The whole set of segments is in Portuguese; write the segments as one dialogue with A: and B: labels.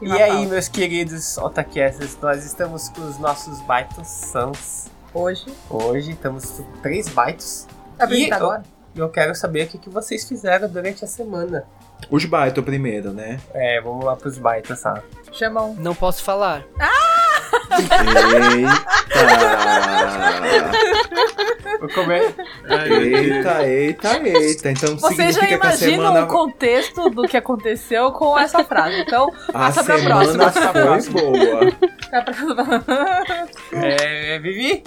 A: E aí, meus queridos otakiestas, nós estamos com os nossos Baitos Sans.
B: Hoje.
A: Hoje estamos com três Baitos.
B: Tá abrindo
A: E-
B: agora?
A: E eu quero saber o que, que vocês fizeram durante a semana.
C: Os Baito primeiro, né?
A: É, vamos lá pros tá? Baitos, sabe?
B: Chama um.
D: Não posso falar.
C: Eita!
A: Vou comer.
C: Eita, eita, eita. Então
B: Você já
C: significa que a
B: imagina
C: semana,
B: o contexto do que aconteceu com essa frase. Então,
C: a
B: passa pra
C: semana
A: próxima.
C: foi boa.
B: é pra...
A: é, Vivi?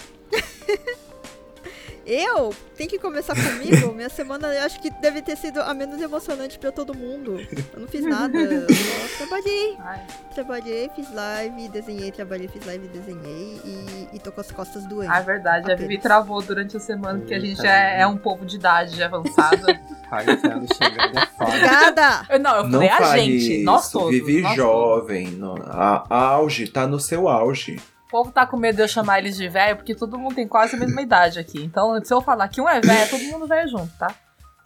E: Eu? Tem que começar comigo? Minha semana eu acho que deve ter sido a menos emocionante pra todo mundo. Eu não fiz nada, eu só trabalhei.
B: Ai.
E: Trabalhei, fiz live, desenhei, trabalhei, fiz live, desenhei e, e tô com as costas doendo.
B: Ah, é verdade. A Vivi travou durante a semana, porque a gente já é, é um povo de idade avançada.
A: Ragatelo chegando é foda.
E: Obrigada!
B: Eu- não, eu
C: Não
B: falei a
C: fale
B: "Ah, gente,
C: isso.
B: nós todos.
C: Vivi
B: nós todos.
C: jovem. No, a, auge, tá no seu auge.
B: O povo tá com medo de eu chamar eles de velho, porque todo mundo tem quase a mesma idade aqui. Então, se eu falar que um é velho, é todo mundo velho junto, tá?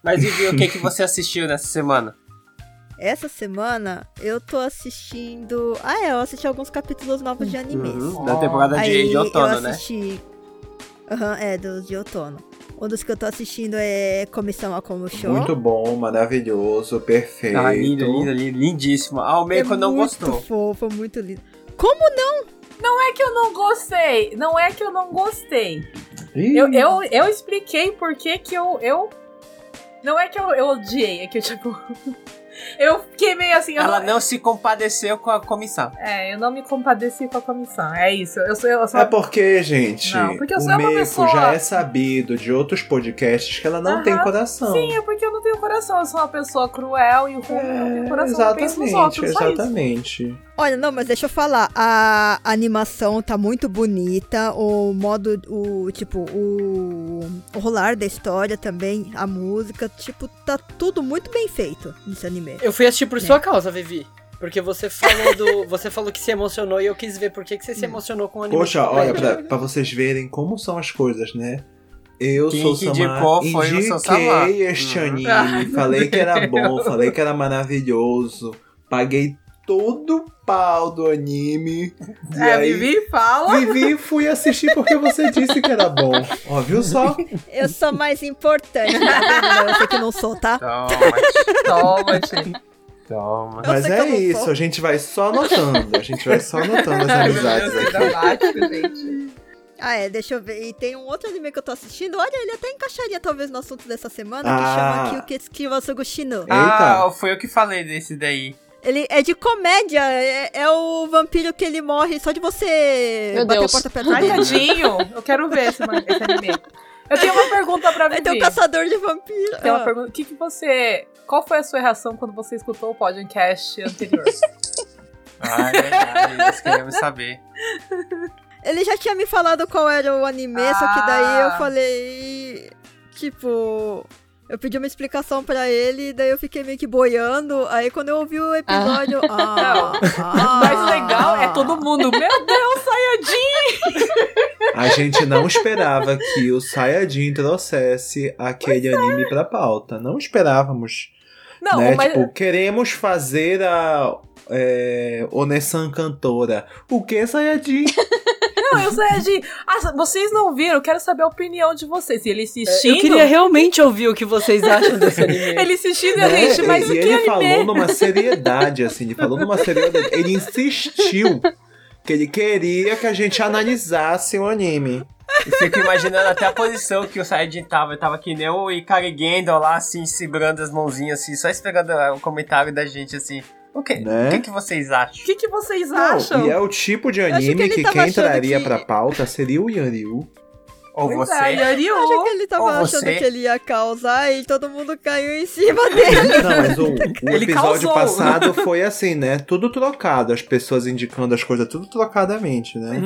A: Mas Vivi, o que, que você assistiu nessa semana?
E: Essa semana eu tô assistindo. Ah, é, eu assisti alguns capítulos novos de animes.
A: Uhum, da temporada de,
E: Aí
A: de outono,
E: eu
A: né?
E: assisti. Aham, é, dos de outono. Um dos que eu tô assistindo é Comissão a Como Show.
C: Muito bom, maravilhoso, perfeito.
A: Ah, lindo, lindo, lindo, lindíssimo. Ah, o Meiko
E: é
A: não
E: muito
A: gostou.
E: fofo, muito lindo. Como
B: Não é que eu não gostei, não é que eu não gostei.
C: Ih,
B: Eu, eu, eu expliquei por que que eu, eu... Não é que eu, eu odiei, é que eu, tipo... eu fiquei meio assim... eu
A: Ela
B: não-
A: não se compadeceu com a comissão.
B: É, eu não me compadeci com a comissão, é isso. Eu sou, eu sou
C: É porque, gente,
B: Não, porque eu sou
C: o
B: uma
C: Meiko
B: pessoa-
C: já é sabido de outros podcasts que ela não
B: Aham.
C: tem coração.
B: Sim, é porque eu não tenho coração, eu sou uma pessoa cruel e o ruim não tem
C: É,
B: coração, eu penso nos outros,
C: exatamente,
B: só isso.
C: exatamente.
E: Olha, não, mas deixa eu falar. A animação tá muito bonita. O modo, o tipo, o, o rolar da história também, a música, tipo, tá tudo muito bem feito nesse anime.
D: Eu fui assistir por
E: É.
D: sua causa, Vivi. Porque você falou do. Você falou que se emocionou e eu quis ver por que, que você
B: Hum.
D: se emocionou com o anime.
C: Poxa, olha, pra, pra vocês verem como são as coisas, né? Eu
A: Quem
C: sou
A: indicou
C: Samar,
A: foi o seu Samar.
C: indiquei este
A: Uhum.
C: anime,
B: Ai,
C: falei que era
A: Deus.
C: bom, falei que era maravilhoso, paguei todo o pau do anime. E
B: É,
C: aí,
B: Vivi, fala.
C: Vivi, e fui assistir porque você disse que era bom. Ó, viu só?
E: Eu sou mais importante. tá vendo? Não, Eu sei que não sou, tá?
A: Toma, tia,
B: Toma, gente.
A: toma.
E: Eu
C: Mas
E: sei
C: é
E: que eu não
C: isso,
E: sou.
C: a gente vai só anotando, a gente vai só anotando as amizades aqui.
B: gente.
E: Ah, é, deixa eu ver. E tem um outro anime que eu tô assistindo. Olha, ele até encaixaria talvez no assunto dessa semana, que
C: Ah.
E: chama Kyuketsuki wa Sugushino.
C: Eita.
A: Ah, foi eu que falei desse daí.
E: Ele é de comédia, é, é o vampiro que ele morre só de você
D: Meu
E: bater a
D: Deus.
E: porta perto
B: Ai,
E: dele.
B: tadinho. Eu quero ver esse, man- esse anime. Eu tenho uma pergunta pra
E: Aí
B: Vivi.
C: Então
E: tem
C: tá
E: um caçador de Ah. vampiros.
B: Tem uma pergunta. O que, que você. Qual foi a sua reação quando você escutou o podcast anterior?
A: Ah, é verdade, nós queremos saber.
E: Ele já tinha me falado qual era o anime, só que daí eu
B: Ah.
E: falei. Tipo. Eu pedi uma explicação pra ele, daí eu fiquei meio que boiando. Aí quando eu ouvi o episódio. Ah, ah,
B: Mas o legal é todo mundo. Meu Deus, Sayajin!
C: A gente não esperava que o Sayajin trouxesse aquele anime pra pauta. Não esperávamos.
B: Não,
C: né?
B: mas.
C: Tipo, queremos fazer a é, Onesan cantora. O que, é Sayajin?
B: Não, eu Sayajin. Ah, vocês não viram? Eu quero saber a opinião de vocês. E ele se xinga.
D: É, Eu queria realmente ouvir o que vocês acham desse anime.
B: Ele se xinga,
C: Né?
B: gente, mas
C: e
B: o que
C: ele
B: anime?
C: falou numa seriedade, assim. Ele falou numa seriedade. Ele insistiu que ele queria que a gente analisasse o anime.
A: Eu fico imaginando até a posição que o Saiyajin tava. Ele tava que nem o Ikari Gendel lá, assim, segurando as mãozinhas, assim, só esperando ah, o comentário da gente, assim. O que,
C: Né?
A: o que, que vocês acham?
B: O que, que vocês
C: Não,
B: acham?
C: e é o tipo de
E: achei
C: anime
E: que ele
C: que,
E: tava
C: quem
E: achando
C: traria
E: que-
C: pra pauta seria o Yanryu.
A: Ou
B: Pois
A: você?
B: é, Yoriô.
E: Acho que ele
A: Ou
E: tava achando
A: você.
E: que ele ia causar e todo mundo caiu em cima dele.
C: Não, mas o, o
B: Ele
C: episódio
B: causou.
C: passado foi assim, né? Tudo trocado, as pessoas indicando as coisas tudo trocadamente, né?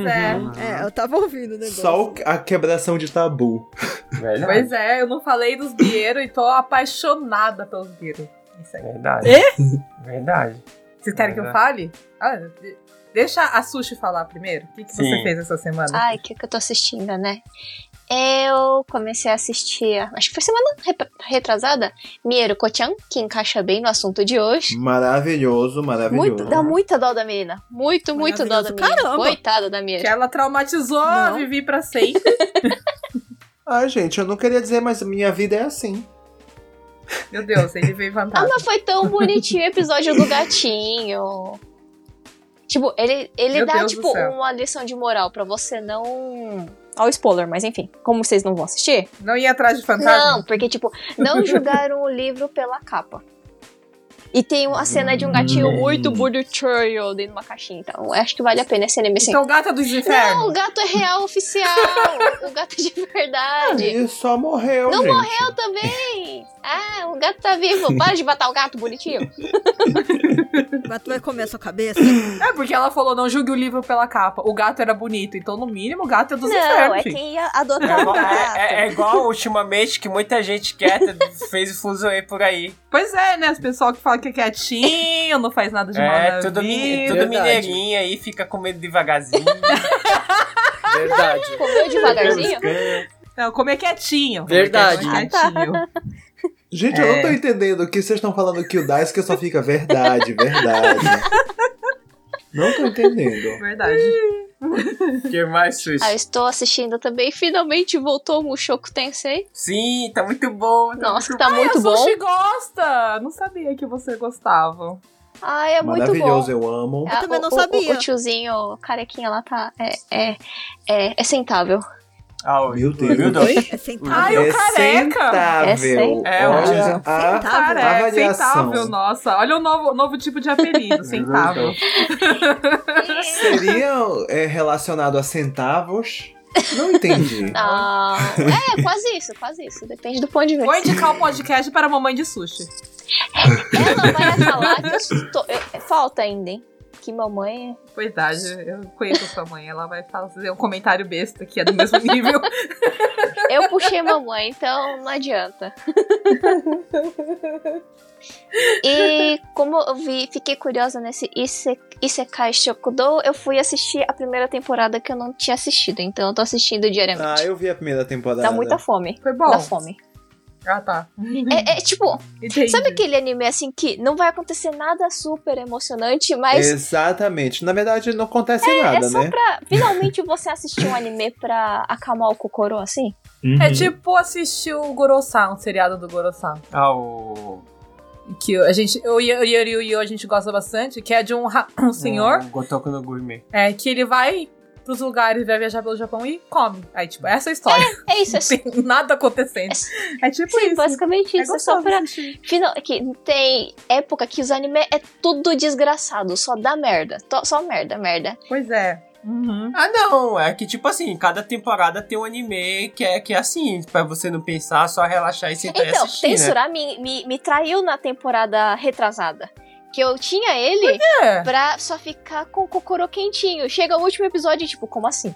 B: Pois é.
E: É, eu tava ouvindo o negócio.
C: Só o- a quebração de tabu.
A: Verdade.
B: Pois é, eu não falei dos Bieiros e tô apaixonada pelos Bieiros. Isso aí.
A: Verdade. Verdade.
B: Vocês querem que eu fale? Ah, de- deixa a Sushi falar primeiro. O que, que você
A: Sim.
F: Ah,
B: fez essa semana?
F: é Ai, o que, que eu tô assistindo, né? eu comecei a assistir, acho que foi semana re- retrasada, Miero Kochan, que encaixa bem no assunto de hoje.
C: Maravilhoso, maravilhoso.
F: Muito, dá muita dó da menina. Muito, muito dó da
E: Maravilhoso.
F: menina.
E: Caramba!
F: Coitada da
B: Que
F: Miero.
B: ela traumatizou a
E: Não.
B: Vivi pra sempre.
C: Ah, gente, eu não queria dizer, mas minha vida é assim.
B: Meu Deus, ele veio
F: Ah,
B: vantagem.
F: mas foi tão bonitinho o episódio do gatinho. Tipo, ele, ele
B: Meu
F: dá,
B: Deus do
F: tipo,
B: céu.
F: uma lição de moral pra você não. Ó, o spoiler, mas enfim, como vocês não vão assistir?
B: Não ia atrás de fantasma?
F: Não, porque, tipo, não julgaram o livro pela capa. E tem uma cena de um gatinho
C: Hum.
F: muito bonitinho dentro de uma caixinha. Então, eu acho que vale a pena esse anime sim.
B: Então, gata dos
F: Não, o
B: infernos.
F: gato é real oficial. o gato é de verdade.
C: Ele só morreu,
F: Não
C: gente.
F: Eu também. Ah, o gato tá vivo. Para de matar o gato bonitinho.
E: Mas tu vai comer a sua cabeça?
B: É porque ela falou, não julgue o livro pela capa. O gato era bonito, então no mínimo o gato é dos
F: Não,
B: infernos.
F: é
B: filho.
F: quem ia
A: É
F: adotar o
A: igual, é-
F: gato.
A: é- é igual ultimamente que muita gente quieta fez o fuzuê por aí.
B: Pois é, né? Os pessoal que fala que é quietinho, não faz nada de mal
A: É,
B: na
A: tudo, mi,
B: vida.
A: tudo
D: verdade.
A: mineirinho aí, fica comendo devagarzinho.
D: Verdade.
F: Comeu devagarzinho.
B: Não, comer quietinho.
D: Verdade.
B: Comer quietinho.
C: Gente, eu não tô entendendo o que vocês estão falando que o Daisuke só fica verdade, verdade. não tô entendendo.
B: Verdade.
A: que mais,
F: Ah, eu
A: Sushi?
F: estou assistindo também. Finalmente voltou o Mushoku Tensei.
A: Sim, tá muito bom. tá
F: Nossa, tá muito
B: a
F: bom.
B: Sushi gosta! Não sabia que você gostava.
F: Ai, é muito bom.
C: Maravilhoso, eu amo.
F: Ah,
E: também
F: o-
E: não
F: o- o-
E: sabia.
F: O, tiozinho o carequinha lá tá. É, é, é, é sentável.
A: Ah, o-
C: Meu Deus.
A: Viu, Dó?
E: É sentável.
B: Ai, o
C: é
B: careca!
F: É
C: sentável.
F: sem-
A: É,
C: Olha a
F: Tá
E: Sentável.
B: Cara, é
C: avaliação.
B: sentável, nossa. Olha o novo, novo tipo de apelido, sentável.
C: Seria é, relacionado a centavos? Não entendi.
F: Ah, é, quase isso, quase isso. Depende do ponto de
B: Vou
F: vista.
B: indicar o podcast para a mamãe de sushi.
F: Ela vai é falar que eu estou. eu- é falta ainda, hein? Que mamãe.
B: Verdade, é, eu conheço a sua mãe. Ela vai fazer um comentário besta que é do mesmo nível.
F: Eu puxei mamãe, então não adianta. e como eu vi, fiquei curiosa nesse Ise- Isekai Shokudo, eu fui assistir a primeira temporada que eu não tinha assistido, então eu tô assistindo
C: Ah,
F: diariamente.
C: eu vi a primeira temporada.
F: Dá muita fome.
B: Foi bom.
F: Dá fome.
B: Ah, tá.
F: É, é, tipo,
B: Entendi.
F: sabe aquele anime assim que não vai acontecer nada super emocionante, mas
C: Exatamente. Na verdade, não acontece
F: é,
C: nada,
F: só
C: né?
F: pra finalmente você assistir um anime pra acalmar o Kokoro assim?
C: Uhum.
B: É tipo assistir o Gorosan, o seriado do Gorosan.
A: Ah, o...
B: Que a gente, eu e eu, e eu, e eu, e eu, a gente gosta bastante, que é de um, ra- um senhor
A: O Gotoku no Gourmet.
B: é, que ele vai pros lugares, vai viajar pelo Japão e come. Aí, tipo, essa é a história.
F: É isso, é
B: Não tem nada acontecendo. É tipo
F: Sim,
B: isso.
F: basicamente
B: É
F: isso. É só
B: gostoso
F: pra.
B: assistir.
F: Final, que tem época que os anime é tudo desgraçado, só dá merda. to- só merda, merda.
B: Pois é. Uhum.
A: Ah, não, é que tipo assim, cada temporada tem um anime que é, que é assim, pra você não pensar, só relaxar e sentar e
F: Então,
A: assistir, né?
F: Tensura me, me, me traiu na temporada retrasada. Que eu tinha ele
B: É.
F: pra só ficar com o Kokoro quentinho. Chega o último episódio e tipo, como assim?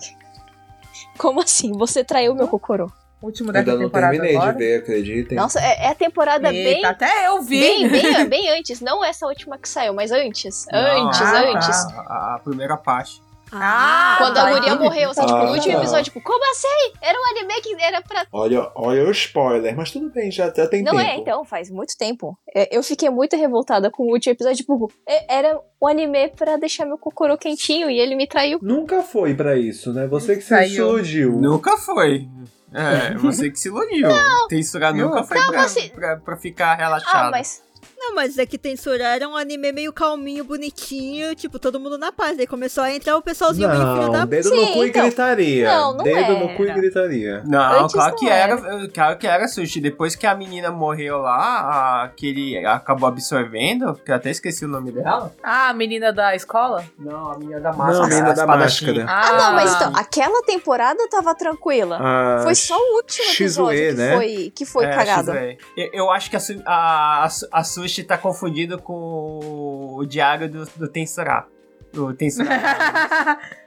F: Como assim? Você traiu meu Kokoro.
B: Último
C: Eu
B: dessa
C: ainda não
B: temporada
C: terminei
B: agora.
C: de ver, acreditem.
F: Nossa, é, é a temporada bem,
B: Eita, tá até eu vi.
F: bem, bem, bem antes. Não essa última que saiu, mas antes.
A: Não,
F: antes,
A: a-
B: ah,
F: antes.
A: A, a- a primeira parte.
B: Ah,
F: Quando
B: tá,
F: a guria
B: entendi.
F: morreu, sabe? Tipo,
C: Ah,
F: no último
C: tá.
F: episódio, tipo, como assim? Era um anime que era pra.
C: Olha, olha o spoiler, mas tudo bem, já, já tem
F: Não
C: tempo.
F: é, então, faz muito tempo. É, Eu fiquei muito revoltada com o último episódio, tipo, é- era um anime pra deixar meu Kokoro quentinho e ele me traiu.
C: Nunca foi pra isso, né? Você que se
B: Saiu.
C: surgiu.
A: Nunca foi. É, você que se iludiu. Tensura nunca foi pra,
F: você-
A: pra- pra ficar relaxado.
F: Ah, mas.
E: Não, mas é que Tensura era um anime meio calminho, bonitinho, tipo, todo mundo na paz. Daí começou a entrar o pessoalzinho meio filho
C: Não,
E: da...
C: dedo
F: Sim,
C: no cu e
F: então.
C: gritaria.
F: Não, não
C: dedo no cu e
F: era.
C: gritaria.
A: Não,
F: Antes
A: claro
F: não
A: que era. eh,
F: era.
A: claro que era sushi. Depois que a menina morreu lá, a, que ele acabou absorvendo, que eu até esqueci o nome dela.
B: Ah, a menina da escola?
A: Não, a menina da
C: máscara,
A: Não, a menina
C: a
A: da
C: espadachim.
A: máscara.
F: Ah, não, mas então, aquela temporada tava tranquila.
C: Ah,
F: foi só um o último episódio
C: Shizue,
F: que,
C: né?
F: foi, que foi
A: É,
F: cagado.
A: acho que foi. Eu, eu acho que a, Su- a, a Su- a Sushi tá confundido com o diário do, do Tensura. Do Tensura.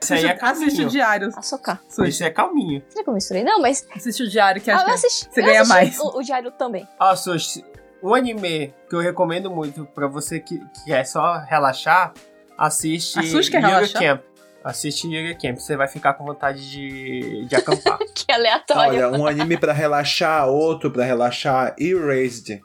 A: Isso aí é
B: Assiste o
A: calminho.
B: diário.
F: Ah, socar.
B: Sushi.
A: Isso é calminho.
F: Será que eu misturei? Não, mas.
B: Assiste o diário que é acho
F: ah, eu
B: que
F: assisti,
B: você
F: eu
B: ganha
F: assisti
B: mais.
F: O, o Diário também.
A: Ó, Sushi, um anime que eu recomendo muito pra você que, que é só relaxar, assiste
B: A Sushi quer
A: Yuri
B: relaxar?
A: Camp. Assiste Yuri Camp, você vai ficar com vontade de, de acampar.
F: Que aleatório.
C: Olha, um anime pra relaxar, outro pra relaxar, Erased.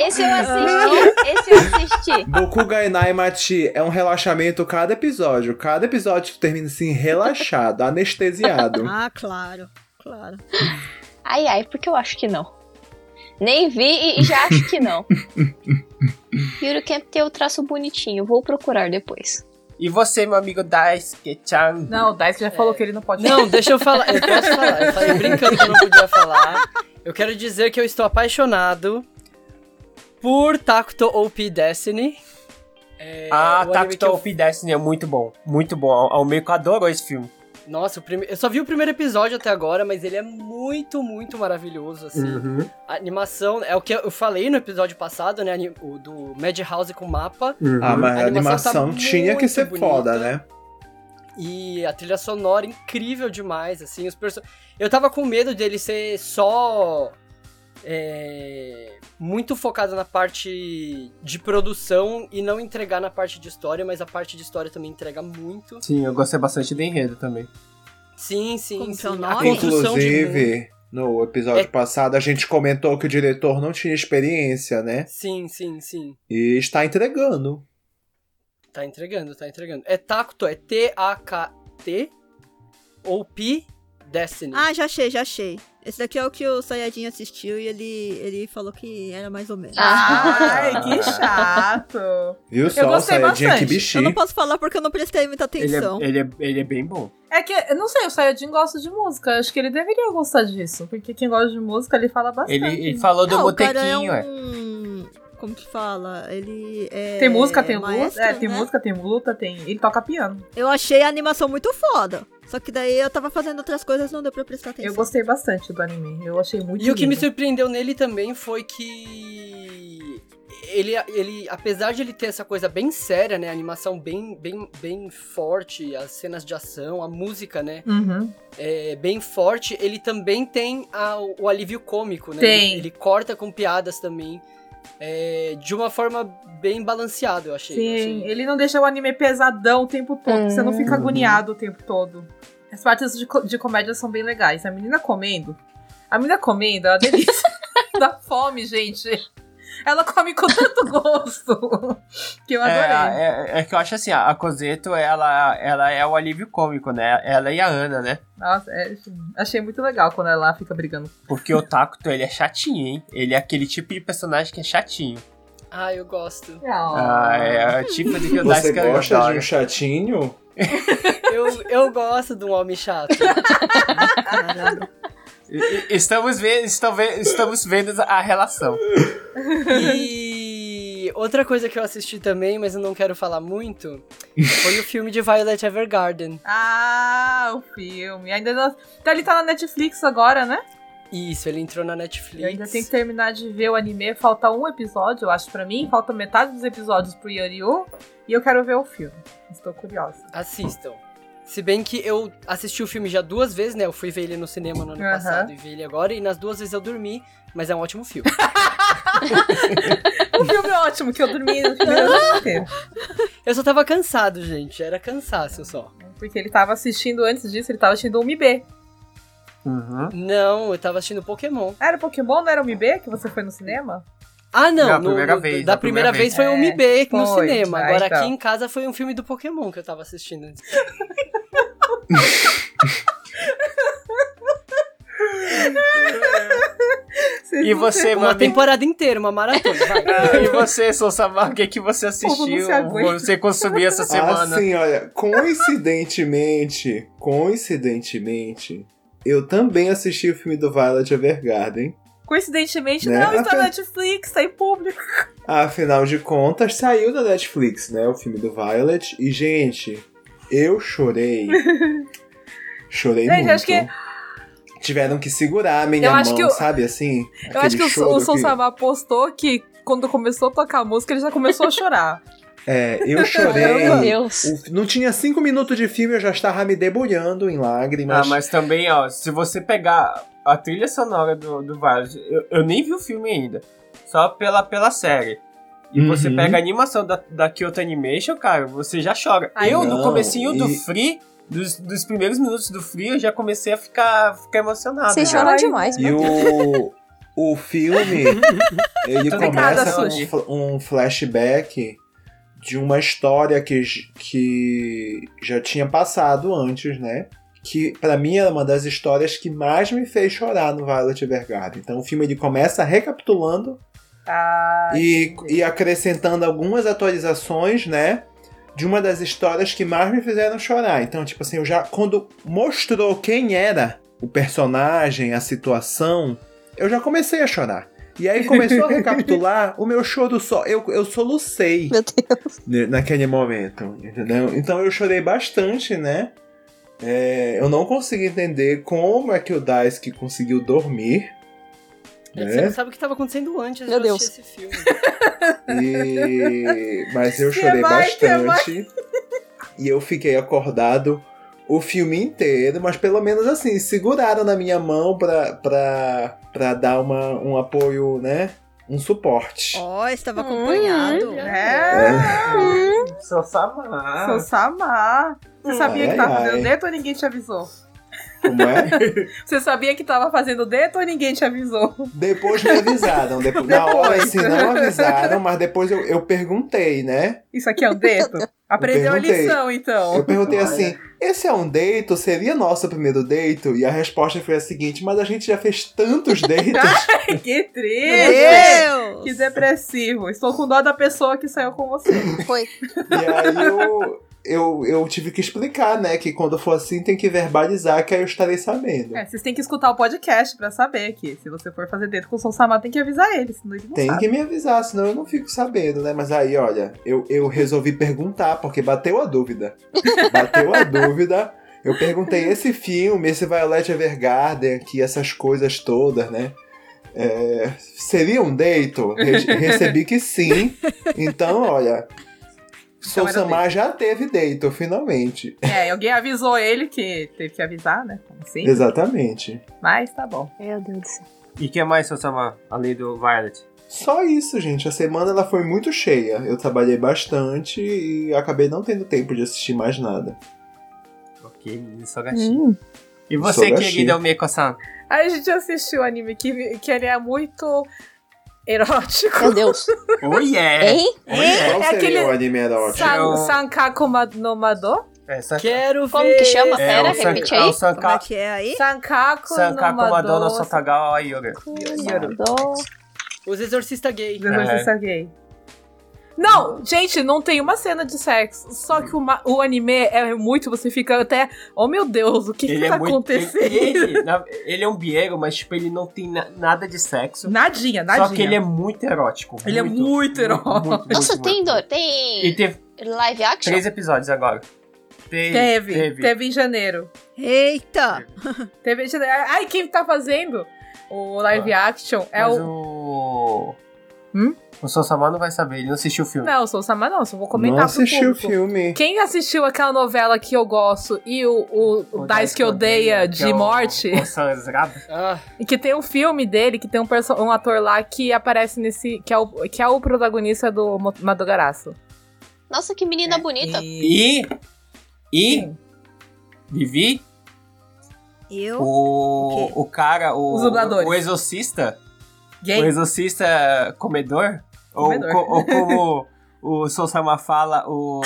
F: Esse eu assisti, esse eu assisti.
C: Boku Gainai Machi é um relaxamento cada episódio. Cada episódio termina assim, relaxado, anestesiado.
E: Ah, claro, claro.
F: Ai, ai, porque eu acho que não. Nem vi e e já acho que não. Yuri Camp tem o traço bonitinho, vou procurar depois.
A: e você, meu amigo Daisuke-chan?
B: Não, o Dice já falou que ele não pode
D: Não, deixa eu falar. Eu posso falar. Eu falei brincando que eu não podia falar. Eu quero dizer que eu estou apaixonado por Tacto OP Destiny. É,
A: Ah,
D: o anime que
A: Tactile
D: eu-
A: of Destiny é muito bom, muito bom. Ao- Ao meio que adorou esse filme.
D: Nossa, o prime... eu só vi o primeiro episódio até agora, mas ele é muito, muito maravilhoso, assim.
C: Hum.
A: Uhum,
D: A animação, é o que eu falei no episódio passado, né? ani- O do Madhouse com mapa.
A: uhum.
C: Ah, mas
D: A
C: a
D: animação tá
C: animação tinha que
D: muito
C: ser
D: bonita.
C: foda, né?
D: E a trilha sonora incrível demais, assim, os perso... Eu tava com medo dele ser só é, muito focado na parte de produção e não entregar na parte de história, mas a parte de história também entrega muito.
A: Sim, eu gostei bastante do enredo também.
D: Sim, sim,
E: Como que
D: sim.
E: é o
D: A
E: nome?
D: construção de mundo.
C: Inclusive, no episódio
D: É.
C: passado, a gente comentou que o diretor não tinha experiência, né?
D: Sim, sim, sim.
C: E está entregando.
D: Tá entregando, tá entregando. É Tacto, é T-A-K-T ou P Destiny.
E: Ah, já achei, já achei. Esse daqui é o que o Sayajin assistiu e ele, ele falou que era mais ou menos.
B: Ai, que chato.
C: Viu só, é
B: gostei
C: Sayajin
B: bastante.
C: Kibishi.
E: Eu não posso falar porque eu não prestei muita
A: Ele é,
E: atenção.
A: ele, é, ele é bem bom.
B: É que, eu não sei, o Sayajin gosta de música. Acho que ele deveria gostar disso. Porque quem gosta de música, ele fala bastante.
A: Ele, ele falou do
E: Não, o cara é
A: botequinho, é.
E: um... Como que fala? Ele é.
B: Tem música, tem luta.
E: maestro,
B: É, tem
E: né?
B: música, tem luta, tem. Ele toca piano.
E: Eu achei a animação muito foda. Só que daí eu tava fazendo outras coisas, não deu pra prestar atenção.
B: Eu gostei bastante do anime. Eu achei muito
D: E o que me
B: lindo.
D: surpreendeu nele também foi que ele, ele apesar de ele ter essa coisa bem séria, né, a animação bem, bem, bem forte, as cenas de ação, a música, né,
B: Uhum.
D: é bem forte, ele também tem a- o alívio cômico, né?
B: Tem.
D: Ele, ele corta com piadas também, é, de uma forma bem balanceada, eu achei. eu
B: Sim,
D: achei.
B: ele não deixa o anime pesadão o tempo todo.
F: Hum.
B: Você não fica agoniado o tempo todo. As partes de, co- de comédia são bem legais. A menina comendo. A menina comendo, é uma delícia. Dá fome, gente. Ela come com tanto gosto. Que eu adorei.
A: É, é, é que eu acho assim, a a Coseto, ela, ela é o alívio cômico, né? Ela e a Ana, né?
B: Nossa, é, achei muito legal quando ela fica brigando.
A: Porque o Takuto, ele é chatinho, hein? Ele é aquele tipo de personagem que é chatinho.
D: Ah, eu gosto.
A: Ah, é o tipo de que eu
C: Você
A: que eu
C: gosta de
A: adoro.
C: um chatinho?
D: Eu, eu gosto de um homem chato.
E: Caramba.
A: E- e- Estamos vendo, estão ve- estamos vendo a relação.
D: E outra coisa que eu assisti também, mas eu não quero falar muito, foi o filme de Violet Evergarden.
B: Ah, o filme. Ainda não... Então ele tá na Netflix agora, né?
D: Isso, ele entrou na Netflix.
B: Eu ainda tenho que terminar de ver o anime. Falta um episódio, eu acho, pra mim. Falta metade dos episódios pro Yoryu. E eu quero ver o filme. Estou curiosa.
D: Assistam. Se bem que eu assisti o filme já duas vezes, né? Eu fui ver ele no cinema no ano
B: Aham.
D: passado e vi ele agora, e nas duas vezes eu dormi, mas é um ótimo filme.
B: O filme é ótimo, que eu dormi no primeiro ano inteiro.
D: eu só tava cansado, gente. Era cansaço só.
B: Porque ele tava assistindo, antes disso, ele tava assistindo o MB.
A: Uhum.
D: Não, eu tava assistindo Pokémon.
B: Era Pokémon, não era o MB que você foi no cinema?
D: Ah, não.
A: Da
D: no-
A: primeira
D: no-
A: vez,
D: da
A: da primeira
D: primeira vez foi o
B: vez.
D: MB no
B: É, foi.
D: cinema.
B: Ah,
D: Agora
B: então.
D: aqui em casa foi um filme do Pokémon que eu tava assistindo.
B: Vocês
A: E
B: não
A: você,
D: Uma
A: meu amigo?
D: temporada inteira, uma maratona. Vai.
A: E você, Sousama, o que, que você
B: povo não
A: assistiu?
B: se aguenta.
A: Você consumiu essa semana?
C: Assim, olha, coincidentemente, coincidentemente, eu também assisti o filme do Violet Evergarden.
B: tem- Coincidentemente,
C: Né?
B: não, está na Netflix, tá em público.
C: Afinal de contas, saiu da Netflix, né, o filme do Violet. E, gente, eu chorei. chorei
B: Gente,
C: muito.
B: acho que-
C: Tiveram que segurar a minha
B: Eu acho
C: mão,
B: que o-
C: sabe, assim?
B: Eu acho que
C: Aquele
B: o,
C: choro
B: o Sousama postou que quando começou a tocar a música, ele já começou a chorar.
C: É, eu
F: Meu
C: chorei.
F: Deus.
C: O- Não tinha cinco minutos de filme, eu já estava me debulhando em
A: Ah,
C: lágrimas.
A: mas também, ó, se você pegar a trilha sonora do, do Violet, eu, eu nem vi o filme ainda, só pela, pela série. E você
C: Uhum.
A: pega a animação da, da Kyoto Animation, cara, você já chora.
B: Ai,
A: eu,
C: não,
A: no comecinho do
C: e-
A: Free, dos, dos primeiros minutos do Free, eu já comecei a ficar, ficar emocionado.
G: Vocês
A: já.
G: choram
B: Ai,
G: demais,
C: Ah, né? E
B: né?
G: mano.
C: o, o filme, ele
A: Tô
B: ligada,
C: começa
A: Suzy.
C: com um fl- um, flashback de uma história que, j- que já tinha passado antes, né? Que pra mim era uma das histórias que mais me fez chorar no Violet Evergarden. Então o filme ele começa recapitulando
B: Ah,
C: e,
B: entendi.
C: e acrescentando algumas atualizações, né? De uma das histórias que mais me fizeram chorar. Então, tipo assim, eu já. Quando mostrou quem era o personagem, a situação, eu já comecei a chorar. E aí começou a recapitular o meu choro só. Eu, eu solucei
G: Meu Deus.
C: ne- naquele momento, entendeu? Então eu chorei bastante, né? É, eu não consegui entender como é que o Daisuke conseguiu dormir.
D: É que
C: né?
D: Você não sabe o que tava acontecendo antes
G: Meu
D: de eu
G: Deus.
D: assistir esse filme.
C: E- Mas eu
B: Você
C: chorei
B: vai, você
C: bastante. E eu fiquei acordado o filme inteiro, mas pelo menos assim, seguraram na minha mão pra, pra, pra dar uma, um apoio, né? Um suporte.
E: Ó, estava
G: Hum,
E: acompanhado.
B: É.
A: Sou Samar.
B: Sou Samar. Você sabia que tava
C: Ah. Ai, ai.
B: fazendo dedo ou ninguém te avisou?
C: Como é?
B: Você sabia que tava fazendo dedo ou ninguém te avisou?
C: Depois me avisaram. Depois, na hora,
B: Depois.
C: assim, não avisaram, mas depois eu, eu perguntei, né?
B: Isso aqui é um dedo? Aprendeu a
C: perguntei.
B: lição,
C: Eu
B: então.
C: perguntei
A: Olha.
C: assim: esse é um deito? Seria nosso primeiro deito? E a resposta foi a seguinte: mas a gente já fez tantos deitos.
B: que triste!
E: Meu
B: Que
E: Deus!
B: depressivo. Estou com dó da pessoa que saiu com você.
G: Foi.
C: E aí eu, eu, eu tive que explicar, né? Que quando for assim tem que verbalizar, que aí eu estarei sabendo.
B: É, vocês têm que escutar o podcast pra saber aqui. Se você for fazer dedo com o São Samar, tem que avisar ele, senão ele não
C: Tem
B: sabe.
C: que me avisar, senão eu não fico sabendo, né? Mas aí, olha, eu, eu resolvi perguntar, porque bateu a dúvida. Bateu a dúvida. Eu perguntei esse filme, esse Violet Evergarden aqui, essas coisas todas, né? É, seria um deito? Re- recebi que sim. Então, olha. Sou
B: Então era
C: Samar já teve deito, finalmente.
B: É, alguém avisou ele que teve que avisar, né? Como assim?
C: Exatamente.
B: Mas tá bom.
G: Meu Deus do céu.
A: E o que mais, Sou Samar, além do Violet?
C: Só isso, gente. A semana ela foi muito cheia. Eu trabalhei bastante e acabei não tendo tempo de assistir mais nada.
A: Ok, menino,
C: Hum.
A: só gatinho. E
C: Sou
A: você,
C: gatinho.
A: querida Omeko-san?
B: Aí a gente assistiu o anime que, que ele é muito erótico.
G: Meu Deus.
A: Oh yeah!
G: Hein?
A: Oh yeah!
C: Qual
B: é
C: seria
B: aquele-
C: o anime erótico?
B: San, Sankaku Ma- no Mado?
A: Essa...
D: Quero
G: Como
D: ver.
G: que chama?
A: É,
G: Pera,
A: o San-
G: repete
A: é o
G: aí.
E: Como é
A: Sanka...
E: que é aí?
B: Sankaku,
A: Sankaku é
B: no Mado.
A: Madonna Sotagawa Yoga.
G: Mandou.
D: Os Exorcista Gay.
A: né? É.
B: Exorcista gay. Não, gente, não tem uma cena de sexo. Só que o, ma- o anime é muito. Você fica até. Oh meu Deus, o que, que tá acontecendo?
A: é Ele, ele- na- ele é um biego, mas tipo, ele não tem na- nada de sexo.
B: Nadinha, nadinha.
A: Só que ele é muito erótico.
B: Ele é muito erótico.
G: Nossa,
A: muito.
G: tem dor. Tem
A: E teve
G: live action?
A: três episódios agora. Te-
B: Teve, teve, em janeiro.
E: Eita!
B: Teve em janeiro. Ai, quem tá fazendo o live action é
A: Ah, Mas
B: o.
A: o.
B: Hum?
A: O Sossamar não vai saber, ele não assistiu o filme.
B: Não, sou o Sama, não, só vou comentar
C: Não
B: pro
C: assisti o
B: público.
C: filme.
B: Quem assistiu aquela novela que eu gosto e o, o, o Dice que odeia de
A: que é o-
B: morte,
A: o Sanzrado.
D: Ah,
B: e que tem um filme dele, que tem um, perso- um ator lá que aparece nesse. que é o, que é o protagonista do Mo- Madogaraço.
G: Nossa, que
A: É,
G: menina bonita.
A: E. E.
B: Sim.
A: Vivi,
E: Eu?
A: o,
E: O quê?
A: o cara, o,
B: Então, Os dubladores.
A: o exorcista, o
B: Gay.
A: exorcista comedor, ou,
B: Comedor.
A: co- ou como o Sousama fala, o...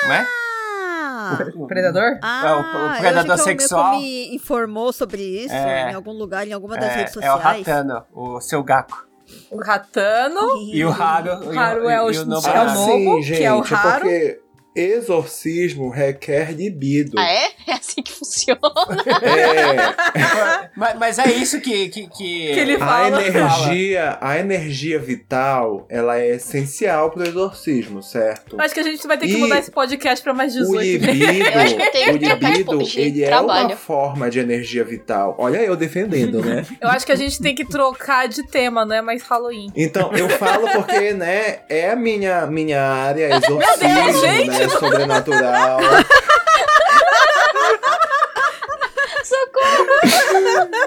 A: como é?
E: Ah!
A: O-
B: Predador?
E: Ah,
A: o- o
E: eu achei
A: predador
E: que o
A: sexual.
E: Meco me informou sobre isso
A: É.
E: em algum lugar, em alguma das redes
A: É, é o
E: sociais.
A: Ratano, o seu Gaku.
B: O Ratano.
A: E o Haru. e
B: Haru é o-
A: e
B: que é o
A: Nobunaga.
B: novo, que é o raro.
C: Assim, porque exorcismo requer libido.
G: Ah, é? É assim que funciona.
C: É,
A: mas, mas é isso que... Que, que...
B: Que ele-
C: a
B: Fala.
C: energia, a energia vital, ela é essencial pro exorcismo, certo?
B: Acho que a gente vai ter que
C: E-
B: mudar esse podcast pra mais
C: O
B: 18. né?
C: libido,
G: Eu acho que eu tenho que
C: o
G: trocar esse
C: libido,
G: pouco de
C: ele é uma
G: trabalho.
C: forma de energia vital. Olha eu defendendo, né?
B: Eu acho que a gente tem que trocar de tema, não é mais Halloween.
C: Então, eu falo porque, né, é a minha, minha área, exorcismo,
B: gente,
C: né, sobrenatural.
G: Socorro.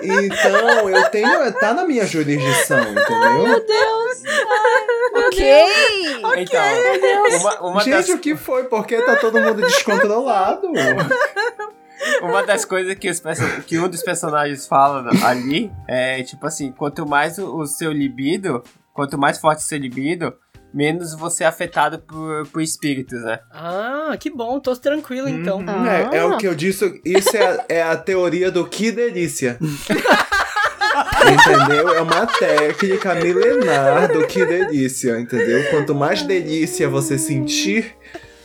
C: Então, eu tenho, tá na minha jurisdição, entendeu?
E: Ok!
A: Então, uma, uma das,
C: Gente, o que foi? Porque tá todo mundo descontrolado.
A: uma das coisas que, os perso- que um dos personagens fala ali é tipo assim: quanto mais o, o seu libido, quanto mais forte o seu libido, menos você é afetado por, por espíritos, né?
D: Ah, que bom, tô tranquilo então.
G: Ah.
C: É, é o que eu disse. Isso é, a- é a teoria do que delícia. entendeu? É uma técnica milenar do que delícia, entendeu? Quanto mais delícia você sentir,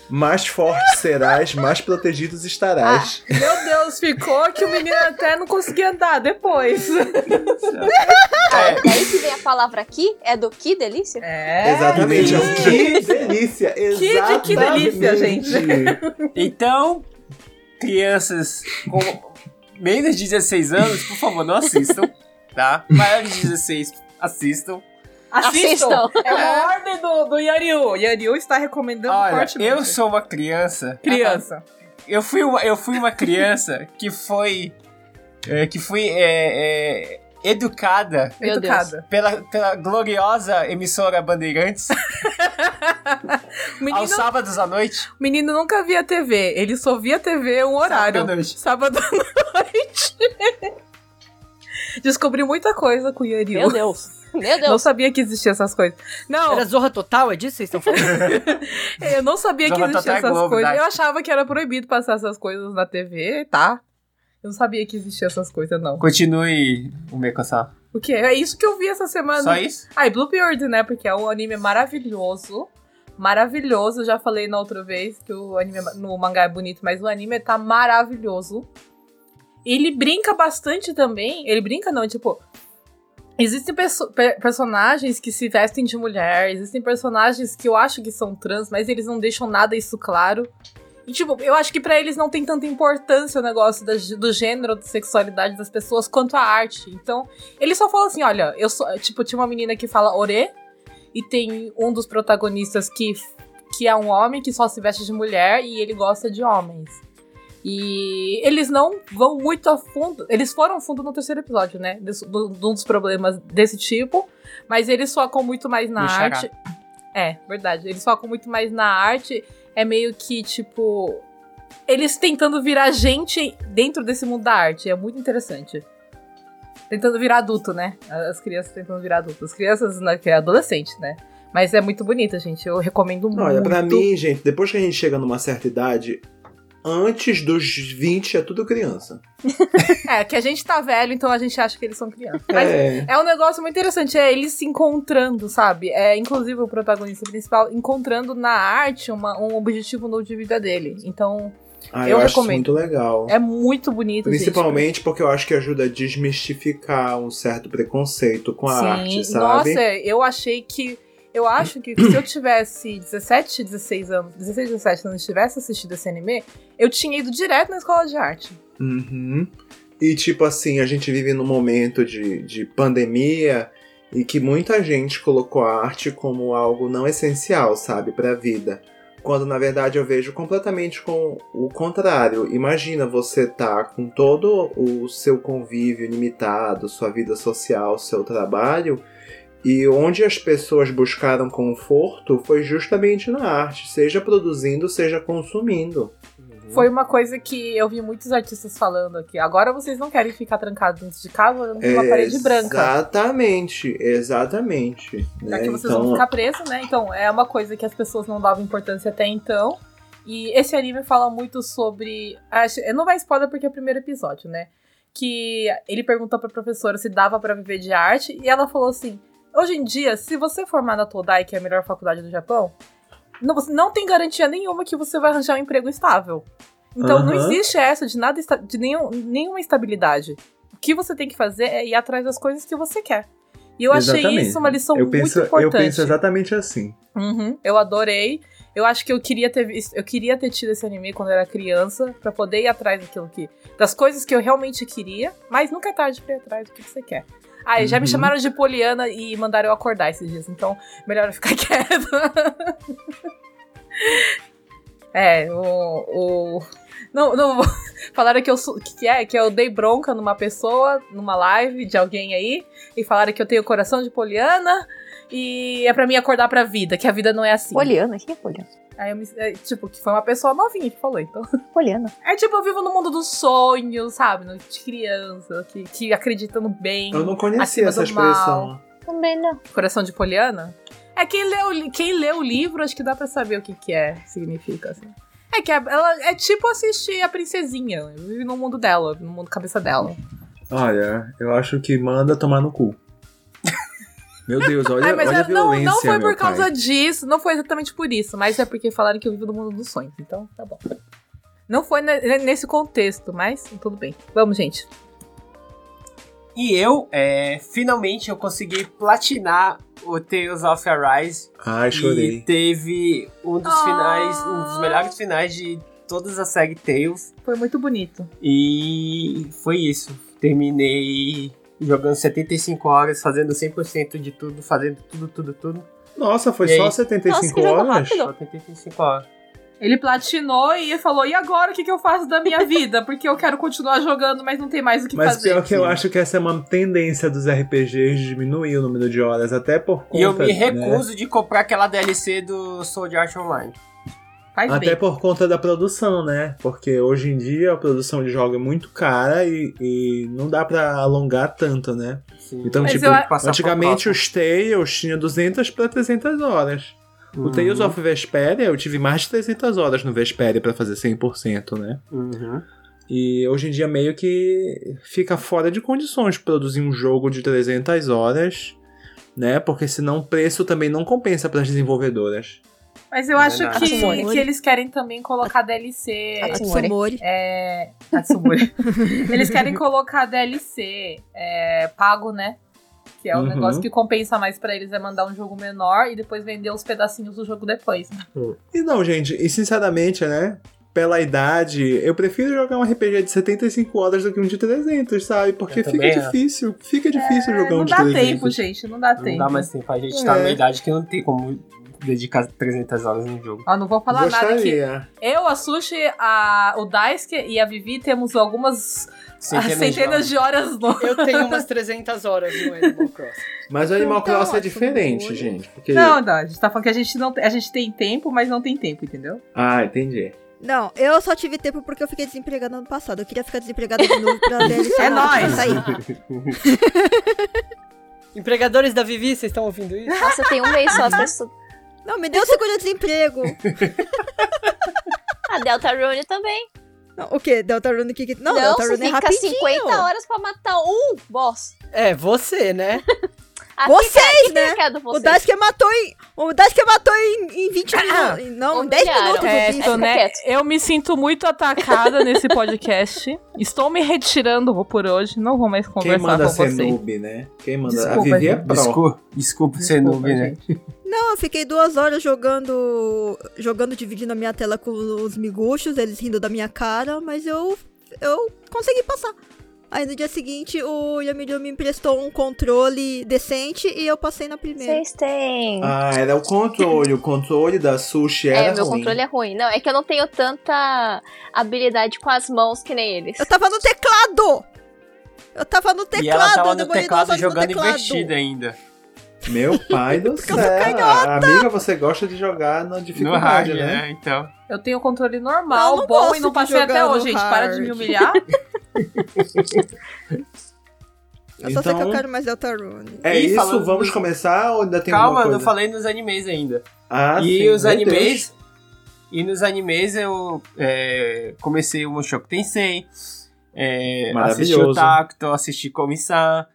C: mais forte serás, mais protegidos estarás.
B: Meu Deus, ficou que o menino até não conseguia andar depois.
A: É,
G: Daí que vem a palavra aqui, é do que delícia?
B: É.
C: Exatamente. É o
B: sim.
C: que delícia.
B: de que delícia, gente.
C: exatamente.
A: então, crianças com menos de 16 anos, por favor, não assistam, tá? Maiores de 16, assistam.
B: Assistam.
G: Assistam.
B: É uma ordem do, do Yariu. Yariu está recomendando
A: Olha,
B: fortemente.
A: eu sou uma criança
B: Criança.
A: eu fui uma, eu fui uma criança que foi é, que fui é, é, educada
G: Meu Deus.
B: educada.
A: pela, pela gloriosa emissora Bandeirantes
B: O menino,
A: aos sábados à noite.
B: o menino nunca via TV. Ele só via TV um horário.
A: Sábado à noite.
B: Sábado à noite. Descobri muita coisa com o Yariu.
G: Meu Deus. Meu
B: Não
G: Deus.
B: sabia que existia essas coisas. Não,
D: Era Zorra Total, é disso que vocês estão falando?
B: eu não sabia que
A: Zorra
B: existia
A: Total é
B: essas
A: Globo,
B: coisas.
A: Nath.
B: Eu achava que era proibido passar essas coisas na TV, tá? Eu não sabia que existia essas coisas, não.
A: Continue o Mekosal.
B: O quê? É isso que eu vi essa semana.
A: Só isso?
B: Ai, Bluebird, né? Porque é um anime maravilhoso. Maravilhoso. Já falei na outra vez que o anime é- no mangá é bonito, mas o anime tá maravilhoso. Ele brinca bastante também. Ele brinca, não, tipo. Existem perso- pe- personagens que se vestem de mulher, existem personagens que eu acho que são trans, mas eles não deixam nada isso claro. E, tipo, eu acho que pra eles não tem tanta importância o negócio da gê- do gênero, da sexualidade das pessoas quanto a arte. Então, ele só fala assim, olha, eu sou. Tipo, tinha uma menina que fala ore, e tem um dos protagonistas que, que é um homem que só se veste de mulher e ele gosta de homens. E eles não vão muito a fundo. Eles foram a fundo no terceiro episódio, né? Des- do- De um dos problemas desse tipo. Mas eles focam muito mais na
A: No xará.
B: arte. É, verdade. Eles focam muito mais na arte. É meio que, tipo. Eles tentando virar gente dentro desse mundo da arte. É muito interessante tentando virar adulto, né? As crianças tentando virar adulto. As crianças, né, que é adolescente, né? Mas é muito bonita, gente. Eu recomendo muito.
C: Olha, pra mim, gente, depois que a gente chega numa certa idade, antes dos 20 é tudo criança.
B: É, que a gente tá velho, então a gente acha que eles são crianças. Mas
C: é.
B: é um negócio muito interessante, é eles se encontrando, sabe? É, inclusive o protagonista principal encontrando na arte uma- um objetivo novo de vida dele. Então,
C: Ah,
B: Eu
C: eu, acho isso
B: recomendo.
C: muito legal.
B: é muito bonito, gente.
C: Principalmente porque eu acho que ajuda a desmistificar um certo preconceito com a arte, sabe?
B: Nossa, eu achei que. Eu acho que se eu tivesse 17, 16 anos, 16, 17 anos, tivesse assistido esse anime, eu tinha ido direto na escola de arte.
C: Uhum. E tipo assim, a gente vive num momento de, de pandemia e que muita gente colocou a arte como algo não essencial, sabe, pra vida. Quando na verdade eu vejo completamente com o contrário. Imagina você tá com todo o seu convívio limitado, sua vida social, seu trabalho, e onde as pessoas buscaram conforto foi justamente na arte, seja produzindo, seja consumindo. Uhum.
B: Foi uma coisa que eu vi muitos artistas falando aqui. Agora vocês não querem ficar trancados dentro de casa olhando pra uma parede branca.
C: É, Exatamente, exatamente.
B: Já
C: né?
B: que vocês vão
C: então,
B: ficar presos, né? Então, é uma coisa que as pessoas não davam importância até então. E esse anime fala muito sobre. acho- Não vai spoiler porque é o primeiro episódio, né? Que ele perguntou pra professora se dava pra viver de arte. E ela falou assim: hoje em dia, se você formar na Todai, que é a melhor faculdade do Japão, não, você não tem garantia nenhuma que você vai arranjar um emprego estável. Então não
C: Aham.
B: existe essa de nada esta- de nenhum- nenhuma estabilidade. O que você tem que fazer é ir atrás das coisas que você quer. E eu achei
C: exatamente.
B: isso uma lição
C: Eu
B: muito
C: penso- Eu
B: importante.
C: penso exatamente assim.
B: Uhum, eu adorei. Eu acho que eu queria ter visto, eu queria ter tido esse anime quando eu era criança, pra poder ir atrás daquilo que das coisas que eu realmente queria, mas nunca é tarde pra ir atrás do que você quer. Ah, e já me
C: Uhum.
B: chamaram de Poliana e mandaram eu acordar esses dias, então melhor eu ficar quieta. é, o, o não, não vou- falaram que eu sou- que é que eu dei bronca numa pessoa, numa live de alguém aí, e falaram que eu tenho coração de Poliana E é pra mim acordar pra vida, que a vida não é assim.
G: Poliana, quem é Poliana?
B: Aí eu me, é, tipo, que foi uma pessoa novinha que falou, então.
G: Poliana.
B: É tipo, eu vivo no mundo dos sonhos, sabe? no- De criança, que, que acredita no bem.
C: Eu não conhecia
B: Acima
C: essa
B: do
C: expressão.
G: Também não.
B: Coração de Poliana? É quem lê, o, li- quem lê o livro, acho que dá pra saber o que que é, significa, assim. É que a- ela é tipo assistir a princesinha, vive no mundo dela, no mundo cabeça dela.
C: Olha, eu acho que manda tomar no cu. Meu Deus, olha,
B: Ai, mas
C: olha
B: eu-
C: a
B: não,
C: é- violência,
B: não foi
C: meu
B: por causa
C: pai.
B: disso, não foi exatamente por isso, mas é porque falaram que eu vivo no mundo dos sonhos, então tá bom. Não foi ne- ne- nesse contexto, mas tudo bem. Vamos, gente.
A: E eu, é, finalmente, eu consegui platinar o Tales of Arise.
C: Ai,
A: E
C: chorei.
A: teve um dos
B: Ah.
A: finais, um dos melhores finais de todas as SEG Tales.
B: Foi muito bonito.
A: E foi isso. Terminei jogando 75 horas, fazendo 100% de tudo, fazendo tudo, tudo, tudo.
C: Nossa, foi
A: E aí?
C: só
G: Nossa,
C: 75
G: que jogo
C: horas?
B: Então.
G: rápido.
A: Só 85 horas.
B: Ele platinou e falou: e agora o que, que eu faço da minha vida? Porque eu quero continuar jogando, mas não tem mais o que
C: Mas
B: fazer.
C: pior que eu
A: sim.
C: acho que essa é uma tendência dos RPGs de diminuir o número de horas, até por conta.
A: E eu me
C: né?
A: recuso de comprar aquela DLC do Sword Art Online.
B: Faz
C: Até
B: bem.
C: por conta da produção, né? Porque hoje em dia a produção de jogo é muito cara e, e não dá pra alongar tanto, né?
A: Sim.
C: Então,
B: Mas
C: tipo,
B: eu-
A: Passar
C: antigamente
A: pro
C: os Tales tinha 200 pra 300 horas.
A: Uhum.
C: O Tales of Vesperia, eu tive mais de 300 horas no Vesperia pra fazer 100%, né?
A: Uhum.
C: E hoje em dia meio que fica fora de condições produzir um jogo de 300 horas, né? Porque senão o preço também não compensa para as desenvolvedoras.
B: Mas eu
A: É
B: acho
A: verdade.
B: que,
E: Atsumori.
B: que eles querem também colocar DLC.
G: Atsumori.
E: Atsumori.
B: É. Atsumori. Eles querem colocar DLC é, pago, né? Que é o
C: Uhum.
B: negócio que compensa mais pra eles é mandar um jogo menor e depois vender os pedacinhos do jogo depois. né?
C: E não, gente, e sinceramente, né? Pela idade, eu prefiro jogar um RPG de 75 horas do que um de 300, sabe? Porque
A: Eu
C: fica
A: também acho.
C: difícil, fica difícil
B: É,
C: jogar um
B: não
C: de
B: dá
C: 300.
B: tempo, gente, não dá
A: Não
B: tempo.
A: dá mais tempo, a gente tá numa
C: É.
A: idade que não tem como dedicar 300 horas no jogo.
B: Ó, não vou falar nada aqui.
C: Gostaria.
B: Eu, a Sushi, a, o Daisuke e a Vivi temos algumas centenas, de horas no.
D: Eu tenho umas 300 horas no Animal Crossing.
C: Mas o Animal
E: Então,
C: Crossing é
E: acho
C: diferente,
E: muito.
C: gente. Porque...
B: tá Não, não, a gente tá falando que a gente, não, a gente tem tempo, mas não tem tempo, entendeu?
C: Ah, entendi.
E: Não, eu só tive tempo porque eu fiquei desempregada no ano passado. Eu queria ficar desempregada de novo pra DLC.
B: É
E: nova pra
B: nóis.
E: sair.
D: Empregadores da Vivi, vocês estão ouvindo isso?
G: Nossa, tem um mês só pra estudar.
E: Não, me deu seguro-desemprego.
G: A Deltarune também.
E: Não, o quê? Deltarune que...
G: Não,
E: Não,
G: você
E: Deltarune é
G: fica
E: rapidinho.
G: 50 horas pra matar um boss.
D: É, você, né?
G: Aqui
E: Vocês,
G: que
E: né?
G: é do
E: O
G: você.
E: Daisuke matou em... O Daisuke matou em, em 20 minutos. em- Não, em 10
G: Humilharam.
E: minutos. assim.
G: É,
E: o
G: tô
E: bicho.
B: então-
G: Fica quieto.
B: né? Eu me sinto muito atacada nesse podcast. Estou me retirando por hoje. Não vou mais
C: Quem
B: conversar
C: manda
B: com
C: ser
B: vocês.
C: noob, né? Quem manda.
B: Desculpa,
C: a Vivi é
B: gente.
C: pro.
A: Desculpa, desculpa ser noob, né?
E: Não, eu fiquei duas horas jogando... Jogando, dividindo a minha tela com os miguxos. Eles rindo da minha cara. Mas eu... Eu consegui passar. Aí no dia seguinte, o Yamidio me emprestou um controle decente e eu passei na primeira.
G: Vocês têm.
C: Ah, era o controle. O controle da sushi era.
G: é, meu
C: ruim.
G: controle é ruim. Não, é que eu não tenho tanta habilidade com as mãos que nem eles.
E: Eu tava no teclado! Eu tava no teclado,
A: e ela tava
E: eu
A: no
E: demorei duas
A: teclado
E: horas
A: jogando
E: no teclado.
A: investida ainda.
B: é-
C: Meu pai do céu. Amiga, você gosta de jogar na
A: No
C: dificuldade,
A: hard,
C: né?
A: né? Então.
B: Eu tenho controle
E: Eu
B: normal,
E: não
B: bom
E: gosto
B: e não
E: de
B: passei
E: jogar
B: até
E: no
B: hoje, gente. Para de me
E: hard.
B: humilhar.
E: Eu só sei que
C: Então-
E: eu quero mais Deltarune.
C: É
A: E
C: isso,
A: falando
C: vamos
A: do-
C: começar ou ainda tem
A: Calma,
C: alguma
A: não
C: coisa?
A: falei nos animes ainda.
C: Ah,
A: e
C: sim,
A: os
C: meu
A: animes.
C: Deus.
A: E nos animes eu é, comecei o Mushoku Tensei. É, assisti o
C: Maravilhoso.
A: Tacto, assisti Komi-san.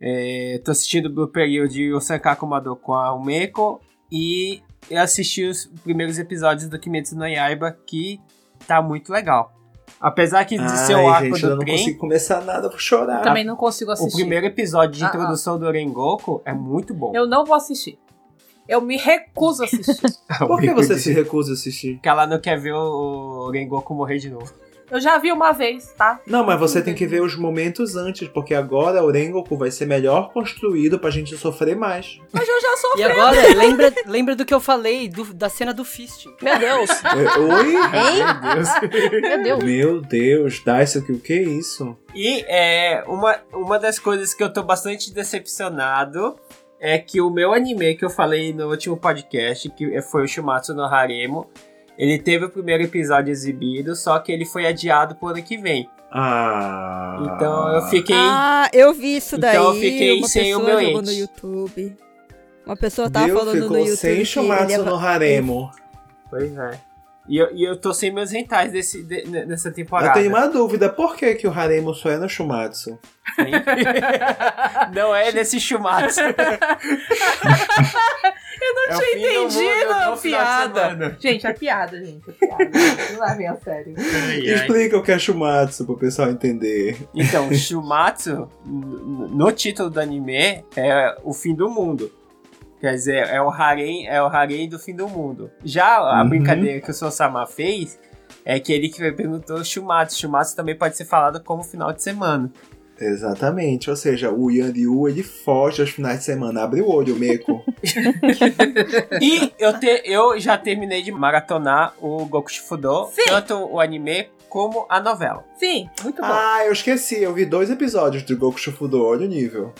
A: É, tô assistindo o Blue Period e o Senkaku Mado com a Umeko. E eu assisti os primeiros episódios do Kimetsu no Yaiba, que tá muito legal. Apesar que de ser o
C: Ai,
A: arco
C: gente, eu
A: do
C: não
A: trem...
C: consigo começar nada, vou chorar.
B: Também não consigo
A: O
B: assistir.
A: primeiro episódio de
B: Ah,
A: introdução do Rengoku é muito bom.
B: Eu não vou assistir. Eu me recuso a assistir.
A: É
C: Por que você se recusa a assistir?
A: Porque ela não quer ver o o Rengoku morrer de novo.
B: Eu já vi uma vez, tá?
C: Não, mas você tem que ver os momentos antes, porque agora o Rengoku vai ser melhor construído pra gente sofrer mais.
B: Mas eu já sou
D: E agora, lembra, lembra do que eu falei, do- da cena do fisting.
G: Meu Deus.
C: É, Oi?
A: Meu Deus.
G: Meu Deus.
C: Meu Deus, Daisuke, o que é isso?
A: E é, uma, uma das coisas que eu tô bastante decepcionado é que o meu anime que eu falei no último podcast, que foi o Shumatsu no Haremo, ele teve o primeiro episódio exibido, só que ele foi adiado pro ano que vem.
C: Ah.
A: Então eu fiquei.
E: Ah, eu vi isso
A: Então
E: daí.
A: eu fiquei
E: uma
A: sem o
E: pessoa
A: meu
E: jogou
A: ente.
E: no YouTube. Uma pessoa tava
C: Deu,
E: falando
C: ficou
E: no YouTube.
C: sem
E: que ele é
C: Shumatsu
E: ia-
C: no Haremo.
A: Pois é. E eu, e eu tô sem meus rentais desse, de- nessa temporada.
C: Eu tenho uma dúvida, por que, que o Haremo só é no Shumatsu?
A: Não é desse Shumatsu.
C: É
B: não tinha entendido a piada. Gente, é piada, gente. É piada. Não levem a sério.
C: Explica o que é Shumatsu pro pessoal entender.
A: Então, Shumatsu, n- no título do anime, é o fim do mundo. Quer dizer, é o harem, é o harem do fim do mundo. Já a
C: Uhum.
A: brincadeira que o Sosama fez é que ele que perguntou Shumatsu. Shumatsu também pode ser falado como final de semana.
C: Exatamente, ou seja, o Yan Liu ele foge aos finais de semana, abre o olho, Meiko.
A: E eu, te- eu já terminei de maratonar o Goku Shifudo,
B: Sim.
A: tanto o anime como a novela.
B: Sim, muito Tá bom.
C: ah, eu esqueci, eu vi dois episódios do Goku Shufudo, olha o nível.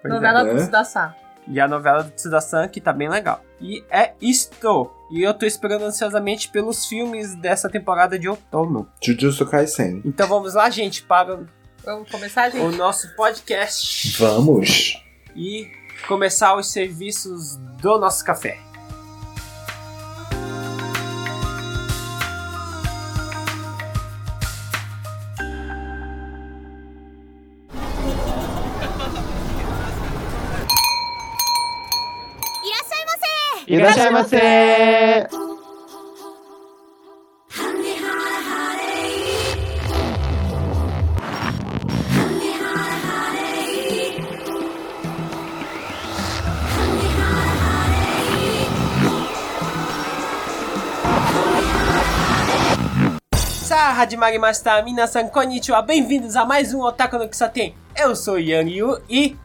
A: Pois é.
B: Novela
C: né?
B: do Sudassá.
A: E a novela do Tsuda-san, que tá bem legal. E é isto. E eu tô esperando ansiosamente pelos filmes dessa temporada de outono.
C: Jujutsu Kaisen.
A: Então vamos lá, gente, para
B: Vamos começar,
A: o
B: gente?
A: nosso podcast
C: Vamos!
A: e começar os serviços do nosso café. Sarra de Marimasta, Minasan Konnichiwa, bem-vindos a mais um Otaku no que só tem. Eu sou Yang Yu e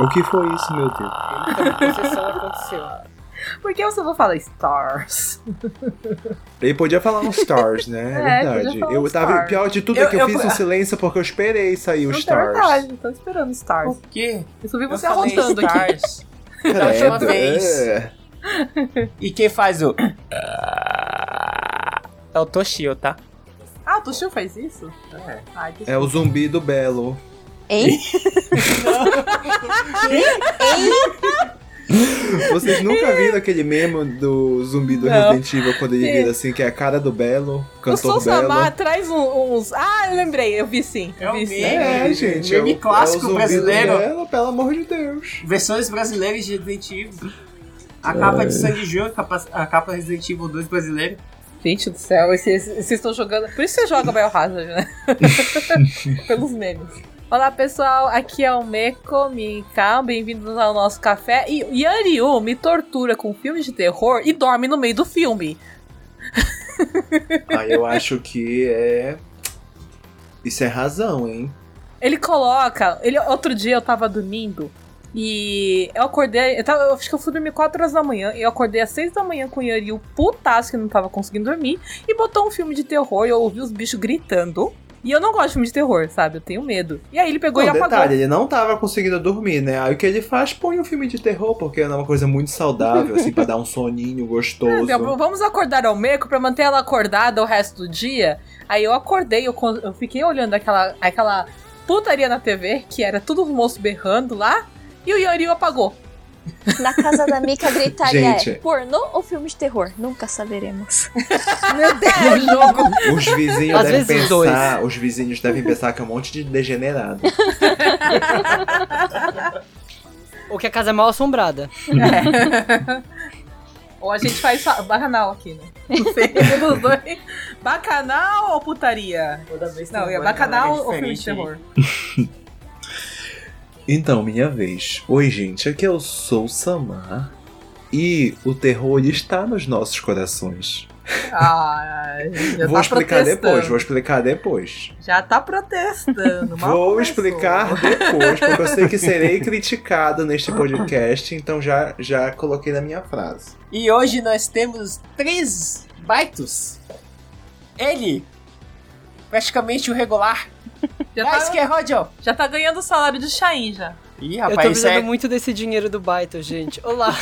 C: O que foi isso, meu Deus?
G: Ah.
D: Eita, possessão aconteceu.
B: Por que você não fala Stars?
C: Ele podia falar um Stars, né?
B: É,
C: É verdade.
B: podia falar um
C: eu tava.
B: Stars.
C: Pior de tudo é
A: Eu-
C: que
A: eu-
C: eu, fiz um silêncio porque eu esperei sair o
B: não tem
C: Stars.
B: verdade, tô esperando Stars.
A: o quê?
B: Eu só vi
A: Eu
B: você
A: falei
B: arrotando aqui.
A: stars.
C: Da
A: última
C: É.
A: vez. E quem faz o. É o Toshio, tá?
B: Ah, o Tuxu faz isso?
A: É.
B: Ai, desculpa.
C: É o zumbi do Belo.
G: Hein?
C: Vocês nunca viram aquele meme do zumbi do
B: Não.
C: Resident Evil quando ele vira assim, que é a cara do Belo,
B: O
C: cantor Belo.
B: Samar traz um- uns. Ah, eu lembrei, eu vi sim. Eu vi sim.
C: É, gente.
A: Meme
C: é o-
A: clássico
C: é o zumbi
A: brasileiro.
C: Do Belo, pelo amor de Deus.
A: Versões brasileiras de Resident Evil. A capa de Sangue Júnior, capa- a capa Resident Evil 2 brasileira.
B: Gente do céu, esses- vocês estão jogando. Por isso você joga Biohazard, né? Pelos memes. Olá pessoal, aqui é o Meko Mika, bem-vindos ao nosso café. E Yanryu me tortura com filmes de terror e dorme no meio do filme.
C: Aí Ah, eu acho que é. Isso é razão, hein?
B: Ele coloca. Ele, outro dia eu tava dormindo e eu acordei. Eu, tava- eu acho que eu fui dormir 4 horas da manhã. E eu acordei às 6 da manhã com o Yanryu putaço que não tava conseguindo dormir. E botou um filme de terror e eu ouvi os bichos gritando. E eu não gosto de filme de terror, sabe? Eu tenho medo. E aí ele pegou
C: Não,
B: e apagou.
C: detalhe, ele não tava conseguindo dormir, né? Aí o que ele faz? Põe um filme de terror, porque é uma coisa muito saudável, assim, pra dar um soninho
A: É,
C: gostoso.
B: Entendeu? Vamos acordar ao meco pra manter ela acordada o resto do dia. Aí eu acordei, eu, con- eu fiquei olhando aquela, aquela putaria na TV, que era tudo um moço berrando lá, e o Yoriu apagou.
G: Na casa da Mika gritaria
C: Gente.
G: é pornô ou filme de terror? Nunca saberemos.
E: Meu
G: É,
E: Deus, jogo.
C: Os vizinhos
D: Às
C: devem
D: vezes os
C: pensar. Os vizinhos devem pensar que é um monte de degenerado.
D: Ou que a casa é mal assombrada.
B: Ou a gente faz só- bacanal aqui, né? Não sei, um dos dois. Bacanal ou putaria? Não, é bacanal ou filme de terror?
C: Então, minha vez. Oi, gente, aqui eu sou o Samar. E o terror está nos nossos corações.
B: Ah, já
C: vou
B: tá
C: explicar depois,
B: protestando.
C: vou explicar depois.
B: Já tá protestando. mal
C: vou
B: começou.
C: explicar depois, porque eu sei que serei criticado neste podcast, então já, já coloquei na minha frase.
A: E hoje nós temos três baitos. Ele, praticamente o regular,
B: Já
A: Mas que
B: tá,
A: é Rojo!
B: já tá ganhando o salário de Shain já.
A: Ih,
D: eu tô
A: rapaz, isso
D: precisando
A: é.
D: muito desse dinheiro do Baito, gente. Olá!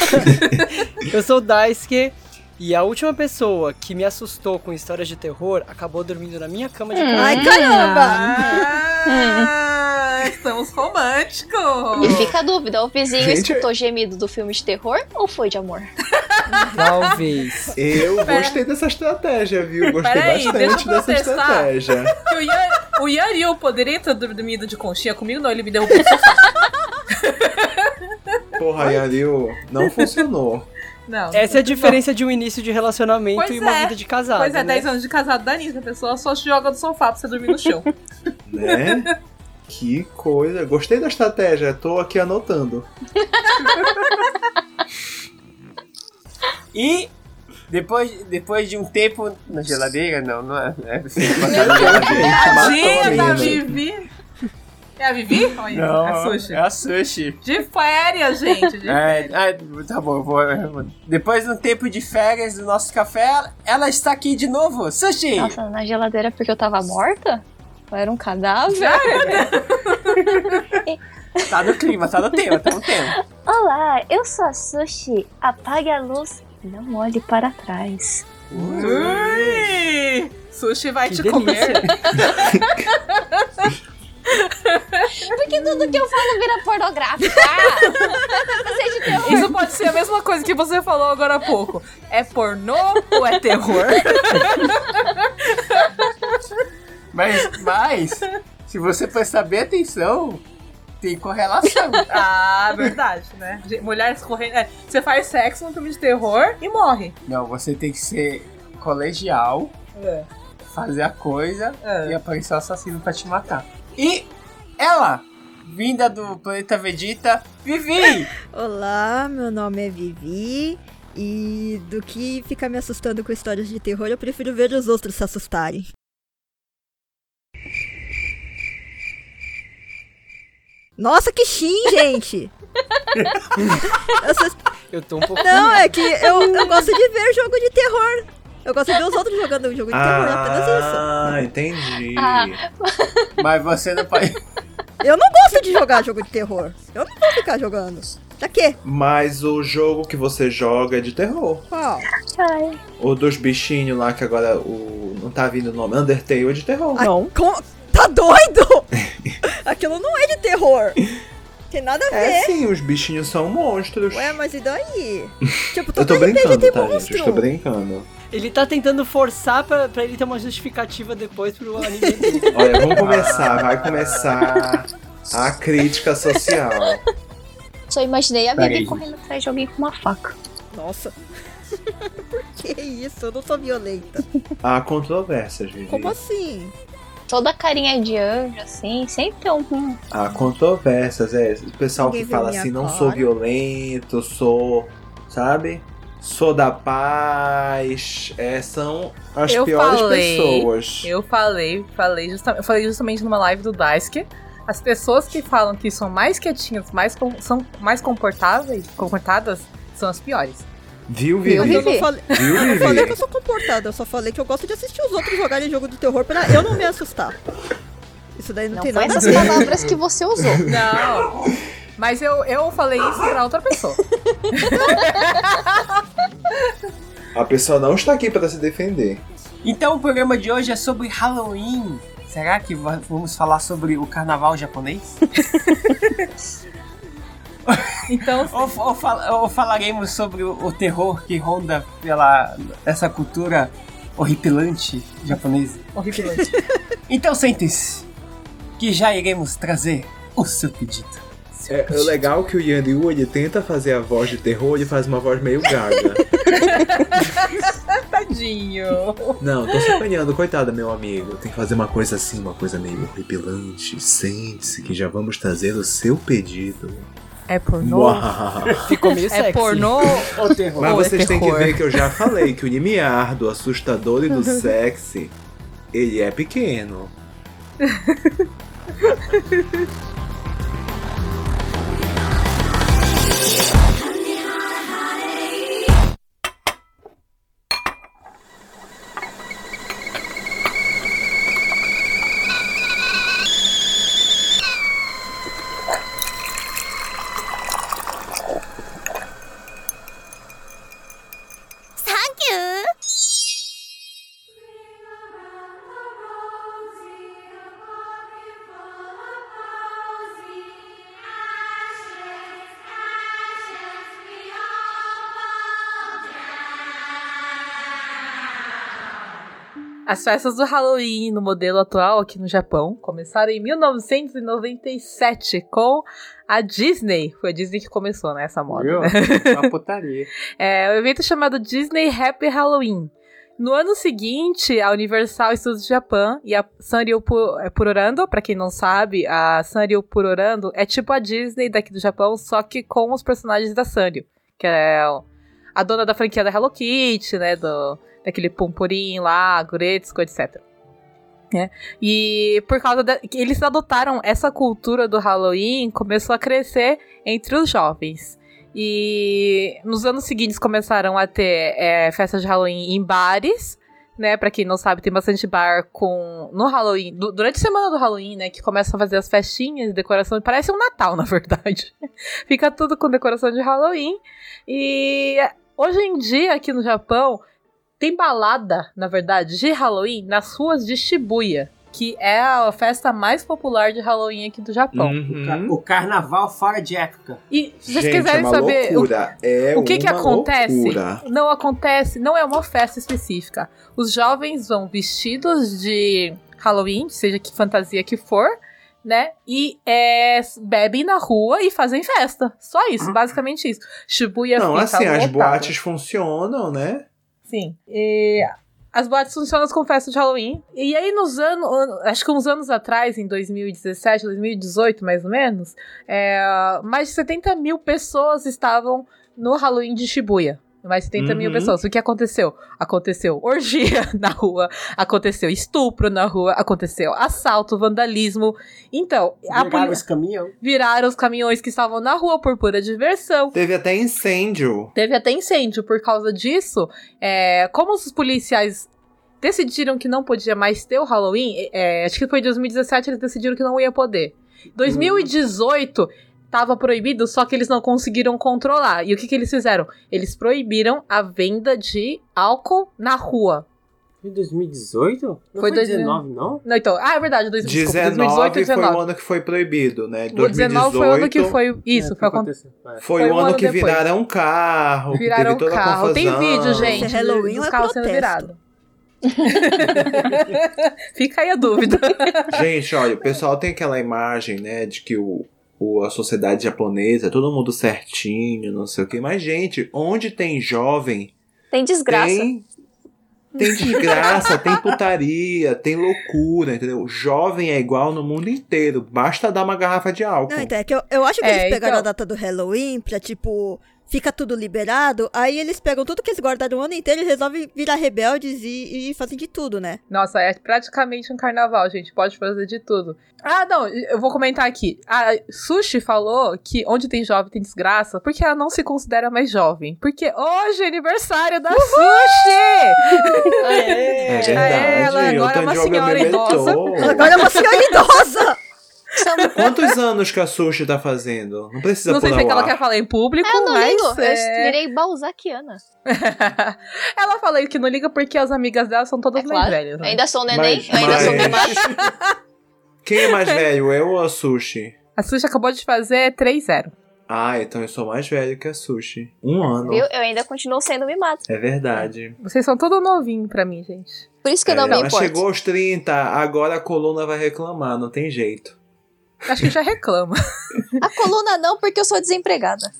D: eu sou o Daisuke e a última pessoa que me assustou com histórias de terror acabou dormindo na minha cama de
B: Hum.
D: casa.
A: Hum.
E: Ai, caramba!
B: Ah, estamos
G: E
B: românticos.
G: fica a dúvida, o vizinho
C: Gente,
G: escutou gemido do filme de terror ou foi de amor?
D: Talvez.
C: Eu gostei dessa estratégia, viu? Gostei
B: Peraí,
C: bastante
B: deixa eu
C: dessa
B: protestar.
C: estratégia.
B: Que O Yan- o Yanil poderia ter dormido de conchinha comigo? Não, ele me derrubou. do sofá.
C: Porra, Yanil, não funcionou.
B: Não.
D: Essa é a diferença de um início de relacionamento
B: Pois
D: e uma
B: é.
D: vida de casado.
B: Pois é,
D: né?
B: 10 anos de casado da Nisa, a pessoa só se joga do sofá pra você dormir no chão.
C: Né? Que coisa. Gostei da estratégia, tô aqui anotando.
A: E depois, depois de um tempo na geladeira, não, não é. é você botar
C: Tá
A: na geladeira.
B: Tadinha da
C: menina.
B: Vivi. É a Vivi? Olha,
A: Não,
B: é a Sushi.
A: é a sushi.
B: De férias, gente. De
A: É, ah, tá bom, eu vou, eu vou. Depois de um tempo de férias do nosso café, ela- ela está aqui de novo. Sushi!
G: Nossa, na geladeira porque eu tava morta? Eu era um cadáver?
A: Tá no clima, tá no tema, tá no tema.
G: Olá, eu sou a Sushi. Apague a luz e não olhe para trás.
B: Ui! Sushi vai
D: Que
B: te
D: delícia.
B: comer.
G: Porque tudo que eu falo vira pornográfico. Ah, Vocês de terror.
B: Isso pode ser a mesma coisa que você falou agora há pouco. É pornô ou é terror?
A: Mas, mas, se você prestar bem atenção, tem correlação.
B: Ah, verdade, né? De- Mulheres correndo. é, Você faz sexo num filme de terror e morre.
A: Não, você tem que ser colegial,
B: É.
A: fazer a coisa
B: É.
A: e aparecer o assassino pra te matar. E ela, vinda do planeta Vegeta, Vivi!
E: Olá, meu nome é Vivi. E do que ficar me assustando com histórias de terror, eu prefiro ver os outros se assustarem. Nossa, que xin, gente! Eu sou-
D: Eu tô um pouco.
E: Não, é que eu, eu gosto de ver jogo de terror. Eu gosto de ver os outros jogando um jogo de terror, é apenas
C: Ah, entendi.
G: Ah.
A: Mas você não pode.
E: isso. Eu não gosto de jogar jogo de terror. Eu não vou ficar jogando. Pra quê?
C: Mas o jogo que você joga é de terror.
E: Qual?
G: Ai,
C: O dos bichinhos lá que agora o não tá vindo o nome. Undertale é de terror.
E: Ai, com- Tá doido? Aquilo não é de terror. Tem nada a ver.
C: É sim, os bichinhos são monstros.
E: Ué, mas e daí? tipo,
C: eu
E: todo
C: tô
E: RPG
C: brincando,
E: tem
C: tá, gente?
E: monstro.
C: Eu tô brincando.
D: Ele tá tentando forçar pra, pra ele ter uma justificativa depois pro anime dele.
C: Olha, vamos começar. Vai começar a crítica social.
G: só imaginei a
A: Peraí.
G: Bibi correndo atrás de alguém com uma faca.
E: Nossa. que isso? Eu não sou violenta.
C: Há controvérsias, Vivi.
E: Como assim?
G: Toda carinha de anjo, assim, sempre tem um.
C: Há controvérsias, é. O pessoal
E: Ninguém
C: que
E: viu
C: fala
E: minha
C: assim, não
E: cara.
C: sou violento, sou. Sabe? Sou da paz. É, são as
B: Eu
C: piores
B: falei.
C: pessoas.
B: Eu falei, falei justamente, eu falei justamente numa live do Daisuke. As pessoas que falam que são mais quietinhas, mais com- são mais comportáveis, comportadas, são as piores.
C: Viu,
E: Eu
C: Vivi?
E: não falei,
C: Viu,
E: eu não falei que eu
C: Vivi?
E: sou comportada, eu só falei que eu gosto de assistir os outros jogarem jogo de terror pra eu não me assustar. Isso daí não,
G: Não
E: tem
G: foi
E: nada a
B: assim.
G: essas
E: ver.
G: palavras que você usou.
B: Não. Mas eu, eu falei isso pra outra pessoa.
C: A pessoa não está aqui para se defender.
A: Então o programa de hoje é sobre Halloween. Será que va- vamos falar sobre o carnaval japonês?
B: Então,
A: ou, ou fal- ou falaremos sobre o, o terror que ronda pela essa cultura horripilante japonesa?
B: horripilante.
A: Então sente-se, que já iremos trazer o seu pedido.
C: É, é legal que o Yanryu, ele tenta fazer a voz de terror, ele faz uma voz meio gaga.
B: Tadinho.
C: Não, tô sacaneando, coitada, meu amigo. Tem que fazer uma coisa assim, uma coisa meio horripilante. Sente-se que já vamos trazer o seu pedido.
B: É pornô?
C: Uau.
D: Ficou meio sexy.
B: É pornô ou terror?
C: Mas
B: Ou é
C: vocês têm que
B: terror?
C: ver que eu já falei que o limiar do assustador e do sexy, ele é pequeno.
B: As festas do Halloween no modelo atual aqui no Japão começaram em 1997 com a Disney. Foi a Disney que começou, né, essa moda.
A: Viu? Uma putaria.
B: É um evento chamado Disney Happy Halloween. No ano seguinte, a Universal Studios Japan e a Sanrio Pu- é, Purorando, pra quem não sabe, a Sanrio Purorando é tipo a Disney daqui do Japão, só que com os personagens da Sanrio, que é o- a dona da franquia da Hello Kitty, né, do, daquele Pomporim lá, Guretsuko, etc. né? E por causa da, que eles adotaram essa cultura do Halloween, começou a crescer entre os jovens. E nos anos seguintes começaram a ter é, festas de Halloween em bares, né? Pra quem não sabe, tem bastante bar com. No Halloween. du- durante a semana do Halloween, né? Que começam a fazer as festinhas, decoração. Parece um Natal, na verdade. Fica tudo com decoração de Halloween. E hoje em dia, aqui no Japão, tem balada, na verdade, de Halloween nas ruas de Shibuya. Que é a festa mais popular de Halloween aqui do Japão.
C: Uhum.
A: O carnaval fora de época.
B: E se vocês
C: Gente, é
B: quiserem
C: uma
B: saber o
C: loucura. É
B: o que que
C: uma
B: acontece?
C: loucura.
B: Não acontece, não é uma festa específica. Os jovens vão vestidos de Halloween, seja que fantasia que for, né? E é, bebem na rua e fazem festa. Só isso, basicamente isso. Shibuya
C: Hum. Não,
B: fica
C: assim, as
B: lotada.
C: boates funcionam, né?
B: Sim. E as boates funcionam com festa de Halloween. E aí, nos anos. Acho que uns anos atrás, em 2017, 2018, mais ou menos, é, mais de 70 mil pessoas estavam no Halloween de Shibuya. Mais de 70 mil
C: Uhum.
B: pessoas. O que aconteceu? Aconteceu orgia na rua, aconteceu estupro na rua, aconteceu assalto, vandalismo. Então, a
A: Pegaram
B: poli-
A: os caminhão.
B: viraram os caminhões que estavam na rua por pura diversão.
C: Teve até incêndio.
B: Teve até incêndio por causa disso. É, como os policiais decidiram que não podia mais ter o Halloween, é, acho que foi em 2017 eles decidiram que não ia poder. 2018 estava proibido, só que eles não conseguiram controlar. E o que, que eles fizeram? Eles proibiram a venda de álcool na rua.
A: Foi 2018? Não
B: Foi
A: foi,
B: 2019,
A: 2019, não?
B: Não, então, ah, é verdade, dois, desculpa,
C: 19
B: 2018 e 19.
C: foi o ano que foi proibido, né?
B: O 19 foi o ano que
C: 2018
B: foi. Isso,
A: é,
B: foi acontecido.
A: aconteceu. É.
C: foi
B: foi
C: o
B: um
C: ano
B: ano
C: que
B: depois.
C: viraram carro, que
B: Viraram
C: teve toda a
B: carro. Tem
C: confusão.
B: vídeo, gente.
E: Esse Halloween
B: dos
E: é
B: carros sendo
E: protesto.
B: virado. Fica aí a dúvida.
C: Gente, olha, o pessoal tem aquela imagem, né, de que o, o- a sociedade japonesa é todo mundo certinho, não sei o quê. Mas, gente, onde tem jovem,
F: Tem desgraça.
C: tem. Tem desgraça, tem putaria, tem loucura, entendeu? Jovem é igual no mundo inteiro, basta dar uma garrafa de álcool.
E: Não, então, é que eu, eu acho que
B: É,
E: eles pegaram
B: então-
E: a data do Halloween pra, tipo, fica tudo liberado. Aí eles pegam tudo que eles guardaram o ano inteiro e resolvem virar rebeldes e, e fazem de tudo, né?
B: Nossa, é praticamente um carnaval, gente. Pode fazer de tudo. Ah, não, eu vou comentar aqui. A Sushi falou que onde tem jovem tem desgraça, porque ela não se considera mais jovem. Porque hoje é aniversário da Sushi!
C: É
D: Aê!
B: Ah, é, ela
C: verdade,
B: agora é uma
C: o Tanjiro
B: senhora tá
C: Gamebetou. tá
E: Agora é uma senhora idosa!
C: Quantos anos que a Sushi tá fazendo? Não precisa
B: Não sei se
C: pular
B: é que
C: o
B: ela
C: ar.
B: quer falar em público,
G: Eu Ah, não
B: mas.
G: ligo.
B: é-
G: Eu virei balzaquiana.
B: ela falou que não liga porque as amigas dela são todas
G: É
B: mais
G: claro.
B: velhas.
G: Eu
B: Né?
G: ainda sou um neném,
C: Mas-
G: eu ainda sou
C: mas-
G: bebê.
C: Quem é mais velho, eu ou a Sushi?
B: A Sushi acabou de fazer 3-0.
C: Ah, então eu sou mais velho que a Sushi. Um ano.
F: Viu? Eu ainda continuo sendo mimado.
C: É verdade.
B: Vocês são todo novinho pra mim, gente.
G: Por isso que eu não
C: É,
G: me
C: ela
G: importo.
C: chegou aos 30, agora a coluna vai reclamar, não tem jeito.
B: Acho que já reclama.
G: A coluna não, porque eu sou desempregada.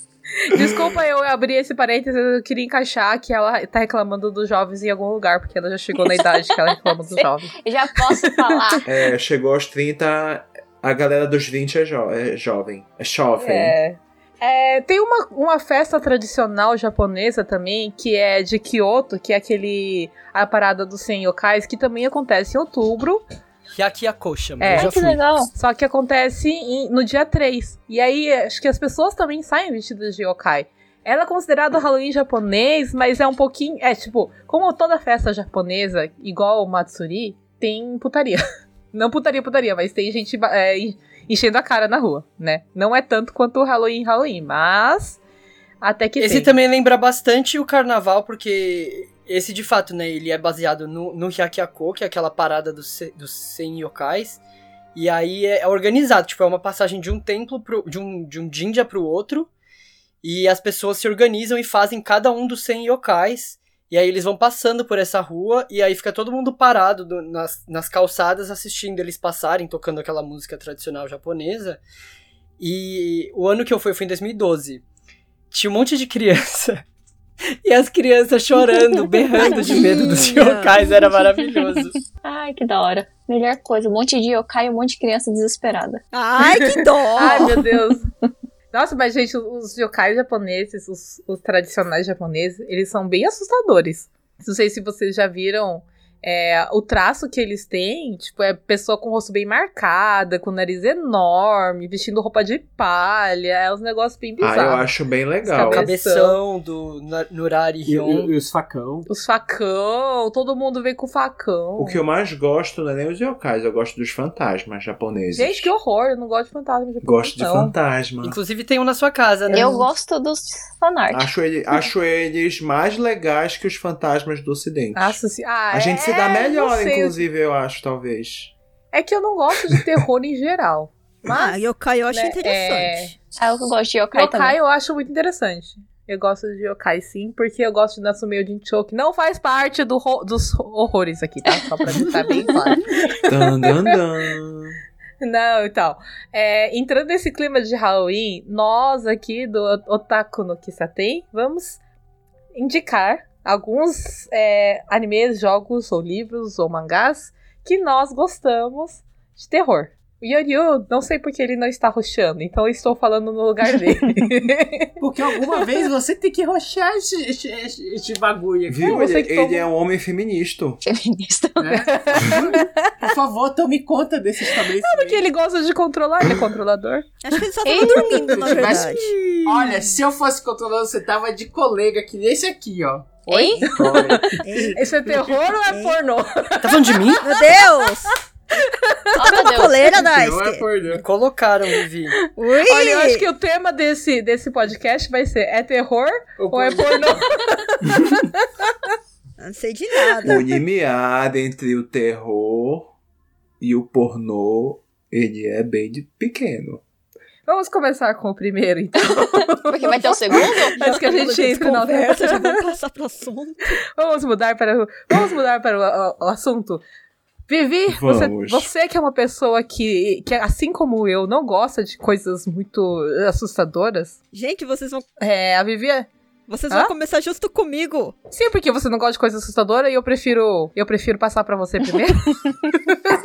B: Desculpa eu abrir esse parênteses, eu queria encaixar que ela tá reclamando dos jovens em algum lugar, porque ela já chegou na idade que ela reclama dos jovens.
F: Eu já posso falar.
C: É, chegou aos 30, a galera dos 20 é, jo- é jovem. É jovem.
B: É. É, tem uma, uma festa tradicional japonesa também, que é de Kyoto, que é aquele a parada dos senyokais, que também acontece em outubro.
D: Yakiako chama,
B: É.
D: eu já
F: Ai, que
D: fui.
F: legal.
B: Só que acontece em- no dia 3. E aí, acho que as pessoas também saem vestidas de yokai. Ela é considerada Halloween japonês, mas é um pouquinho. É tipo, como toda festa japonesa, igual o Matsuri, tem putaria. Não putaria, putaria, mas tem gente ba- é, en- enchendo a cara na rua, né? Não é tanto quanto o Halloween, Halloween, mas. Até que
D: Esse
B: tem.
D: também lembra bastante o carnaval, porque esse de fato, né, ele é baseado no, no Hyakyako, que é aquela parada dos se- dos 100 yokais. E aí é, é organizado, tipo, é uma passagem de um templo, pro, de, um, de um jinja pro outro. E as pessoas se organizam e fazem cada um dos 100 yokais. E E aí eles vão passando por essa rua e aí fica todo mundo parado do- nas, nas calçadas assistindo eles passarem, tocando aquela música tradicional japonesa. E o ano que eu fui foi em 2012. Tinha um monte de criança. E as crianças chorando, berrando de medo dos
E: Tadinha.
D: yokais, era maravilhoso.
G: Ai, que da hora. Melhor coisa, um monte de yokai e um monte de criança desesperada.
E: Ai, que dó!
B: Ai, meu Deus. Nossa, mas gente, os yokai japoneses, os, os tradicionais japoneses, eles são bem assustadores. Não sei se vocês já viram é, o traço que eles têm, tipo, é pessoa com o rosto bem marcada, com o nariz enorme, vestindo roupa de palha, é uns negócios bem
C: Ah,
B: bizarros.
C: eu acho bem legal.
D: O
B: Cabe-
D: cabeção do Na- Nurari
A: E,
D: Hyun.
A: e- e os facão.
B: Os facão, todo mundo vem com facão.
C: O que eu mais gosto não é nem os yokais, eu gosto dos fantasmas japoneses.
B: Gente, que então, horror, eu não gosto de fantasma. japonês,
C: Gosto de
B: não.
C: fantasma.
D: Inclusive tem um na sua casa, né?
F: Eu gosto dos fanart.
C: Acho, ele- acho eles mais legais que os fantasmas do ocidente.
B: Nossa, se- ah,
C: A gente
B: é,
C: se dá melhor,
B: não sei,
C: inclusive, eu acho, talvez.
B: É que eu não gosto de terror em geral. Mas
E: Ah, yokai eu acho
B: né,
E: interessante.
F: Ah, eu gosto de yokai,
B: Yokai
F: também.
B: eu acho muito interessante. Eu gosto de yokai sim, porque eu gosto de Natsume Jincho, que não faz parte do ro- dos horrores aqui, tá? Só pra deixar bem claro.
C: Dan, dan, dan.
B: Não, então. É, entrando nesse clima de Halloween, nós aqui do Otaku no Kisaten vamos indicar alguns é, animes, jogos, ou livros, ou mangás que nós gostamos de terror. O Yoryu, não sei porque ele não está roxando, então eu estou falando no lugar dele.
A: Porque alguma vez você tem que roxar esse, esse, esse- esse bagulho aqui.
C: Viu?
B: você
C: Ele,
B: que tomou.
C: ele é um homem feminista.
F: Feminista.
A: né? Por favor, tome conta desse estabelecimento.
B: Porque ele gosta de controlar, ele é controlador.
E: Acho que ele só tava dormindo, na
A: Se tivesse-
E: verdade.
A: Olha, se eu fosse controlando, você tava de colega que nem esse aqui, ó.
F: Hein?
A: Olha,
E: Ei,
B: Esse é terror ou é
E: Ei.
B: pornô?
D: Tá falando de mim?
E: Meu Deus!
F: Oh, meu
E: Uma
F: Deus.
E: coleira,
A: não
E: Daisuke!
A: acordou.
D: Colocaram, Vivi.
E: Ui!
B: Olha, eu acho que o tema desse, desse podcast vai ser é terror ou é pornô?
E: Não sei de nada.
C: O limiar entre o terror e o pornô, ele é bem de pequeno.
B: Vamos começar com o primeiro, então.
F: Porque vai ter o segundo?
B: Antes que a gente entre na
E: tá conversa, já
B: outra.
E: vou passar pro assunto.
B: Vamos mudar para o, vamos mudar para o, o- o assunto. Vivi, você,
C: Vamos.
B: você que é uma pessoa que, que, assim como eu, não gosta de coisas muito assustadoras.
E: Gente, vocês vão,
B: É, a Vivi é...
E: vocês
B: Hã?
E: vão começar justo comigo.
B: Sim, porque você não gosta de coisa assustadora e eu prefiro, eu prefiro passar para você primeiro.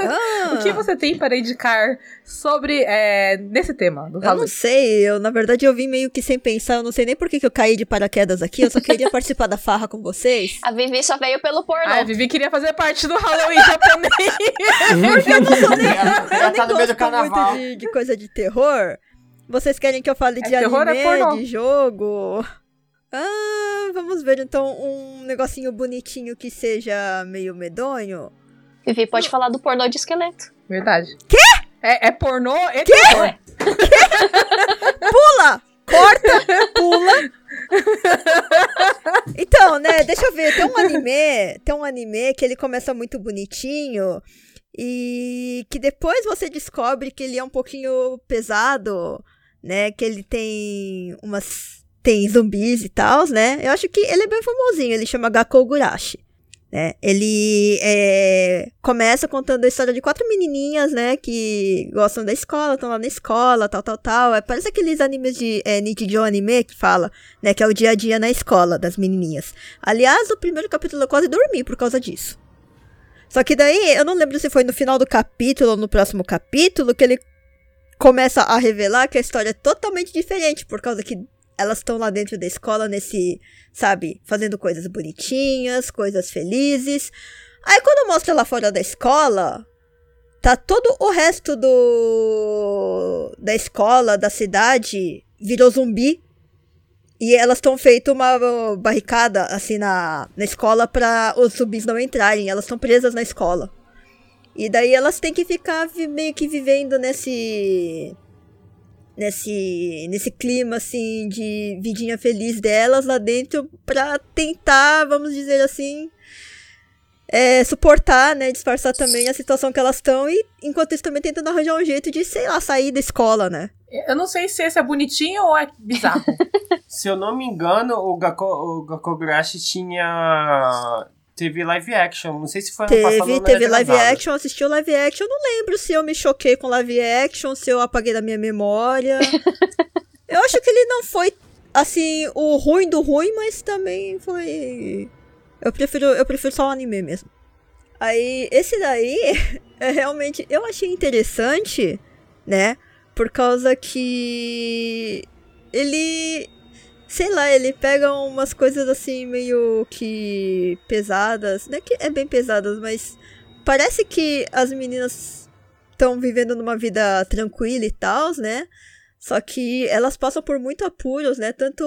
E: Ah,
B: O que você tem para indicar sobre é, nesse tema do
E: Eu não
B: Halloween?
E: sei, eu na verdade eu vim meio que sem pensar, eu não sei nem por que, que eu caí de paraquedas aqui, eu só queria participar da farra com vocês.
F: A Vivi só veio pelo pornô.
B: Ah, a Vivi queria fazer parte do Halloween japonês. É
A: Ela, ela tá no meio
E: eu nem
A: do
E: gosto muito
A: carnaval.
E: de, de coisa de terror. Vocês querem que eu fale
B: É
E: de
B: terror, é
E: anime,
B: pornô.
E: de jogo? Ah, vamos ver então um negocinho bonitinho que seja meio medonho.
F: Vivi pode falar do pornô de esqueleto.
B: Verdade. Quê? É, é pornô e terror.
E: Pula! Corta! Pula! Então, né, deixa eu ver, tem um anime, tem um anime que ele começa muito bonitinho e que depois você descobre que ele é um pouquinho pesado, né, que ele tem umas tem zumbis e tal, né? Eu acho que ele é bem famosinho, ele chama Gakogurashi, né? Ele é, começa contando a história de quatro menininhas, né, que gostam da escola, estão lá na escola, tal, tal, tal. É, parece aqueles animes de é, Nikijo anime que fala né, que é o dia a dia na escola das menininhas. Aliás, o primeiro capítulo eu quase dormi por causa disso. Só que daí, eu não lembro se foi no final do capítulo ou no próximo capítulo que ele começa a revelar que a história é totalmente diferente por causa que elas estão lá dentro da escola nesse, sabe, fazendo coisas bonitinhas, coisas felizes. Aí quando mostra lá fora da escola, tá todo o resto do da escola, da cidade virou zumbi e elas estão feito uma uh, barricada, assim, na, na escola para os zumbis não entrarem. Elas estão presas na escola. E daí elas têm que ficar vi- meio que vivendo nesse. Nesse, nesse clima, assim, de vidinha feliz delas lá dentro pra tentar, vamos dizer assim, é, suportar, né? Disfarçar também a situação que elas estão e, enquanto isso, também tentando arranjar um jeito de, sei lá, sair da escola, né?
B: Eu não sei se esse é bonitinho ou é bizarro.
A: Se eu não me engano, o, Gako, o Gakogurashi tinha. Teve live action. Não é sei se foi ano passado. ou
E: Teve,
A: ano
E: teve live
A: retrasado.
E: action, assistiu live action. Eu não lembro se eu me choquei com live action, se eu apaguei da minha memória. eu acho que ele não foi, assim, o ruim do ruim, mas também foi. Eu prefiro, eu prefiro só o anime mesmo. Aí, esse daí, é realmente. Eu achei interessante, né? Por causa que. Ele sei lá, ele pega umas coisas assim meio que pesadas, né? Que é bem pesadas, mas parece que as meninas estão vivendo numa vida tranquila e tal, né? Só que elas passam por muito apuros, né? Tanto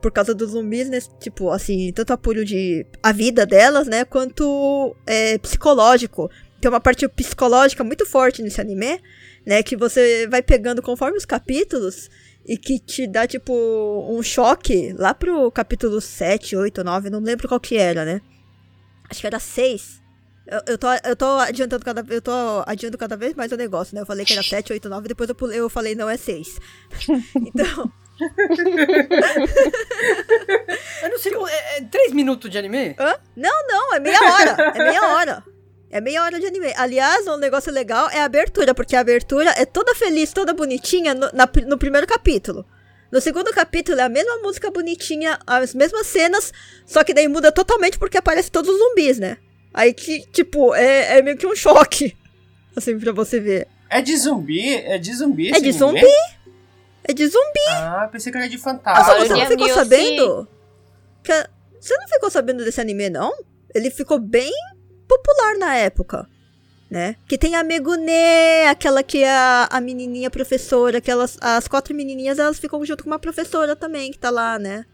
E: por causa dos zumbis, né? Tipo, assim, tanto apuro de a vida delas, né? Quanto é, psicológico. Tem uma parte psicológica muito forte nesse anime, né? Que você vai pegando conforme os capítulos e que te dá, tipo, um choque lá pro capítulo 7, 8, 9, não lembro qual que era, né? Acho que era 6. Eu, eu, tô, eu tô adiantando cada vez. Eu tô adiando cada vez mais o negócio, né? Eu falei que era 7, 8, 9, depois eu, pulei- eu falei, não, é 6. Então,
D: Eu não sei como. É, é três minutos de anime?
E: hã? Não, não, é meia hora. É meia hora. É meia hora de anime. Aliás, um negócio legal é a abertura, porque a abertura é toda feliz, toda bonitinha no, na pri- no primeiro capítulo. No segundo capítulo é a mesma música bonitinha, as mesmas cenas, só que daí muda totalmente porque aparece todos os zumbis, né? Aí que, tipo, é, é meio que um choque. Assim, pra você ver.
A: É de zumbi? É de zumbi?
E: É
A: esse
E: de
A: anime?
E: zumbi? É de zumbi.
A: Ah, pensei que era de
E: Nossa,
A: fantasma.
G: Ah,
E: você não
G: olha,
E: ficou
G: Nilce.
E: sabendo? Que a- Você não ficou sabendo desse anime, não? Ele ficou bem popular na época, né? Que tem a Megune, aquela que é a, a menininha professora, que elas, as quatro menininhas, elas ficam junto com uma professora também, que tá lá, né?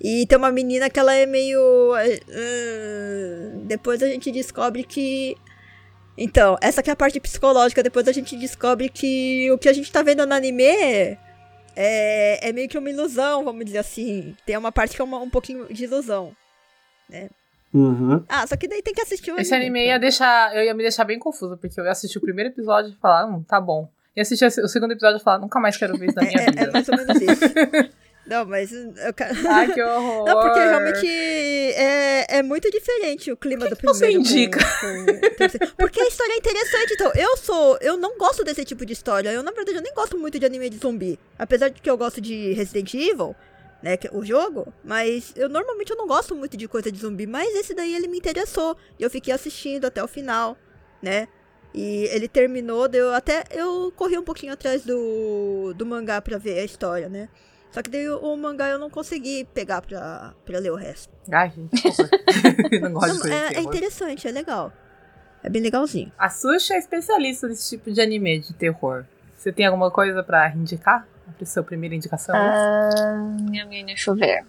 E: E tem uma menina que ela é meio... eh, hum, depois a gente descobre que... Então, essa que é a parte psicológica. Depois a gente descobre que o que a gente tá vendo no anime é, é meio que uma ilusão, vamos dizer assim. Tem uma parte que é uma- um pouquinho de ilusão.
A: Uhum.
E: Ah, só que daí tem que assistir o
B: Esse anime é ia
E: então.
B: deixar. Eu ia me deixar bem confusa, porque eu ia assistir o primeiro episódio e falar, hum, tá bom. E assistir o segundo episódio e falar, nunca mais quero ver isso na minha
E: é, é, é
B: vida.
E: mais ou menos isso. Não, mas eu quero...
B: Ai, que horror.
E: Não, porque realmente é, é muito diferente o clima do primeiro. assim.
B: você
E: com-
B: indica?
E: com o terceiro. porque a história é interessante, então. Eu sou. Eu não gosto desse tipo de história. Eu, na verdade, eu nem gosto muito de anime de zumbi. Apesar de que eu gosto de Resident Evil, né? que- O jogo. Mas eu normalmente eu não gosto muito de coisa de zumbi. Mas esse daí ele me interessou. E eu fiquei assistindo até o final, né? E ele terminou, deu até. Eu corri um pouquinho atrás do, do mangá pra ver a história, né? Só que daí o, o mangá eu não consegui pegar pra, pra ler o resto.
B: Ai, gente, desculpa. Não gosto de
E: Não,
B: coisa de
E: é, é
B: terror.
E: interessante, é legal. É bem legalzinho.
B: A Xuxa é especialista nesse tipo de anime de terror. Você tem alguma coisa pra indicar? A sua primeira indicação?
F: Ah.
D: Ah,
F: Ahn, deixa eu ver.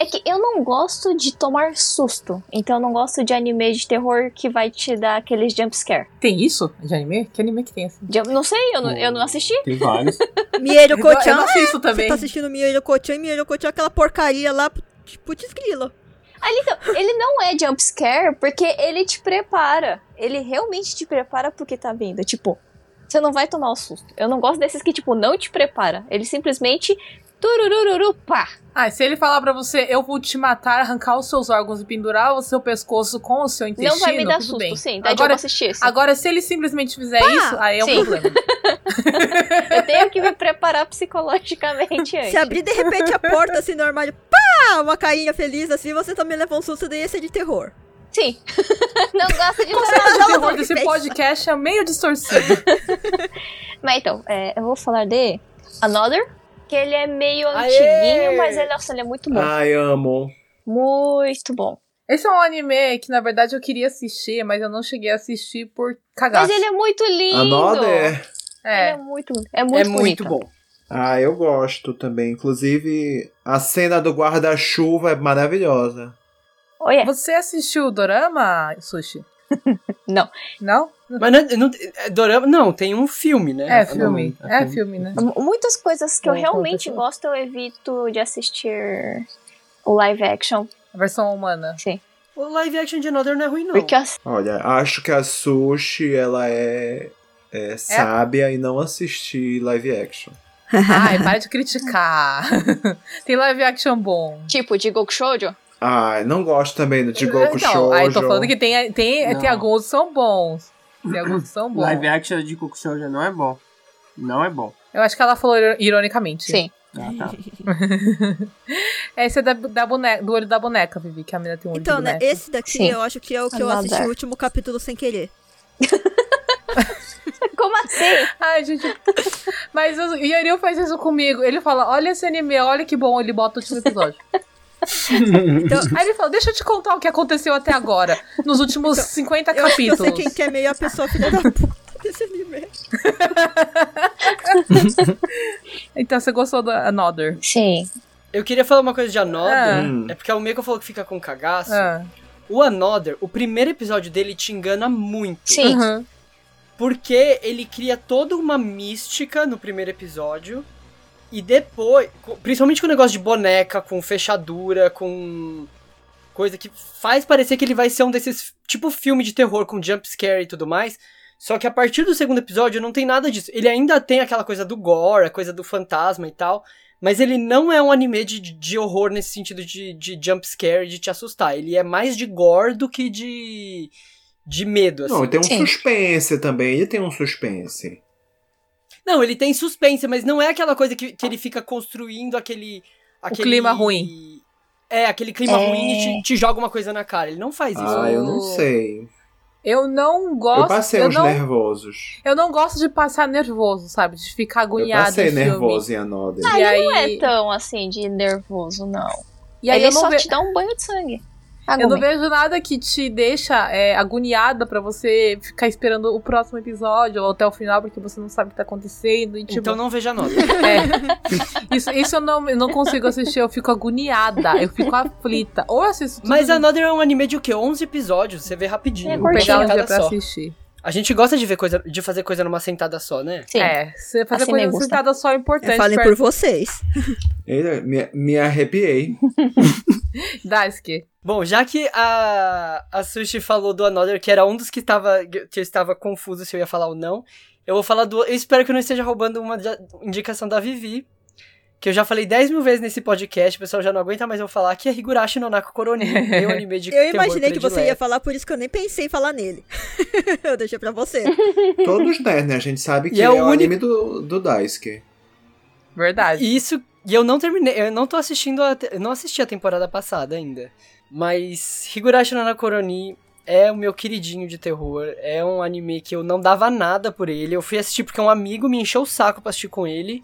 F: É que eu não gosto de tomar susto. Então eu não gosto de anime de terror que vai te dar aqueles jumpscare.
B: Tem isso de anime? Que anime que tem assim?
F: Não sei, eu não, eu não assisti.
A: Tem vários.
E: Mieiro
B: eu
E: Kochan.
B: não
F: é,
B: assisto
E: Você
B: também.
E: tá assistindo Mieiro Kochan e Mieiro Kochan é aquela porcaria lá, tipo, de esgrila.
F: Ali, então, ele não é jumpscare porque ele te prepara. Ele realmente te prepara porque tá vindo. Tipo, você não vai tomar o susto. Eu não gosto desses que, tipo, não te prepara. Ele simplesmente. Tururururu, pá!
B: Ah, e se ele falar pra você, eu vou te matar, arrancar os seus órgãos e pendurar o seu pescoço com o seu intestino,
F: não vai me dar
B: tudo
F: susto,
B: bem.
F: sim. tá Daí eu
B: agora,
F: vou assistir isso.
B: agora, se ele simplesmente fizer isso, aí é um
F: sim.
B: problema.
F: Eu tenho que me preparar psicologicamente antes.
E: Se abrir de repente a porta assim no armário, pá! Uma carinha feliz assim, você também leva um susto daí esse é de terror.
F: Sim. não gosto de tomar
B: O terror
E: Ah, não,
B: desse
E: pensa.
B: podcast é meio distorcido.
F: Mas então, é, eu vou falar de Another, que ele é meio
D: Aê!
F: antiguinho, mas ele, nossa, ele é muito
B: Ah.
F: bom.
C: Ai, amo.
F: Muito bom.
B: Esse é um anime que, na verdade, eu queria assistir, mas eu não cheguei a assistir por cagaço.
F: Mas ele é muito lindo.
C: Another.
F: Ele é
B: É.
F: muito, é muito
D: é
F: bonito.
D: muito bom.
C: Ah, eu gosto também. Inclusive, a cena do guarda-chuva é maravilhosa.
F: Olha,
B: Você assistiu o Dorama, Sushi?
F: Não.
B: Não?
D: Mas não, não, é dorama, não, tem um filme, né?
B: É filme.
A: não,
B: É
A: não.
B: filme, né?
F: m- muitas coisas que eu
B: Bom,
F: realmente
B: aconteceu.
F: gosto, eu evito de assistir o live action.
B: A versão humana.
F: Sim.
D: O live action de Another não é ruim, não.
F: Porque as-
C: Olha, acho que a Sushi, ela é, é sábia e não assistir live action.
B: Ai, para de criticar. Tem live action bom.
F: tipo de Goku Shoujo.
C: Ai, Ah, não gosto também do Jigoku
B: então,
C: Shoujo.
B: aí tô falando que tem, tem,
A: Não.
B: tem alguns que são bons. Tem alguns que são bons.
A: Live action de Coco Show já não é bom. Não é bom.
B: Eu acho que ela falou iro- ironicamente.
F: Sim.
A: Ah, tá.
B: Esse é da, da boneca, do olho da boneca, Vivi, que a menina tem um olho
E: Então,
B: de
E: né,
B: boneca.
E: esse daqui
F: Sim.
E: eu acho que é o que eu
F: Another.
E: assisti o último capítulo sem querer.
F: Como assim?
B: Ai, gente. Mas o Yaril faz isso comigo. Ele fala: Olha esse anime, olha que bom. Ele bota o último episódio.
E: Então,
B: Aí ele fala: Deixa eu te contar o que aconteceu até agora, nos últimos 50
E: eu acho que eu
B: capítulos.
E: sei quem que é meio a pessoa filha da puta desse anime.
B: Então você gostou da Another?
F: Sim.
D: Eu queria falar uma coisa de Another.
B: Ah.
C: Hum.
D: É porque o Meiko falou que fica com cagaço.
B: Ah.
D: O Another, o primeiro episódio dele te engana muito.
F: Sim.
B: Uhum.
D: Porque ele cria toda uma mística no primeiro episódio. E depois, co- principalmente com o negócio de boneca, com fechadura, com coisa que faz parecer que ele vai ser um desses tipo filme de terror com jump scare e tudo mais. Só que a partir do segundo episódio não tem nada disso. Ele ainda tem aquela coisa do gore, a coisa do fantasma e tal, mas ele não é um anime de, de horror nesse sentido de, de jump scare, de te assustar. Ele é mais de gore do que de de medo, assim.
C: Não, tem um
F: Sim.
C: suspense também. Ele tem um suspense.
D: Não, ele tem suspense, mas não é aquela coisa que, que ele fica construindo aquele, aquele.
B: clima ruim.
D: É, aquele clima
F: É.
D: ruim e te, te joga uma coisa na cara. Ele não faz isso.
C: Ah, eu não sei.
B: Eu não gosto.
C: eu passei né?
B: eu
C: uns
B: não,
C: nervosos.
B: eu não gosto de passar nervoso, sabe? De ficar
C: Eu
B: agoniado.
C: passei
B: em filme.
C: nervoso em Another.
B: E aí,
F: Não é tão assim de nervoso, não.
B: e aí
F: Ele
B: eu não
F: só
B: ve-
F: te dá um banho de sangue.
B: Eu não
F: Agumem.
B: vejo nada que te deixa é, agoniada pra você ficar esperando o próximo episódio ou até o final, porque você não sabe o que tá acontecendo. E, tipo,
D: Então não veja nota.
B: é. isso, isso eu não, eu não consigo assistir, eu fico agoniada, eu fico aflita. Ou eu assisto tudo
D: Mas
B: de-
D: Another é um anime de o quê? 11 episódios? Você vê rapidinho.
F: É,
D: uma
B: vou pegar um
D: sentada
B: dia pra
D: só.
B: assistir.
D: A gente gosta de ver coisa, de fazer coisa numa sentada só, né?
F: Sim.
B: É, você fazer
F: Assim me
B: coisa
F: gusta.
B: sentada só é importante.
E: Falem por vocês.
C: Ele- me, me arrepiei.
B: Daisuke.
D: Bom, já que a, a Sushi falou do Another, que era um dos que, tava, que eu estava confuso se eu ia falar ou não, eu vou falar do. Eu espero que eu não esteja roubando uma da- indicação da Vivi, que eu já falei 10 mil vezes nesse podcast, o pessoal já não aguenta mais eu falar, que é Higurashi no Nako Koroni, meu anime de
E: Eu
D: terror
E: imaginei que você ia
D: predileto.
E: falar, por isso que eu nem pensei em falar nele. eu deixei pra você.
C: Todos nós, né? A gente sabe
D: E
C: que
D: é
C: é,
D: o
C: o
D: único-
C: anime do, do Daisuke.
B: Verdade.
D: E isso. E eu não terminei, eu não tô assistindo, a, te- eu não assisti a temporada passada ainda. Mas Higurashi no Nakoroni é o meu queridinho de terror. É um anime que eu não dava nada por ele. Eu fui assistir porque um amigo me encheu o saco pra assistir com ele.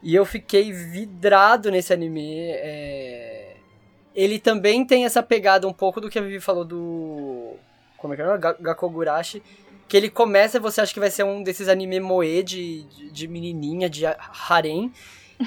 D: E eu fiquei vidrado nesse anime. é. Ele também tem essa pegada um pouco do que a Vivi falou do. Como é que é? Ga- Gakogurashi. Que ele começa, você acha que vai ser um desses anime moe de, de, de menininha, de ha- harem.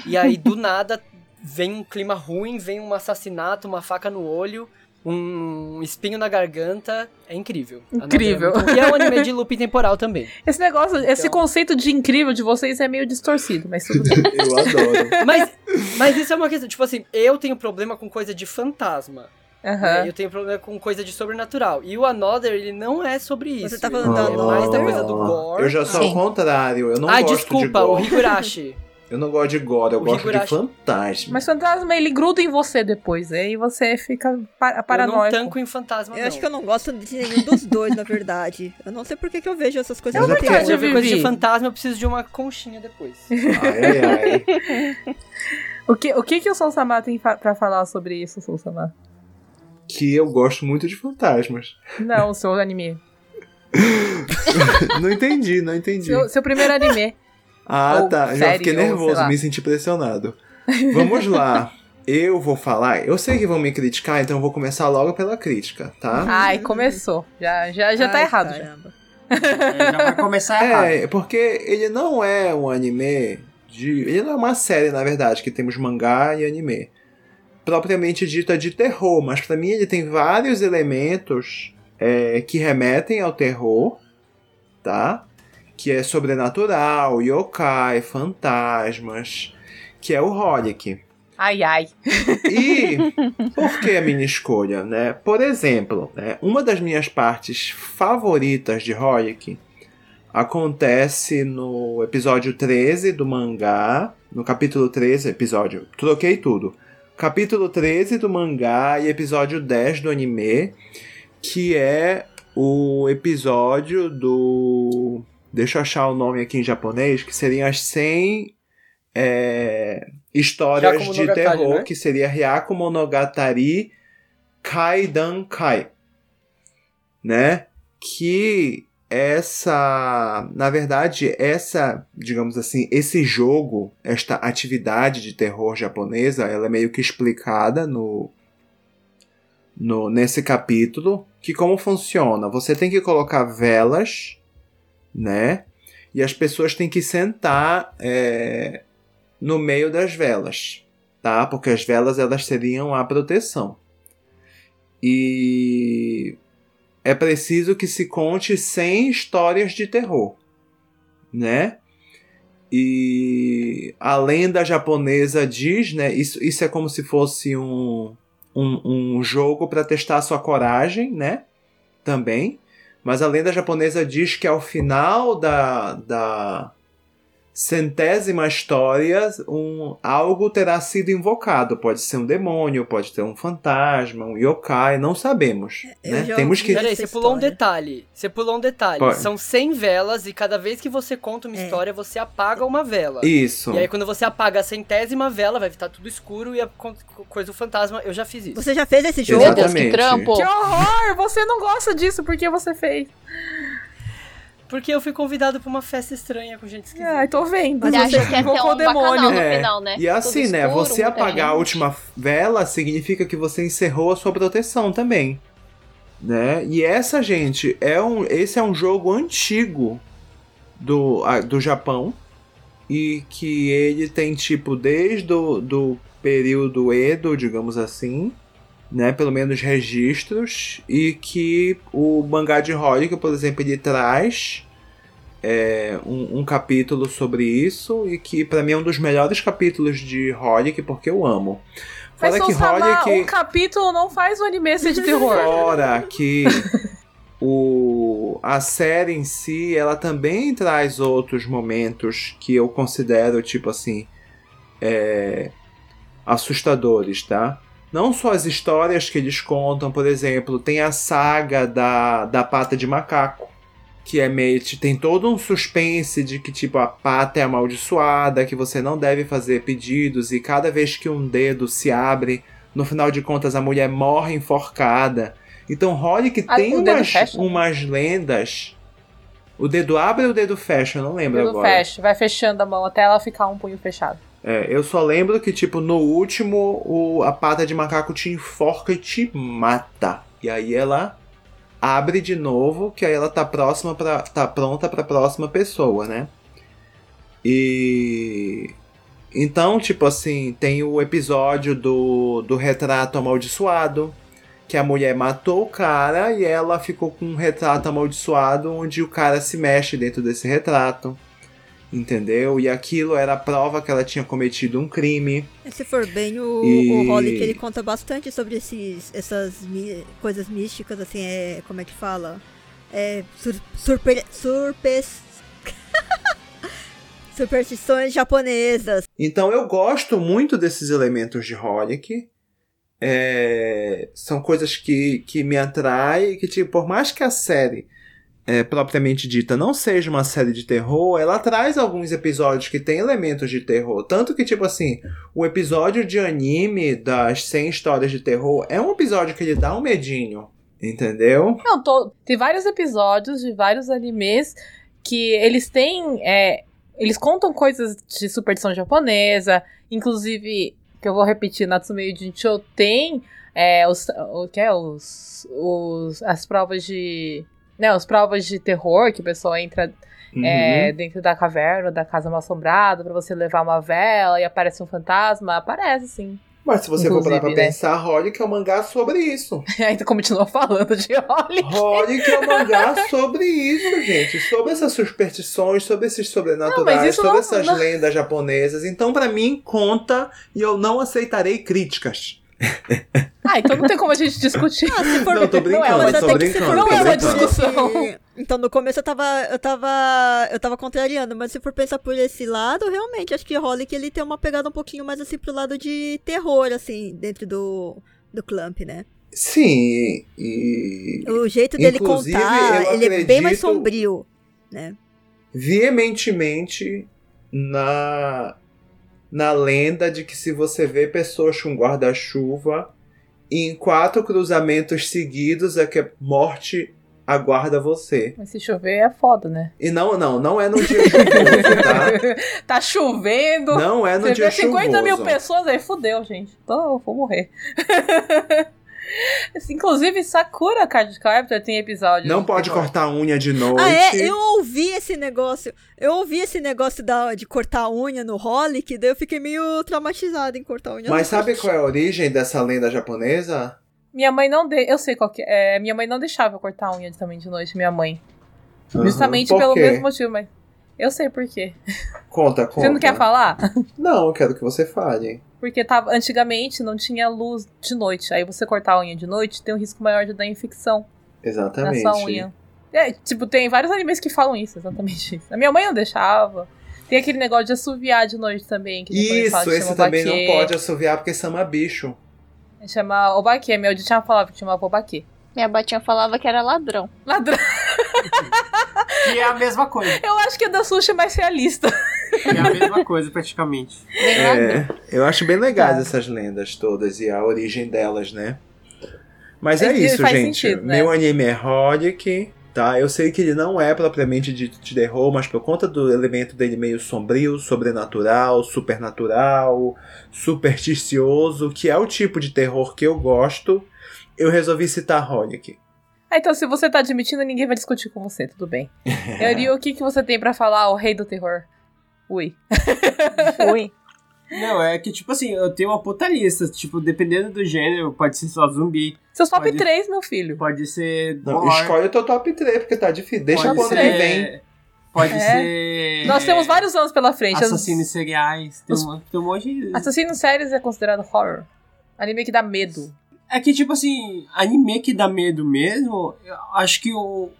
D: E aí do nada vem um clima ruim, vem um assassinato, uma faca no olho, um espinho na garganta. É incrível.
B: Incrível.
D: A novela é muito- E é um anime de loop temporal também.
B: Esse negócio, esse
D: Então-
B: conceito de incrível de vocês é meio distorcido, mas tudo bem.
C: Eu adoro.
D: Mas, mas isso é uma questão. Tipo assim, eu tenho problema com coisa de fantasma. né?
B: Aham.
D: Eu tenho problema com coisa de sobrenatural. E o Another, ele não é sobre isso.
E: Você tá
D: Ele
E: falando
D: é
E: do
D: mais da
E: Another?
D: coisa do gore.
C: Eu já sou ao
F: Sim.
C: contrário. Eu não
D: ah,
C: gosto de
D: desculpa, o
C: gore.
D: Higurashi.
C: Eu não gosto de gore, eu
D: o
C: gosto
D: Higurashi-
C: de fantasma.
B: Mas fantasma, ele gruda em você depois, né? E você fica pa
D: eu não
B: paranoico.
D: tanco em fantasma,
E: Eu
D: não.
E: acho que eu não gosto de nenhum dos dois, na verdade. Eu não sei por que que eu vejo essas coisas
C: Mas
E: no
C: é porque-
E: terror.
D: Quando eu ver coisa de
B: Vivi.
D: fantasma, eu preciso de uma conchinha depois.
C: Ai, ai, ai.
B: O que, o que que o Soul Sama tem fa pra falar sobre isso, Soul Sama?
C: Que eu gosto muito de fantasmas.
B: Não, o seu anime.
C: Não entendi, não entendi.
B: Seu, seu primeiro anime.
C: Ah,
B: Ou
C: tá. Já
B: série,
C: fiquei
B: ou sei
C: nervoso,
B: lá.
C: me senti pressionado. Vamos lá. Eu vou falar. Eu sei que vão me criticar, então eu vou começar logo pela crítica, tá?
B: Ai, começou. Já, já, já tá
E: Ai,
B: errado. Já.
E: caramba.
A: É, já vai começar errado.
C: É, porque ele não é um anime de. Ele não é uma série, na verdade, que temos mangá e anime. Propriamente dita de terror, mas pra mim ele tem vários elementos é, que remetem ao terror, tá? Que é sobrenatural, yokai, fantasmas, que é o Holic.
B: Ai, ai.
C: E por que a minha escolha, né? Por exemplo, né, uma das minhas partes favoritas de Royek acontece no episódio 13 do mangá, no capítulo 13, episódio, troquei tudo. Capítulo 13 do mangá e episódio 10 do anime, que é o episódio do Deixa eu achar o nome aqui em japonês, que seriam as 100 é, histórias de
D: Hyakumonogatari,
C: terror,
D: né?
C: que seria Hyaku Monogatari Kaidan Kai. Né? Que essa, na verdade, essa, digamos assim, esse jogo, esta atividade de terror japonesa, ela é meio que explicada no, no nesse capítulo, que como funciona? Você tem que colocar velas, né? E as pessoas têm que sentar é, no meio das velas, tá? Porque as velas elas seriam a proteção. E é preciso que se conte 100 histórias de terror, né? E a lenda japonesa diz, né? Isso, isso é como se fosse um, um, um jogo para testar a sua coragem, né? Também. Mas a lenda japonesa diz que ao final da, da centésima história, um, algo terá sido invocado. Pode ser um demônio, pode ter um fantasma, um yokai, não sabemos.
E: Eu
C: né?
E: já
C: Temos
E: ouvi
C: que
D: Peraí,
E: essa
D: você pulou um
E: história.
D: detalhe. Você pulou um detalhe.
C: Pode.
D: São 100 velas e cada vez que você conta uma
E: É.
D: história, você apaga uma vela.
C: Isso.
D: E aí, né, quando você apaga a centésima vela, vai estar tudo escuro e a con- coisa do fantasma. Eu já fiz isso.
E: Você já fez esse jogo?
C: Exato.
F: Meu Deus, que
C: Exatamente.
F: trampo.
B: Que horror! Você não gosta disso, por que você fez?
D: Porque eu fui convidado pra uma festa estranha com gente esquisita.
E: Ah,
B: Ai, tô vendo.
E: Mas
F: Você
E: você
F: acha que é até
B: invocou o
F: um
B: demônio.
F: bacanal no
C: É,
F: final, né?
C: E assim,
F: Tudo
C: né?
F: escuro,
C: Você
F: muita
C: apagar a
F: gente.
C: última vela significa que você encerrou a sua proteção também. Né? E essa, gente, é um, esse é um jogo antigo do, a- do Japão. E que ele tem, tipo, desde o do período Edo, digamos assim, né? Pelo menos registros. E que o mangá de Horick, por exemplo, ele traz é, um, um capítulo sobre isso e que pra mim é um dos melhores capítulos de Holic porque eu amo.
B: Mas
C: Fora
B: São
C: que
B: Samar, um
C: Holic
B: capítulo não faz o anime ser de terror.
C: fora que o a série em si, ela também traz outros momentos que eu considero tipo assim é, assustadores, tá? Não só as histórias que eles contam, por exemplo, tem a saga da, da pata de macaco que é meio que tem todo um suspense de que tipo a pata é amaldiçoada, que você não deve fazer pedidos e cada vez que um dedo se abre, no final de contas a mulher morre enforcada. Então Holic
B: Ah,
C: tem
B: o dedo
C: umas,
B: fecha?
C: umas lendas. O dedo abre ou o dedo fecha, eu não lembro
B: Tudo
C: agora.
B: fecha, vai fechando a mão até ela ficar um punho fechado.
C: É, eu só lembro que, tipo, no último, o, a pata de macaco te enforca e te mata. E aí ela abre de novo, que aí ela tá próxima pra, tá pronta pra próxima pessoa, né? E. Então, tipo assim, tem o episódio do, do retrato amaldiçoado, que a mulher matou o cara e ela ficou com um retrato amaldiçoado onde o cara se mexe dentro desse retrato. Entendeu? E aquilo era a prova que ela tinha cometido um crime.
E: Se for bem, o,
C: E-
E: o Holic, ele conta bastante sobre esses, essas mi- coisas místicas, assim, é, como é que fala? É, sur, surpe- surpes- superstições japonesas.
C: Então eu gosto muito desses elementos de Holic. É, são coisas que, que me atraem. Que, tipo, por mais que a série é, propriamente dita não seja uma série de terror, ela traz alguns episódios que tem elementos de terror. Tanto que, tipo assim, o episódio de anime das 100 histórias de terror é um episódio que ele dá um medinho. Entendeu?
B: Não, tô- tem vários episódios de vários animes que eles têm. é, eles contam coisas de superstição japonesa, inclusive, que eu vou repetir, Natsume Jincho tem é, os, o que é, os, os- as provas de. Né, as provas de terror que a pessoa entra é,
C: Uhum.
B: dentro da caverna, da casa mal assombrada, pra você levar uma vela e aparece um fantasma. Aparece, sim.
C: Mas se você for parar pra
B: Inclusive, né?
C: pensar, Holic é um mangá sobre isso.
B: Ainda continua falando de Holly.
C: Holic é um mangá sobre isso, gente. Sobre essas superstições, sobre esses sobrenaturais,
B: Não, mas isso
C: sobre
B: não-
C: essas
B: não-
C: lendas japonesas. Então, pra mim, conta e eu não aceitarei críticas.
B: Ah, então não tem como a gente discutir.
E: Ah, se for
C: Não, tô brincando,
B: é
E: não, mas
C: Então, tô
E: até que se for
C: brincando,
B: tô
E: pensar
B: brincando.
E: por esse-
B: Discussão.
E: Então no começo eu tava, eu tava, eu tava contrariando, mas se for pensar por esse lado, realmente acho que Holic ele tem uma pegada um pouquinho mais assim pro lado de terror assim, dentro do do Clamp, né?
C: Sim, e.
E: O jeito dele
C: Inclusive, eu
E: contar, ele é bem mais
C: acredito-
E: sombrio.
C: veementemente na na lenda de que se você vê pessoas com guarda-chuva em quatro cruzamentos seguidos é que a morte aguarda você.
B: Mas se chover é foda, né?
C: E não, não, não é no dia chuvoso, tá?
B: tá chovendo.
C: Não é no
B: Você
C: dia
B: vê 50 mil
C: chuvoso.
B: pessoas aí, fudeu, gente. Tô, vou morrer. Inclusive, Sakura Card Captor tem episódio.
C: Não
B: de
C: pode
B: terror.
C: cortar unha de noite.
E: Ah, é? Eu ouvi esse negócio. Eu ouvi esse negócio da, de cortar a unha no Holic, daí eu fiquei meio traumatizada em cortar a unha.
C: Mas
E: Eu não-
C: sabe qual é a origem dessa lenda japonesa?
B: Minha mãe não de... Eu sei qual que é. Minha mãe não deixava eu cortar a unha também de noite, minha mãe. Justamente
C: Por
B: pelo
C: quê?
B: mesmo motivo, mas. Eu sei por quê.
C: Conta, conta.
B: Você não quer falar?
C: Não, eu quero que você fale.
B: Porque tava, antigamente não tinha luz de noite. Aí você cortar a unha de noite tem um risco maior de dar infecção
C: Exatamente.
B: na sua unha. É, tipo, tem vários animes que falam isso, exatamente isso. A minha mãe não deixava. Tem aquele negócio de assoviar de noite também. Que depois fala
C: Isso,
B: que
C: esse
B: chama
C: também
B: baquê.
C: não pode assoviar porque chama bicho.
B: Chama obaquê. Meu dia tinha uma palavra que chamava obaquê.
G: Minha batinha falava que era ladrão.
B: Ladrão.
A: Que é a mesma coisa.
B: Eu acho que o da sushi é mais realista.
A: Que é a mesma coisa, praticamente.
G: Bem ladrão.
C: É, eu acho bem legais essas lendas todas e a origem delas, né? Mas é,
B: É que
C: isso,
B: faz
C: gente.
B: sentido, né?
C: Meu anime é Holic, tá? Eu sei que ele não é propriamente de, de terror, mas por conta do elemento dele meio sombrio, sobrenatural, supernatural, supersticioso, que é o tipo de terror que eu gosto, eu resolvi citar Holic.
B: Ah, então se você tá admitindo, ninguém vai discutir com você, tudo bem. Eri, o que, que você tem pra falar, o rei do terror? Ui.
F: Ui.
A: Não, é que, tipo assim, eu tenho uma puta lista. Tipo, dependendo do gênero, pode ser só zumbi,
B: Seus top
A: Pode-
B: 3, meu filho.
A: pode ser.
C: Não,
A: horror,
C: Então, escolhe o teu top 3, porque tá difícil. Deixa
A: pode
C: quando
A: ser-
C: ele vem.
A: Pode
B: É.
A: ser.
B: Nós temos vários anos pela frente.
A: Assassinos seriais. Tem, um, tem um monte de.
B: As- Assassinos sérios é considerado horror. Anime que dá medo.
A: É que, tipo assim, anime que dá medo mesmo, eu acho que o.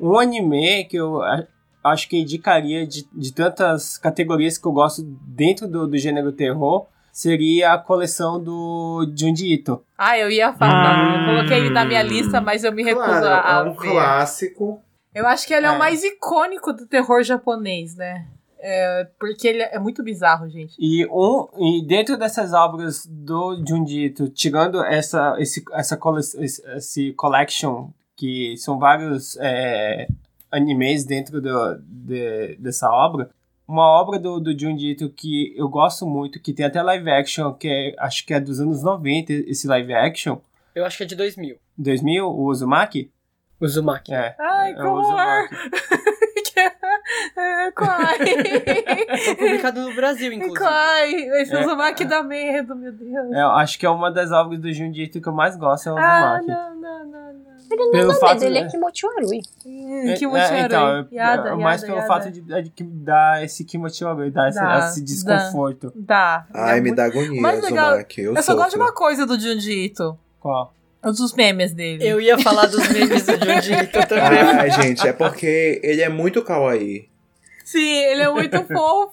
A: Um anime que eu a- acho que indicaria de, de tantas categorias que eu gosto dentro do, do gênero terror seria a coleção do Junji Ito.
B: Ah, eu ia
A: Ah.
B: falar. eu coloquei ele na minha lista, mas eu me recuso
C: Claro,
B: a, a
C: é um
B: ver.
C: clássico.
B: Eu acho que ele é.
A: É.
B: o mais icônico do terror japonês, né? É, porque ele é muito bizarro, gente.
A: E, um, e dentro dessas obras do Junji Ito, tirando essa, esse, essa cole, esse, esse collection, que são vários é, animes dentro do, de- dessa obra, uma obra do, do Junji Ito que eu gosto muito, que tem até live action, que é, acho que é dos anos 90, esse live action,
D: Eu acho que é de 2000.
A: 2000, o Uzumaki?
D: O Uzumaki.
A: É.
B: Ai,
A: é
B: que
A: o
B: horror!
A: Uzumaki.
B: Kai!
D: Foi publicado no Brasil, inclusive.
B: Kai! Esse
A: É.
B: Uzumaki dá medo, meu Deus.
A: É, eu acho que é uma das obras do Junji Ito que eu mais gosto, é o
B: Ah,
A: Uzumaki.
B: não, não, não, não.
A: Pelo
G: Não,
A: fato
G: medo, ele
A: né?
G: é Kimochiwarui.
B: Hum,
A: É,
B: Kimochi
A: é,
B: Arui.
A: então, é-
B: Yada,
A: é mais
B: yada,
A: pelo
B: yada.
A: fato de, de que dar esse Kimochi Oroi, dar esse,
B: Dá,
A: esse desconforto.
B: Dá.
C: Ai,
B: É
C: me
B: muito-
C: dá agonia,
B: Mas legal,
C: Zumaki. Eu,
B: Eu só gosto de
C: sofro.
B: uma coisa do Junji Ito.
A: Qual?
B: Os dos memes dele.
D: Eu ia falar dos memes do Junji Ito também.
C: Ai, gente, é porque ele é muito kawaii.
B: Sim, ele é muito fofo.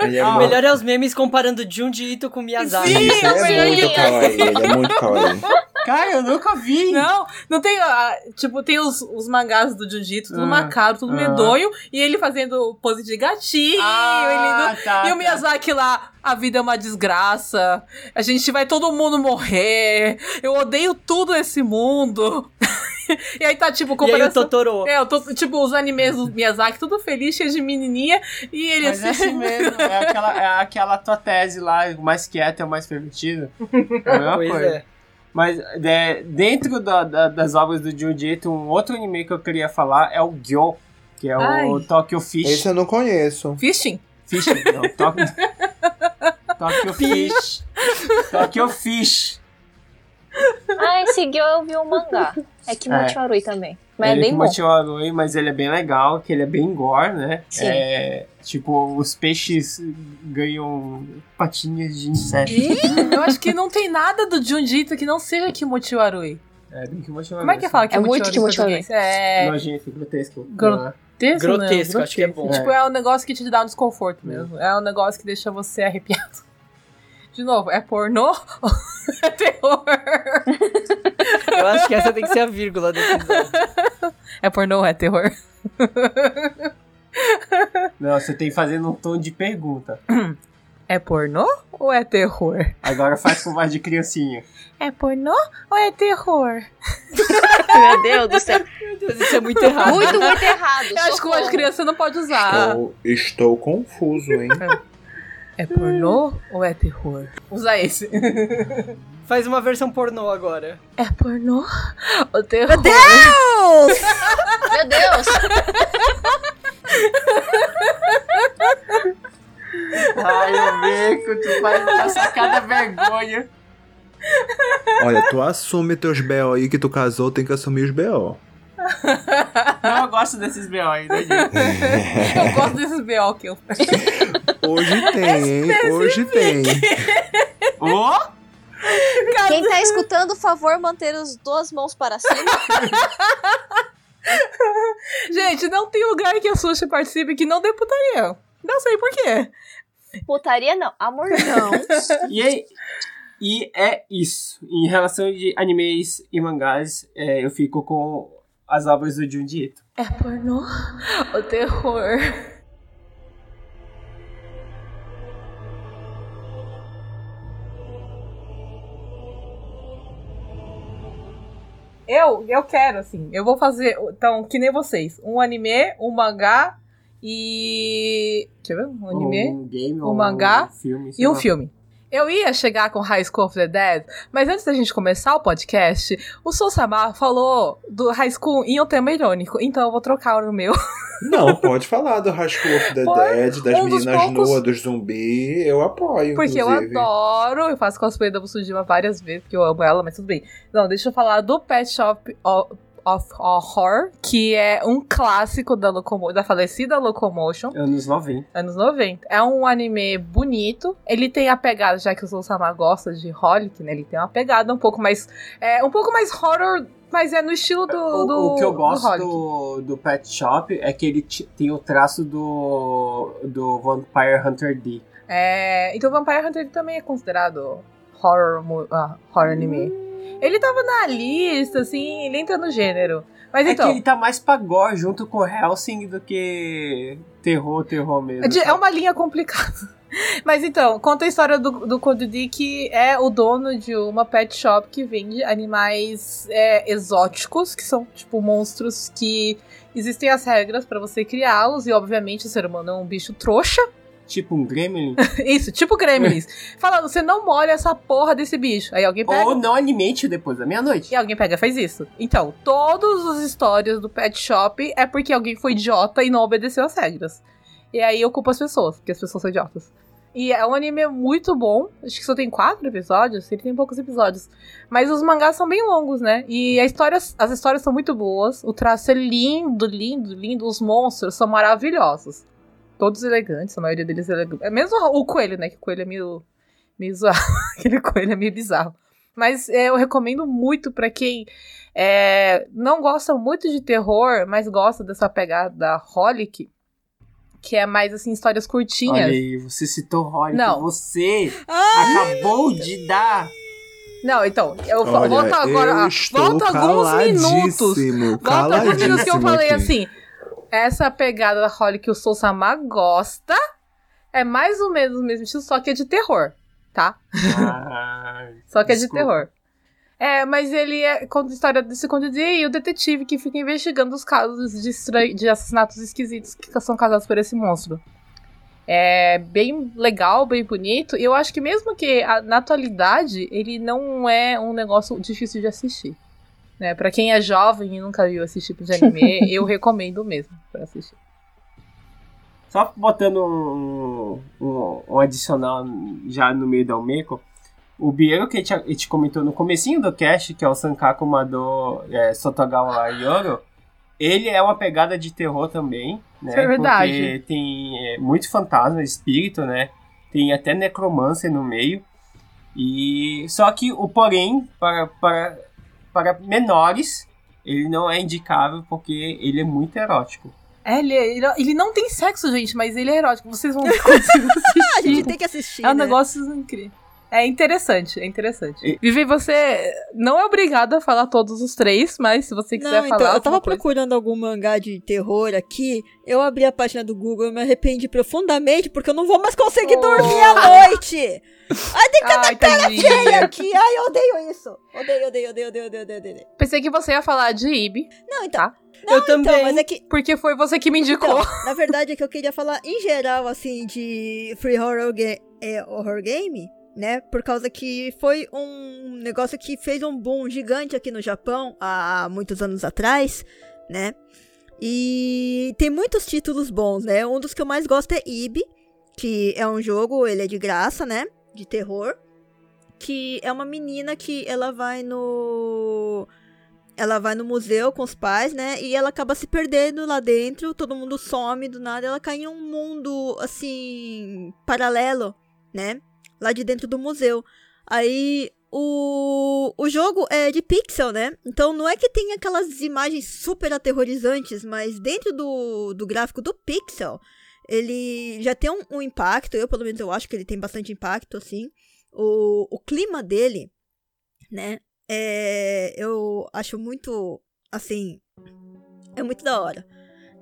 C: Ele é
A: Ah,
D: O
C: muito...
D: melhor é os memes comparando Junji Ito com Miyazaki.
B: Sim,
C: Isso,
B: é o
C: ele é
B: melhor
C: muito
B: que-
C: kawaii, ele é muito kawaii.
A: Cara, eu nunca vi!
B: Não, não tem. ah, tipo, tem os, os mangás do Junji Ito, tudo
A: Ah,
B: macabro, tudo
A: ah.
B: medonho. E ele fazendo pose de gatinho. ele
A: Ah, tá,
B: não- E
A: tá.
B: o Miyazaki lá, a vida é uma desgraça. A gente vai todo mundo morrer. Eu odeio tudo esse mundo. e aí tá, tipo,
D: E aí o
B: comparação.
D: Totoro.
B: É, eu tô, tipo, os animes do Miyazaki, tudo feliz, cheio de menininha, e ele né?
A: Mas é assim mesmo, é aquela, é aquela tua tese lá, o mais quieto é o mais permitido. É a mesma
D: Pois
A: coisa.
D: é.
A: Mas é, dentro da- da- das obras do Junji Ito, um outro anime que eu queria falar é o Gyo, que é
B: Ai.
C: é
A: o Tokyo Fish.
C: Esse eu não conheço.
B: Fishing?
A: Fish, não, Tokyo... Tokyo Fish. Tokyo Fish.
F: Ai, seguiu, eu vi um mangá. É Kimochorui também. Mas é,
A: ele
F: bem bom.
A: Arui, mas ele é bem legal, que ele é bem gore, né?
F: Sim.
A: É, tipo, os peixes ganham patinhas de inseto.
B: Ih, eu acho que não tem nada do Jundito que não seja Kimochi Warui.
A: É, bem que
B: Como é que fala Kimochi
F: muito
B: Warui em
F: Kimochi Warui.
B: português? É
A: Nojento, grotesco.
B: Gro-
A: né?
B: grotesco, né?
D: Grotesco, acho que é bom.
B: Tipo, é um negócio que te dá um desconforto mesmo. É um negócio que deixa você arrepiado. De novo, é pornô ou é terror?
D: Eu acho que essa tem que ser a vírgula do episódio.
B: É pornô ou é terror?
A: Não, você tem que fazer num tom de pergunta.
B: É pornô ou é terror?
A: Agora faz com voz de criancinha.
B: É pornô ou é terror?
F: Meu Deus do céu.
D: Meu Deus, isso é muito errado.
F: Muito, muito errado.
B: Eu acho que
F: socorro.
B: as crianças não pode usar.
C: Estou, estou confuso, hein?
B: É pornô ou é terror? Usa esse.
D: Faz uma versão pornô agora.
B: É pornô ou terror?
E: Deus!
F: Meu Deus.
A: Ai, eu bico, tu vai passar cada vergonha.
C: Olha, tu assume teus B.O. aí que tu casou, tem que assumir os B.O.
A: Não, eu gosto desses B.O. ainda, gente.
B: Eu gosto desses B.O. que eu
C: Hoje tem, hein? Hoje tem.
A: Ô,
F: Quem tá escutando, favor, manter as duas mãos para cima.
B: Gente, não tem lugar que a Sushi participe que não dê putaria. Não sei por quê.
F: Putaria não, amor não.
A: E, é- e é isso. Em relação de animes e mangás, é, eu fico com as obras do Junji Ito.
B: É pornô ou terror? Eu, eu quero, assim. Eu vou fazer, então, que nem vocês. Um anime, um mangá e... Deixa eu ver, um anime...
A: Um game,
B: um
A: ou
B: mangá
A: um filme. sei
B: E um
A: lá.
B: filme. Eu ia chegar com High School of the Dead, mas antes da gente começar o podcast, o Sousama falou do High School em um tema irônico, então eu vou trocar o meu.
C: Não, pode falar do Rascal of the
B: Pode.
C: Dead, das
B: Um dos
C: meninas
B: poucos-
C: nuas, dos zumbi. Eu apoio,
B: Porque eu
C: inclusive.
B: adoro, eu faço cosplay da Busujima várias vezes, porque eu amo ela, mas tudo bem. Não, deixa eu falar do Pet Shop of, of Horror, que é um clássico da, locomo da falecida Locomotion.
A: Anos 90.
B: anos 90. É um anime bonito. Ele tem a pegada, já que o Sousama gosta de Holic, né? Ele tem uma pegada um pouco mais. É, um pouco mais horror, mas é no estilo do.
A: O-
B: do
A: o que eu
B: do
A: gosto
B: Holic.
A: do, do Pet Shop é que ele ti- tem o traço do, do Vampire Hunter D.
B: É, então Vampire Hunter também é considerado horror, mo- ah, horror anime.
A: Hum.
B: Ele tava na lista, assim, ele entra no gênero. Mas
A: É que
B: então.
A: ele tá mais pra gore junto com Helsing do que terror, terror mesmo.
B: É de- É uma linha complicada. Mas então, conta a história do, do Kodudi, que é o dono de uma pet shop que vende animais é, exóticos, que são, tipo, monstros que existem as regras pra você criá-los, e obviamente o ser humano é um bicho trouxa.
A: Tipo um gremlin.
B: Isso, tipo Gremlins. Falando, você não molha essa porra desse bicho. Aí alguém pega.
A: Ou não alimente depois da meia-noite.
B: E alguém pega e faz isso. Então, todas as histórias do pet shop é porque alguém foi idiota e não obedeceu às regras. E aí eu culpo as pessoas, porque as pessoas são idiotas. E é um anime muito bom. Acho que só tem quatro episódios. Ele tem poucos episódios. Mas os mangás são bem longos, né? E a história, as histórias são muito boas. O traço é lindo, lindo, lindo. Os monstros são maravilhosos. Todos elegantes, a maioria deles é elegante. É mesmo o coelho, né? Que o coelho é meio, meio zoado. Aquele coelho é meio bizarro. Mas é, eu recomendo muito pra quem é, não gosta muito de terror, mas gosta dessa pegada Holic, que é mais assim, histórias
A: Olha
B: curtinhas.
A: aí, você citou Holly.
B: Não.
A: Você
E: Ah,
A: acabou de dar.
B: Não, então, eu fa-
C: Olha,
B: volto agora.
C: eu
B: ah,
C: estou
B: Volta alguns minutos.
C: caladíssimo,
B: Volta alguns minutos que eu
C: caladíssimo
B: falei
C: aqui.
B: assim. Essa pegada da Holly que o Sousama gosta é mais ou menos o mesmo estilo, só que é de terror, tá?
A: Ah,
B: Só que
A: Desculpa.
B: é de terror. É, mas ele é, conta a história desse Conde D e o detetive que fica investigando os casos de, estra- de assassinatos esquisitos que são causados por esse monstro. É bem legal, bem bonito. E eu acho que mesmo que a- na atualidade ele não é um negócio difícil de assistir. Né? Pra quem é jovem e nunca viu esse tipo de anime, eu recomendo mesmo pra assistir.
A: Só botando um, um, um adicional já no meio da Omeko, o Biero que a gente, a gente comentou no comecinho do cast, que é o Sankaku Mado é, Sotogawa Yoro, ele é uma pegada de terror também, né?
B: Isso é verdade.
A: Porque tem é, muito fantasma, espírito, né? Tem até necromancer no meio. E só que o porém para, para, para menores, ele não é indicável porque ele é muito erótico.
B: É, ele, ele, ele não tem sexo, gente, mas ele é erótico. Vocês vão conseguir assistir.
E: A gente tem que assistir.
B: É um
E: né?
B: negócio incrível. É interessante, é interessante.
A: E-
B: Vivi, você não é obrigada a falar todos os três, mas se você quiser
E: Não,
B: falar.
E: então, eu tava
B: alguma coisa-
E: procurando algum mangá de terror aqui, eu abri a página do Google e me arrependi profundamente porque eu não vou mais conseguir
B: Oh.
E: dormir à noite.
B: Ai,
E: Ai,
B: tadinha.
E: aqui, ai, eu odeio isso. Odeio, odeio, odeio, odeio, odeio, odeio, odeio.
B: Pensei que você ia falar de Ibi,
E: Não, então,
D: eu também.
E: então, mas é que,
B: porque foi você que me indicou.
E: então, na verdade é que eu queria falar em geral, assim, de Free Horror, ga- é, horror Game, né? Por causa que foi um negócio que fez um boom gigante aqui no Japão há muitos anos atrás, né? E tem muitos títulos bons, né? Um dos que eu mais gosto é Ibi, que é um jogo, ele é de graça, né? De terror. Que é uma menina que ela vai no. Ela vai no museu com os pais, né? E ela acaba se perdendo lá dentro, todo mundo some do nada, ela cai em um mundo, assim, paralelo, né? Lá de dentro do museu. Aí o, o jogo é de pixel, né? Então não é que tem aquelas imagens super aterrorizantes, mas dentro do, do gráfico do pixel, ele já tem um, um impacto, eu pelo menos eu acho que ele tem bastante impacto, assim. O, o clima dele, né? É, eu acho muito, assim, é muito da hora,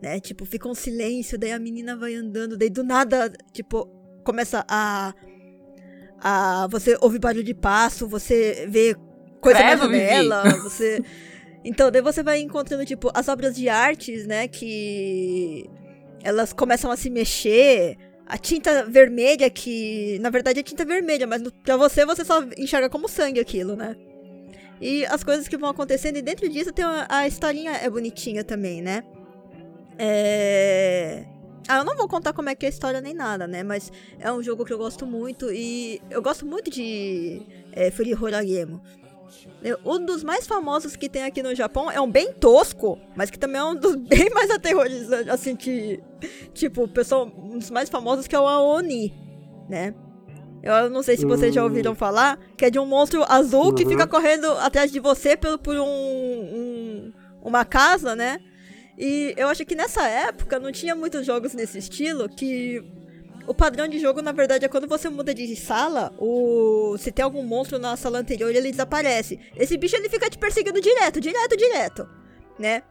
E: né? Tipo, fica um silêncio, daí a menina vai andando, daí do nada, tipo, começa a... a você ouve barulho de passo, você vê coisa na
B: Credo, Vivi.
E: janela, você... Então, daí você vai encontrando, tipo, as obras de artes, né, que elas começam a se mexer. A tinta vermelha que, na verdade, é tinta vermelha, mas no- pra você, você só enxerga como sangue aquilo, né? E as coisas que vão acontecendo, e dentro disso tem uma- a historinha é bonitinha também, né? É... Ah, eu não vou contar como é que é a história nem nada, né? Mas é um jogo que eu gosto muito e eu gosto muito de é, Free Horagemo. Eu- Um dos mais famosos que tem aqui no Japão é um bem tosco, mas que também é um dos bem mais aterrorizantes, assim, que... Tipo, o pessoal, um dos mais famosos que é o Aoni, né? Eu não sei se vocês já
B: Hum.
E: ouviram falar, que é de um monstro azul que
A: Uhum.
E: fica correndo atrás de você pelo, por um, um- uma casa, né? E eu acho que nessa época não tinha muitos jogos nesse estilo, que o padrão de jogo, na verdade, é quando você muda de sala, o... se tem algum monstro na sala anterior, ele desaparece. Esse bicho, ele fica te perseguindo direto, direto, direto, né?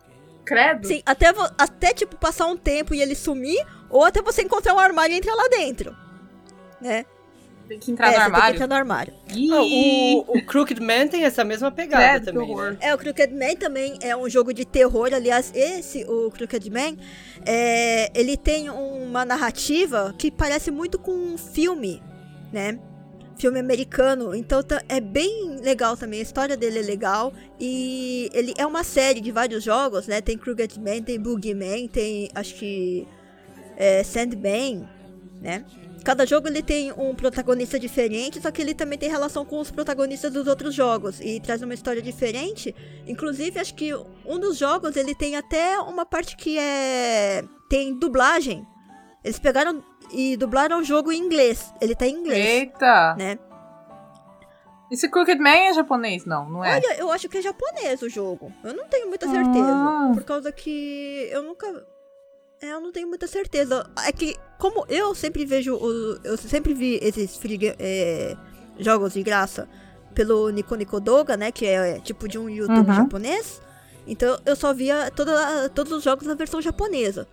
B: Credo.
E: Sim, até, vo- até tipo passar um tempo e ele sumir, ou até você encontrar um armário e entrar lá dentro. Né?
B: Tem que entrar
E: é,
B: no
E: você tem que
B: armário.
E: entrar no armário.
D: Ah,
B: Ih,
D: o, o Crooked Man tem essa mesma pegada
B: credo, que
D: também.
B: horror.
D: né?
E: É, o Crooked Man também é um jogo de terror. Aliás, esse, o Crooked Man, é, ele tem uma narrativa que parece muito com um filme, né? Filme americano. Então tá- é bem legal também. A história dele é legal. E ele é uma série de vários jogos, né? Tem Crooked Man, tem Boogeyman, tem acho que é, Sandman, né? Cada jogo ele tem um protagonista diferente, só que ele também tem relação com os protagonistas dos outros jogos e traz uma história diferente. Inclusive, acho que um dos jogos ele tem até uma parte que é tem dublagem. Eles pegaram e dublaram o jogo em inglês. Ele tá em inglês,
B: Eita.
E: né?
B: Esse Crooked Man é japonês? Não, não é.
E: Olha, eu acho que é japonês o jogo. Eu não tenho muita certeza.
B: Ah.
E: Por causa que eu nunca. É, eu não tenho muita certeza. É que, como eu sempre vejo. o- eu sempre vi esses free ga- é, jogos de graça pelo Nico Nico Doga, né? Que é, é, tipo de um YouTube
B: Uhum.
E: japonês. Então eu só via toda, todos os jogos na versão japonesa.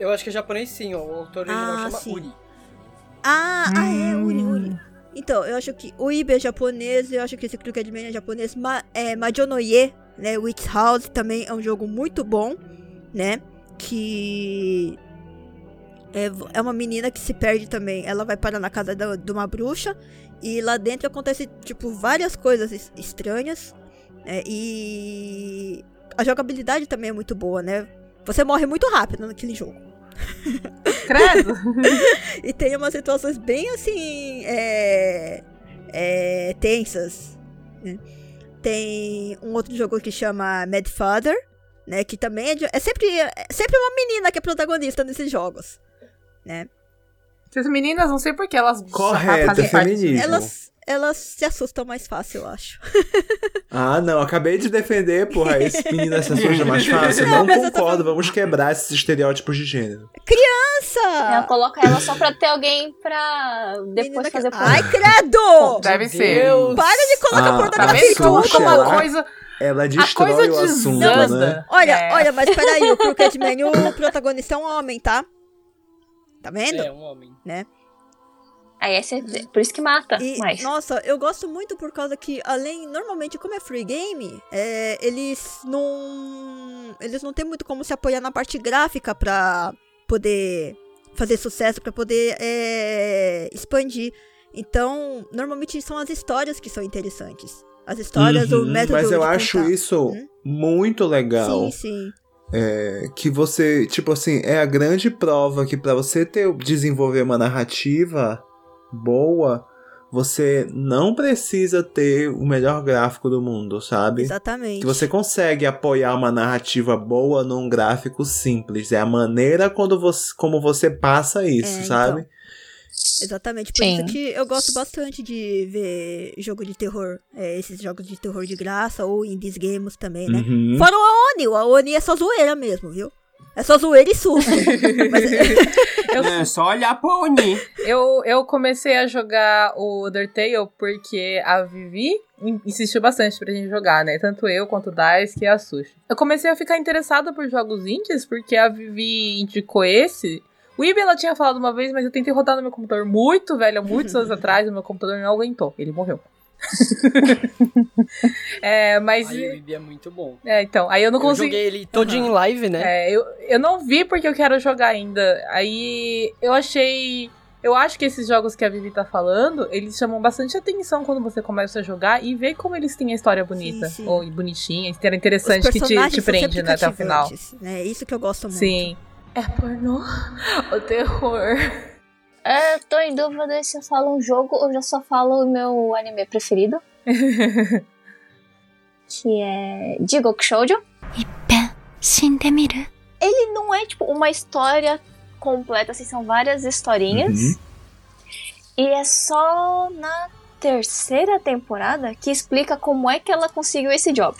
D: Eu acho que é japonês sim, ó. o autor original
E: Ah,
D: chama
E: sim.
D: Uri.
E: Ah, ah é, Uri,
B: Hum.
E: Uri. Então, eu acho que o Ibe é japonês, eu acho que esse Crooked Man é japonês. Ma, é, Majonoye, né, Witch House também é um jogo muito bom, né? Que é, v- é uma menina que se perde também. Ela vai parar na casa da- de uma bruxa e lá dentro acontece, tipo, várias coisas es- estranhas. né, e a jogabilidade também é muito boa, né? Você morre muito rápido naquele jogo.
B: Credo.
E: E tem umas situações bem assim. É, é, tensas. né? Tem um outro jogo que chama Mad Father, né? Que também é, de- é sempre, é sempre uma menina que é protagonista nesses jogos.
B: Essas meninas, não sei por que elas
C: Correto,
B: fazem
C: é
B: parte-
C: feminismo.
E: Elas, elas se assustam mais fácil, eu acho.
C: Ah, não, acabei de defender, porra, esse menino essa suja é mais fácil. Não,
E: mas eu tô
C: concordo, vamos quebrar esses estereótipos de gênero.
G: Ela
E: Nossa!
G: coloca ela só pra ter alguém pra depois
E: menina que-
G: fazer por
E: Ai, credo!
B: Deve
D: Meu
B: ser.
D: Deus.
E: Para de colocar a porta
C: Ah,
E: da
B: Tá vendo
C: sou
E: pessoa.
B: como, como a
C: Sheila.
B: coisa,
C: Ela
B: a coisa
C: destrói o assunto, né?
B: desanda?
E: Olha,
B: É.
E: olha, mas peraí, o Crooked Man, o protagonista é um homem, tá? Tá vendo?
D: É, um homem.
G: Aí é certeza- por isso que mata
E: E,
G: mais.
E: Nossa, eu gosto muito por causa que, além, normalmente, como é free game, é, eles não. Eles não têm muito como se apoiar na parte gráfica pra poder fazer sucesso, pra poder é, expandir. Então, normalmente são as histórias que são interessantes. As histórias, o
C: Uhum,
E: método.
C: mas eu
E: de
C: acho
E: contar.
C: isso
E: Hum?
C: muito legal.
E: Sim, sim.
C: que você, tipo assim, é a grande prova que pra você ter desenvolver uma narrativa boa, você não precisa ter o melhor gráfico do mundo, sabe?
E: Exatamente.
C: Que você consegue apoiar uma narrativa boa num gráfico simples. É a maneira quando você, como você passa isso,
E: É,
C: sabe?
E: Exatamente, por
G: Sim.
E: isso que eu gosto bastante de ver jogo de terror, é, esses jogos de terror de graça ou indies games também, né?
C: Uhum.
E: Fora o Aoni, o Aoni é só zoeira mesmo, viu? É só zoeira e susto. Mas,
A: É só olhar pra Oni.
B: Eu, eu comecei a jogar o Undertale porque a Vivi in- insistiu bastante pra gente jogar, né? Tanto eu quanto o Dice e a Sushi. Eu comecei a ficar interessada por jogos indies porque a Vivi indicou esse. O Ibe ela tinha falado uma vez, mas eu tentei rodar no meu computador muito velho, há muitos anos atrás, o meu computador não aguentou, ele morreu. é, mas.
D: Aí o Ibi é muito bom.
B: É, então, aí eu não
D: Eu
B: consegui.
D: joguei ele todo em live, né?
B: É, eu, eu não vi porque eu quero jogar ainda. Aí eu achei. Eu acho que esses jogos que a Vivi tá falando, eles chamam bastante atenção quando você começa a jogar e vê como eles têm a história bonita.
E: sim.
B: Ou bonitinha, história
E: os
B: interessante que te,
E: personagens
B: te
E: são
B: prende,
E: sempre
B: né, até o final.
E: cativantes, né? Isso que eu gosto muito.
B: Sim. É pornô? O terror.
G: É, tô em dúvida se eu falo um jogo ou já só falo o meu anime preferido. que é Jigoku Shoujo.
H: 死んでみる
G: Ele não é, tipo, uma história completa, assim, são várias historinhas.
C: Uhum.
G: E é só na terceira temporada que explica como é que ela conseguiu esse job.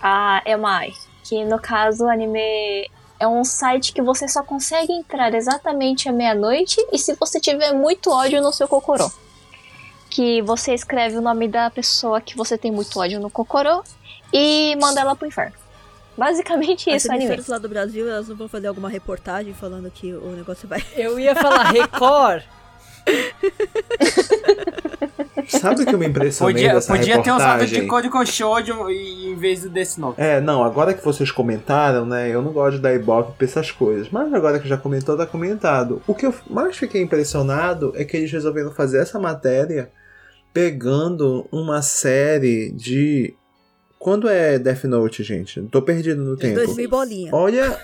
G: A MI. Que no caso o anime é um site que você só consegue entrar exatamente à meia-noite e se você tiver muito ódio no seu Cocorô. Que você escreve o nome da pessoa que você tem muito ódio no Cocorô e manda ela pro inferno. Basicamente
E: As
G: isso, o anime.
E: emissoras lá do Brasil, elas não vão fazer alguma reportagem falando que o negócio vai...
D: Eu ia falar Record.
C: Sabe o que eu me impressionei
A: Podia,
C: dessa
A: podia ter usado
C: reportagem?
A: de código Shoujo e- em vez do desse nome.
C: É, não, agora que vocês comentaram, né? Eu não gosto de dar ibope pra essas coisas. Mas agora que já comentou, tá comentado. O que eu mais fiquei impressionado é que eles resolveram fazer essa matéria pegando uma série de. Quando é Death Note, gente? Tô perdido no tempo.
E: 2000 bolinha.
C: Olha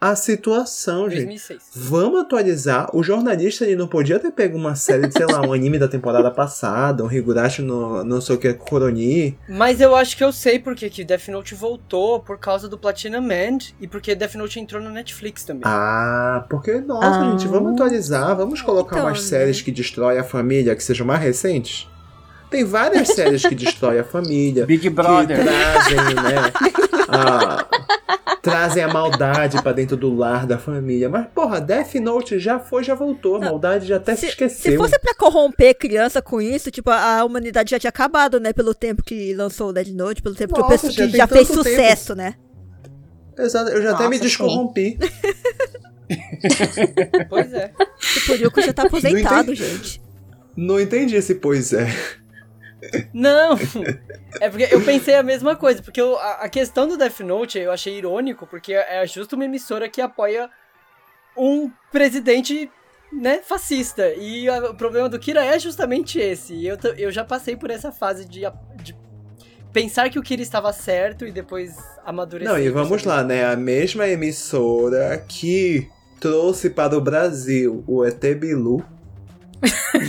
C: a situação, gente.
D: 2006.
C: Vamos atualizar. O jornalista ele não podia ter pego uma série de, sei lá, um anime da temporada passada, um Higurashi no não sei o que, Koroni.
D: Mas eu acho que eu sei porque que Death Note voltou por causa do Platinum End e porque Death Note entrou na Netflix também.
C: Ah, porque, nossa,
G: Ah.
C: gente, vamos atualizar, vamos colocar
E: Então,
C: umas
E: né?
C: séries que destroem a família, que sejam mais recentes. Tem várias séries que destroem a família,
A: Big
C: que
A: Brother.
C: trazem, né, a- trazem a maldade pra dentro do lar da família. Mas, porra, Death Note já foi, já voltou, a maldade já até se,
E: se
C: esqueceu.
E: fosse pra corromper criança com isso, tipo, a, a humanidade já tinha acabado, né? Pelo tempo que lançou o Dead Note, pelo tempo que o
C: Nossa,
E: pessoal
C: já
E: que
C: tem
E: já fez
C: tanto tempo.
E: sucesso, né?
C: Exato, eu já até me
G: Nossa, sim.
C: descorrompi.
D: Pois é.
E: Tipo, o Ryuko já tá aposentado, gente.
C: Não entendi esse pois é.
D: Não! É porque eu pensei a mesma coisa, porque eu- a, a questão do Death Note eu achei irônico, porque é justo uma emissora que apoia um presidente, né, fascista. E a- o problema do Kira é justamente esse. E eu, ta- eu já passei por essa fase de, a- de pensar que o Kira estava certo e depois amadurecer.
C: Não, e vamos lá, né? A mesma emissora que trouxe para o Brasil o ET Bilu,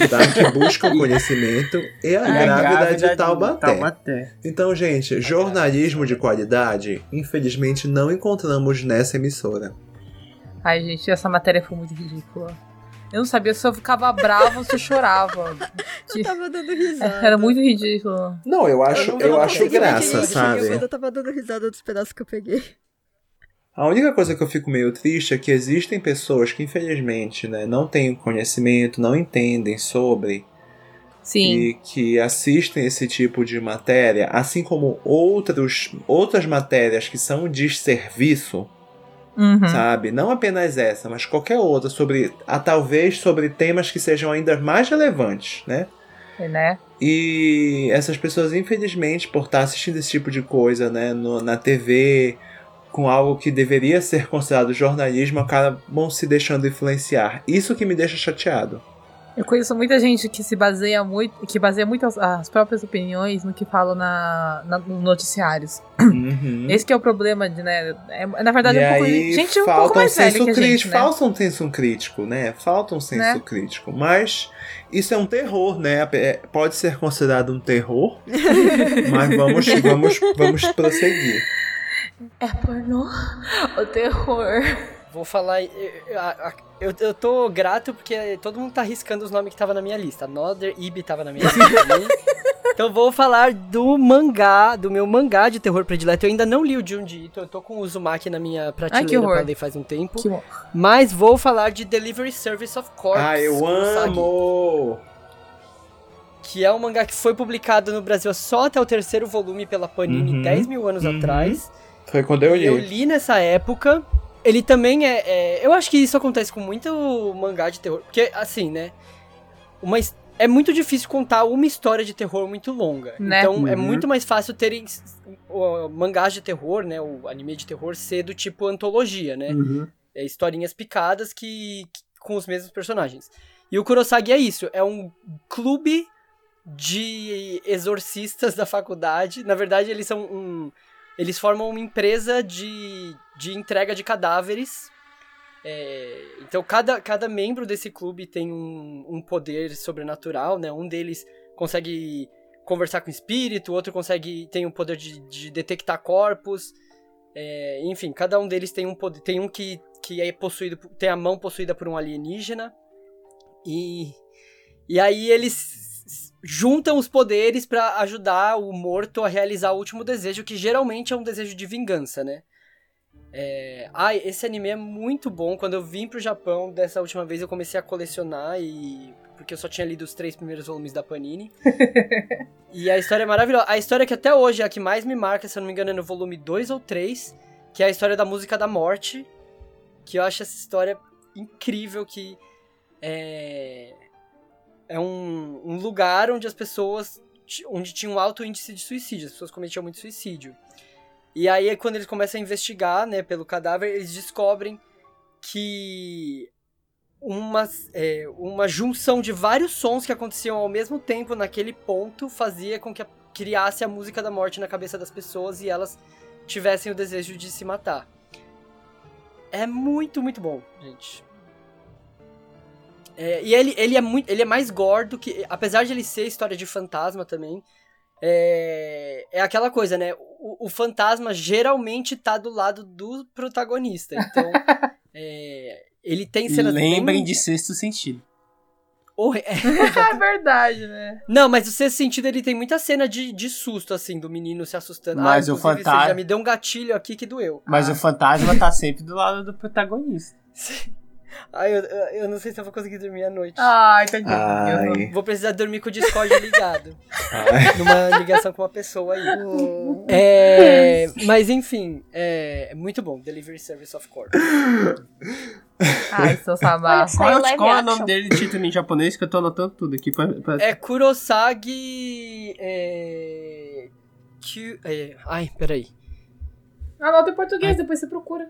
C: tá? que busca o conhecimento e a,
A: É,
C: grávida, de Taubaté.
A: Taubaté.
C: Então, gente, jornalismo de qualidade, infelizmente, não encontramos nessa emissora.
B: Ai, gente, essa matéria foi muito ridícula. Eu não sabia se eu ficava brava ou se eu chorava.
E: Eu tava dando risada.
B: É, Era muito ridículo.
C: Não, eu acho, eu
D: Eu não- eu não
C: acho
D: consegui
C: graça,
D: entender,
C: sabe?
E: Eu tava dando risada dos pedaços que eu peguei.
C: A única coisa que eu fico meio triste é que existem pessoas que, infelizmente, né, não têm conhecimento, não entendem sobre
B: Sim.
C: e que assistem esse tipo de matéria, assim como outros, outras matérias que são de serviço,
B: Uhum.
C: sabe? Não apenas essa, mas qualquer outra, sobre, a, talvez sobre temas que sejam ainda mais relevantes, né?
B: É, Né?
C: E essas pessoas, infelizmente, por estar assistindo esse tipo de coisa, né, no- na TV, com algo que deveria ser considerado jornalismo, acabam se deixando influenciar. Isso que me deixa chateado.
B: Eu conheço muita gente que se baseia muito, que baseia muito as, as próprias opiniões no que falam na, na- nos noticiários.
C: Uhum.
B: Esse que é o problema de, né? É, na verdade,
C: e
B: é um pouco.
C: aí,
B: gente um
C: falta
B: pouco mais velha
C: senso
B: que a
C: crítico,
B: gente. Né?
C: falta um senso crítico, né? Falta um senso
B: Né?
C: crítico. Mas isso é um terror, né? É- Pode ser considerado um terror, mas vamos, vamos, vamos prosseguir.
B: É pornô? O terror.
D: Vou falar. Eu, eu- a- eu, eu tô grato porque todo mundo tá arriscando os nomes que tava na minha lista. Another Ibi tava na minha lista também. Então vou falar do mangá, do meu mangá de terror predileto. Eu ainda não li o Junji Ito, eu tô com o Uzumaki na minha prateleira
B: horror.
D: pra ler faz um tempo.
B: Que horror.
D: Mas vou falar de Delivery Service of Corpse.
C: Ah, eu
D: Kurosaki,
C: amo!
D: Que é um mangá que foi publicado no Brasil só até o terceiro volume pela Panini
C: Uhum.
D: 10 mil anos
C: Uhum.
D: atrás.
C: Foi quando eu li.
D: Eu li nessa época. Ele também é, é- Eu acho que isso acontece com muito mangá de terror. Porque, assim, né? Uma, his- é muito difícil contar uma história de terror muito longa.
B: Né?
D: Então é
A: Uhum.
D: muito mais fácil terem s- o- mangás de terror, né? O anime de terror ser do tipo antologia, né?
A: Uhum.
D: É, historinhas picadas que, que- com os mesmos personagens. E o Kurosagi é isso, é um clube de exorcistas da faculdade. Na verdade, eles são um eles formam uma empresa de, de entrega de cadáveres. É, então, cada, cada membro desse clube tem um, um poder sobrenatural, né? Um deles consegue conversar com espírito, o outro consegue tem o poder de, de detectar corpos. É, enfim, cada um deles tem um poder. Tem um que, que é possuído, por- tem a mão possuída por um alienígena. E, e aí eles s- s- juntam os poderes pra ajudar o morto a realizar o último desejo, que geralmente é um desejo de vingança, né? É, Ai, esse anime é muito bom. Quando eu vim pro Japão dessa última vez, eu comecei a colecionar e. Porque eu só tinha lido os três primeiros volumes da Panini. E a história é maravilhosa. A história que até hoje é a que mais me marca, se eu não me engano, é no volume 2 ou 3, que é a história da música da morte. Que eu acho essa história incrível que é, é um, um lugar onde as pessoas. ti- onde tinha um alto índice de suicídio, as pessoas cometiam muito suicídio. E aí é quando eles começam a investigar, né, pelo cadáver, eles descobrem que uma, é, uma junção de vários sons que aconteciam ao mesmo tempo naquele ponto fazia com que a- criasse a música da morte na cabeça das pessoas e elas tivessem o desejo de se matar. É muito, muito bom, gente. É, e ele, ele, é muito, ele é mais gore do que. Apesar de ele ser história de fantasma também, é, é aquela coisa, né? O, o fantasma geralmente tá do lado do protagonista. Então, é, ele tem cenas bem-
A: Lembrem de sexto sentido.
D: Horre- é.
B: É verdade, né?
D: Não, mas o sexto sentido ele tem muita cena de, de susto, assim, do menino se assustando. Ah,
A: Mas o
D: inclusive,
A: fantasma-
D: Você já me deu um gatilho aqui que doeu.
A: Mas o fantasma tá sempre do lado do protagonista.
D: Ai, Ah, eu, eu eu não sei se eu vou conseguir dormir à noite.
B: Ai, tadinho.
C: Ai,
D: Vou precisar dormir com o Discord ligado.
C: ai.
D: numa ligação com uma pessoa aí.
E: O-
D: É, mas enfim, é muito bom. Delivery Service of Corp.
B: Ai, seu sabá.
F: Olha só.
A: Qual, é o-
F: live
A: qual é o
F: action.
A: nome dele de título em japonês que eu tô anotando tudo aqui pra, pra-
D: É Kurosagi. É, Kyu- é, ai, peraí.
B: Anota em português, depois você procura.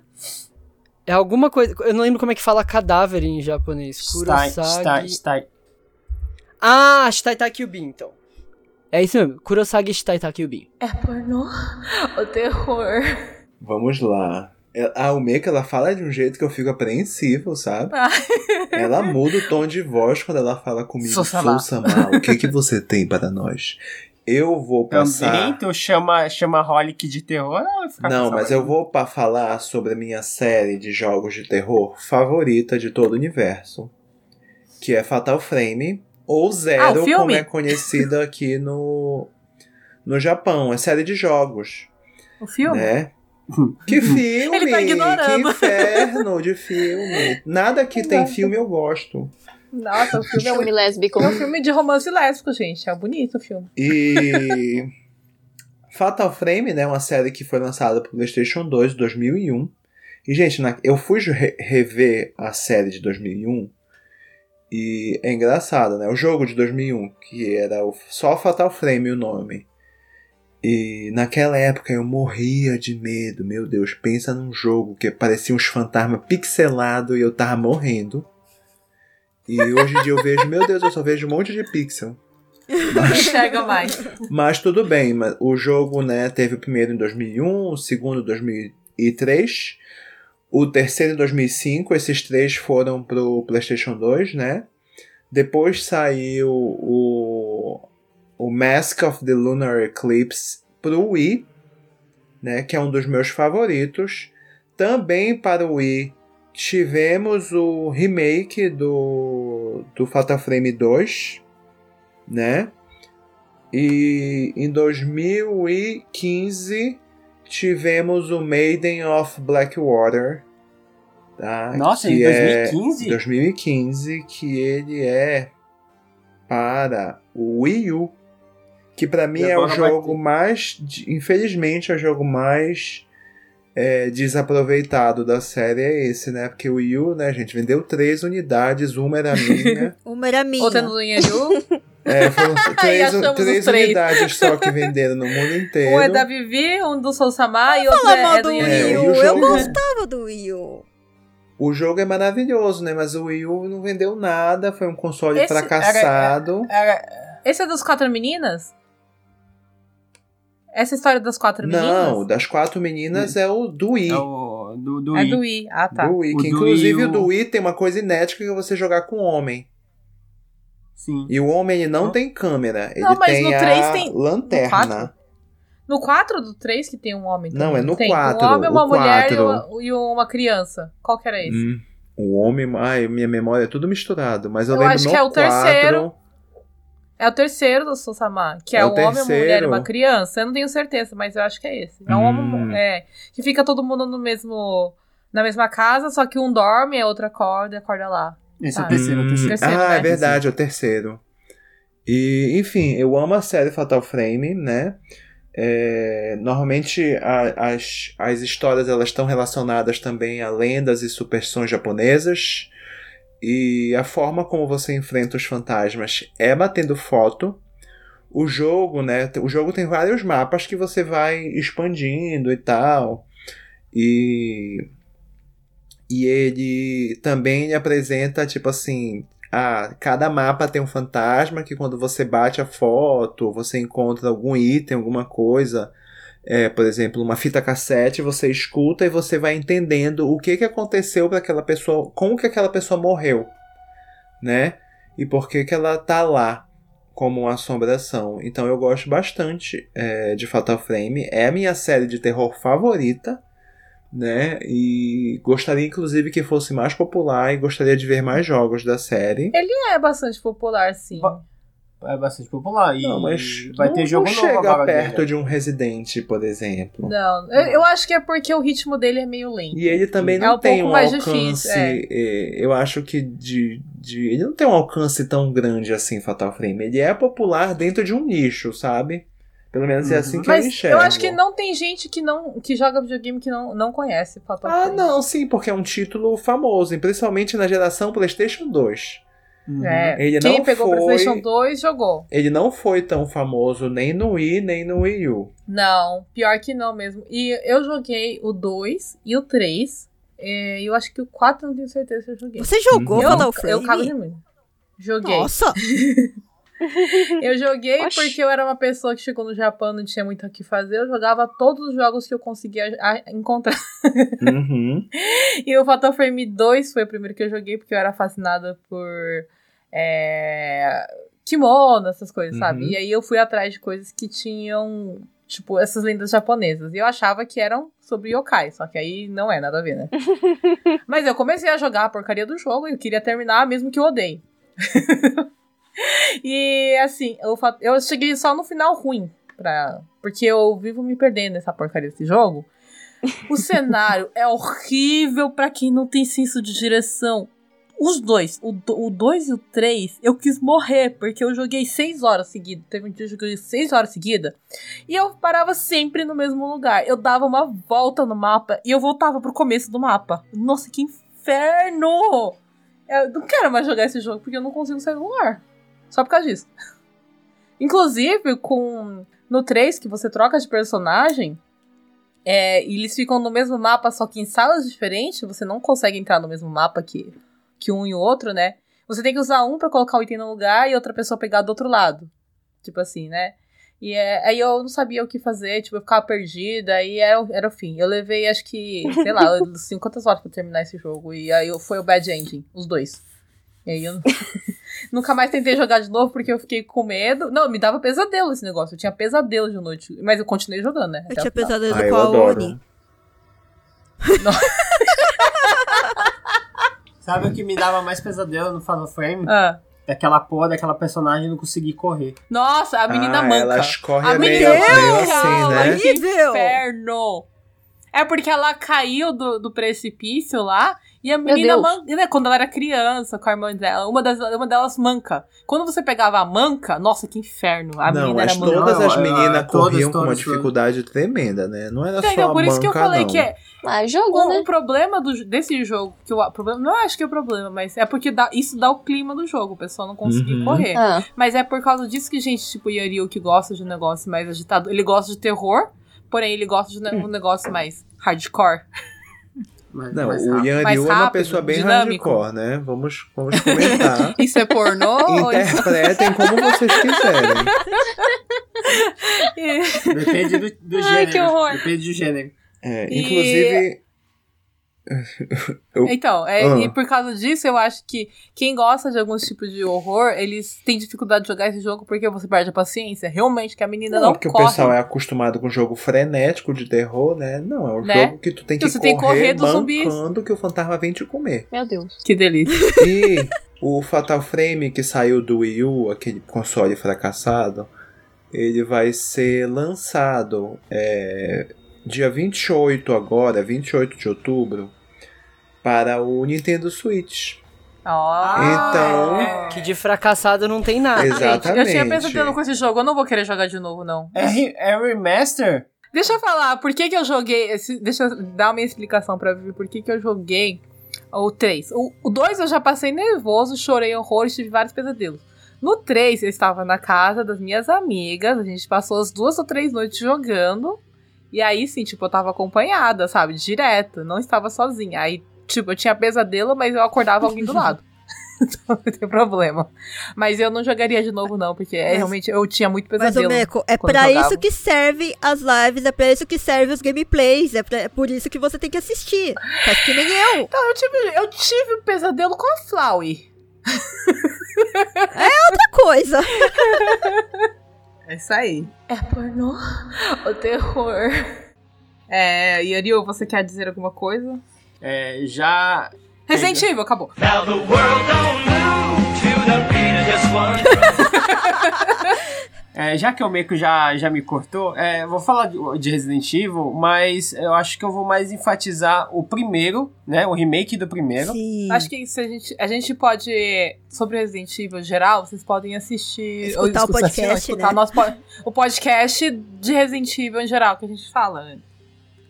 D: É alguma coisa. Eu não lembro como é que fala cadáver em japonês.
A: Stein, Stein,
D: Kurosagi.
A: Stein.
D: Ah, Shitaita Kyubin, então. É isso mesmo, Kurosagi Shitaita Kyubin.
B: É pornô? O terror.
C: Vamos lá. ela- A Almeca, ela fala de um jeito que eu fico apreensivo, sabe?
B: Ai.
C: Ela muda o tom de voz quando ela fala comigo. Sou
B: Soussamá.
C: Samar, o que, que você tem para nós? Eu vou
A: Também,
C: passar...
A: tu chama, chama Holic de terror? Ela vai ficar
C: Não,
A: com
C: mas
A: essa-
C: eu vou para falar sobre a minha série de jogos de terror favorita de todo o universo. Que é Fatal Frame, ou Zero,
B: Ah, filme?
C: como é conhecida aqui no, no Japão. É série de jogos.
B: O filme?
C: Né? Que filme!
B: Ele tá ignorando.
C: Que inferno de filme. Nada que tem
B: Exato.
C: filme eu gosto.
B: Nossa, o filme é
G: Filme
B: um,
G: lésbico.
B: é um filme de romance lésbico, gente. É bonito o filme.
C: E Fatal Frame, né, uma série que foi lançada pro PlayStation 2 em 2001. E gente, na- eu fui re- rever a série de 2001 e é engraçado, né? O jogo de 2001, que era o- só Fatal Frame o nome. E naquela época eu morria de medo, meu Deus, pensa num jogo que parecia uns fantasmas pixelados e eu tava morrendo. E hoje em dia eu vejo, meu Deus, eu só vejo um monte de pixel.
B: Não enxerga mais.
C: Mas tudo bem, mas o jogo né, teve o primeiro em 2001, o segundo em 2003, o terceiro em 2005, esses três foram pro PlayStation 2, né? Depois saiu o, o Mask of the Lunar Eclipse pro Wii, né, que é um dos meus favoritos. Também para o Wii tivemos o remake do, do Fatal Frame 2, né? E em 2015 tivemos o Maiden of Blackwater. Tá?
A: Nossa,
C: Que
A: em
C: é-
A: 2015?
C: 2015, que ele é para o Wii U, que pra mim
A: E
C: é o
A: agora vai
C: jogo mais, de- infelizmente é o jogo mais é, desaproveitado da série é esse, né? Porque o Wii U, né, gente, vendeu três unidades, uma era minha,
E: Uma era minha.
B: Outra no Yanju,
C: é, foram três,
B: achamos os
C: três
B: três.
C: unidades só que venderam no mundo inteiro.
B: um é da Vivi, um do Soul Samar e outro
E: Fala mal
B: é, é do
E: do Wii
C: É,
B: Yanju.
C: e o
E: U. Eu
C: jogo, né?
E: gostava do Wii U.
C: O jogo é maravilhoso, né? Mas o Wii U não vendeu nada, foi um console
B: Esse-
C: fracassado.
A: Era-
B: Esse é das quatro meninas? Essa história das quatro
C: Não,
B: meninas?
C: das quatro meninas é o do Wii.
A: é o do, do
B: É
A: I.
B: do Wii. Ah, tá.
C: Do Wii,
A: O
C: que
A: do
C: inclusive
A: Wii,
C: o do
A: o-
C: Wii tem uma coisa inédita que é você jogar com o homem.
A: Sim.
C: E o homem ele não
A: Ah.
C: tem câmera, ele
B: mas
C: tem
B: no
C: a
B: três tem- no
C: lanterna.
B: quatro? No 4 do 3 que tem um homem também?
C: Não, é no
B: tem
C: quatro,
B: um homem, uma
C: o
B: mulher e
C: quatro.
B: uma, e uma criança. Qual que era esse?
C: Hum, o homem, ai, minha memória é tudo misturado, mas eu,
B: Eu
C: lembro
B: acho
C: no
B: que é o
C: quatro,
B: terceiro. É o terceiro do Sousama, que é,
C: É o
B: um homem, uma mulher e
C: terceiro.
B: uma criança. Eu não tenho certeza, mas eu acho que é esse. É um
C: Hum.
B: homem, é, que fica todo mundo no mesmo na mesma casa, só que um dorme, a outra acorda, e acorda lá.
A: Esse é
B: Ah.
A: o terceiro, o
C: Hum,
A: terceiro.
B: Terceiro,
C: ah,
B: né?
C: é verdade, é o terceiro. E, enfim, eu amo a série Fatal Frame, né? É, normalmente a- as, as histórias elas estão relacionadas também a lendas e superstições japonesas. E a forma como você enfrenta os fantasmas é batendo foto. O jogo, né? O jogo tem vários mapas que você vai expandindo e tal. E e ele também ele apresenta, tipo assim, a, cada mapa tem um fantasma que quando você bate a foto, você encontra algum item, alguma coisa. É, por exemplo, uma fita cassete, você escuta e você vai entendendo o que, que aconteceu para aquela pessoa, como que aquela pessoa morreu, né? E por que, que ela tá lá como uma assombração. Então eu gosto bastante é, de Fatal Frame, é a minha série de terror favorita né? E gostaria inclusive que fosse mais popular e gostaria de ver mais jogos da série.
B: É bastante popular, sim.
A: Ba- É bastante popular. E
C: Não, mas
A: vai
C: não,
A: ter jogo
C: não
A: novo
C: chega
A: agora
C: perto
A: dele.
C: de um Resident, por exemplo.
B: Não, eu, eu acho que é porque o ritmo dele é meio lento.
C: E ele também
B: É
C: não
B: um
C: tem
B: pouco
C: um
B: mais
C: alcance.
B: difícil, é.
C: eh, Eu acho que de, de. Ele não tem um alcance tão grande assim, Fatal Frame. Ele é popular dentro de um nicho, sabe? Pelo menos é
A: Uhum.
C: assim que eu
B: Mas
C: enxergo.
B: eu acho que não é tem gente que não que joga videogame que não, não conhece Fatal
C: Ah,
B: Frame.
C: não, sim, porque é um título famoso, e principalmente na geração PlayStation 2.
A: Uhum.
B: É,
C: Ele
B: quem
C: não
B: pegou o
C: foi-
B: PlayStation 2 jogou.
C: Ele não foi tão famoso nem no Wii, nem no Wii U.
B: Não, pior que não mesmo. E eu joguei o 2 e o 3. É, eu acho que o 4 eu não tenho certeza se Uhum. eu joguei.
E: Você jogou
B: eu,
E: Fatal
B: eu cago
E: Frame?
B: de mim. Joguei.
E: Nossa!
B: Eu joguei
G: Oxi.
B: porque eu era uma pessoa que chegou no Japão, não tinha muito o que fazer. Eu jogava todos os jogos que eu conseguia a- encontrar.
C: Uhum.
B: E o Fatal Frame 2 foi o primeiro que eu joguei porque eu era fascinada por é, kimono, essas coisas,
C: Uhum.
B: sabe? E aí eu fui atrás de coisas que tinham, tipo, essas lendas japonesas. E eu achava que eram sobre yokai, só que aí não é nada a ver, né? Mas eu comecei a jogar a porcaria do jogo e eu queria terminar, mesmo que eu odeie. e assim, eu, fa- eu cheguei só no final ruim, pra, porque eu vivo me perdendo nessa porcaria desse jogo. O cenário é horrível pra quem não tem senso de direção. Os dois, o 2 e o 3, eu quis morrer, porque eu joguei 6 horas seguidas. Teve um dia que eu joguei 6 horas seguidas. E eu parava sempre no mesmo lugar. Eu dava uma volta no mapa e eu voltava pro começo do mapa. Nossa, que inferno! Eu não quero mais jogar esse jogo porque eu não consigo sair do lugar. Só por causa disso. Inclusive, com no 3, que você troca de personagem, é, e eles ficam no mesmo mapa, só que em salas diferentes, você não consegue entrar no mesmo mapa que que um e o outro, né? Você tem que usar um pra colocar o item no lugar e outra pessoa pegar do outro lado. Tipo assim, né? E é- aí eu não sabia o que fazer, tipo, eu ficava perdida, aí era, o- era o fim. Eu levei, acho que, sei lá, eu- assim, quantas horas pra terminar esse jogo. E aí eu- foi o Bad Ending, os dois. E aí eu nunca mais tentei jogar de novo porque eu fiquei com medo. Não, me dava pesadelo esse negócio. Eu tinha pesadelo de noite. Mas eu continuei jogando, né?
E: Eu
B: até o
E: tinha
B: final.
E: pesadelo
C: Ah,
E: com
C: eu
E: a
C: adoro.
E: Oni.
A: Sabe o que me dava mais pesadelo no Final Frame?
B: Ah.
A: Daquela porra, daquela personagem não conseguir correr.
B: Nossa, a menina
C: ah,
B: manca.
C: Ela escorre
B: A
C: meio,
B: menina
C: meio
B: manca,
C: assim, né?
B: que
E: Horrível.
B: inferno! É porque ela caiu do, do precipício lá e a menina
G: Deus.
B: manca, né, quando ela era criança com a irmã dela, uma, das, uma delas manca. Quando você pegava a manca, nossa, que inferno. A
C: não,
B: menina era
C: mas
B: manca.
C: todas as
A: Não,
C: meninas
A: ah, todas,
C: corriam com uma
A: todas,
C: dificuldade tremenda, né? Não era só
B: Então,
C: a
B: por isso que eu
C: manca,
B: falei
C: não.
B: que é,
G: Ah, jogo,
B: o,
G: né?
B: o problema do- desse jogo, que o problema, não acho que é o problema, mas é porque dá- isso dá o clima do jogo, o pessoal não conseguir
C: Uhum.
B: correr.
G: Ah,
B: Mas é por causa disso que gente, tipo, Yariu, que gosta de um negócio mais agitado. Ele gosta de terror, porém ele gosta de ne- um negócio mais hardcore.
A: Mas,
C: Não,
A: mas ah,
C: o
A: rápido.
C: Yan
B: Mais
C: Ryu é uma
B: rápido,
C: pessoa bem
B: dinâmico.
C: hardcore, né? Vamos, vamos comentar.
B: Isso é pornô? ou isso-
C: Interpretem como vocês quiserem.
B: é-
A: Depende do, do gênero.
G: que horror.
A: Depende do gênero.
C: É,
B: E-
C: Inclusive,
B: então, é,
C: Ah.
B: e por causa disso, eu acho que quem gosta de alguns tipos de horror, eles têm dificuldade de jogar esse jogo porque você perde a paciência. Realmente, que a menina
C: não,
B: não,
C: porque
B: corre.
C: o pessoal é acostumado com jogo frenético de terror, né? Não, é um
B: Né?
C: jogo que tu tem
B: Que
C: que
B: você
C: correr,
B: tem que correr dos zumbis.
C: mancando que o fantasma vem te comer.
G: meu Deus.
B: Que delícia.
C: E o Fatal Frame que saiu do Wii U, aquele console fracassado, ele vai ser lançado é, dia 28 agora, 28 de outubro, para o Nintendo Switch. Então-
A: Ah,
B: é.
D: Que de fracassado não tem nada.
C: Exatamente.
B: Eu tinha pensado com esse jogo, eu não vou querer jogar de novo, não.
A: É, re- é remaster?
B: Deixa eu falar, por que que eu joguei. esse- deixa eu dar uma explicação pra Vivi, por que que eu joguei o 3. O 2 eu já passei nervoso, chorei horrores, tive vários pesadelos. No 3 eu estava na casa das minhas amigas, a gente passou as duas ou três noites jogando. E aí sim, tipo, eu tava acompanhada, sabe? Direto, não estava sozinha. Aí, tipo, eu tinha pesadelo, mas eu acordava alguém do lado. Então não tem problema. Mas eu não jogaria de novo, não, porque é,
E: Mas-
B: realmente eu tinha muito
E: Mas, ô
B: pesadelo.
E: Meco, é
B: quando
E: pra
B: jogava.
E: isso que servem as lives, é pra isso que servem os gameplays, é, pra- é por isso que você tem que assistir. Faz que nem eu.
B: Não, Então, eu tive, eu tive um pesadelo com a Flauy.
E: Outra coisa.
B: É isso aí.
G: É pornô?
B: O terror. É, Yoriu, você quer dizer alguma coisa?
A: É, já.
B: Resident Evil, acabou.
A: É, já que o Meco já, já me cortou, é, vou falar de, de Resident Evil, mas eu acho que eu vou mais enfatizar o primeiro, né? O remake do
C: É,
A: primeiro.
E: Sim.
B: Acho que se a gente, a gente pode. Sobre Resident Evil em geral, vocês podem assistir.
E: Escutar
B: ou
E: o podcast,
B: não, escutar
E: né?
B: o nosso po- o podcast de Resident Evil em geral, que a gente fala. né?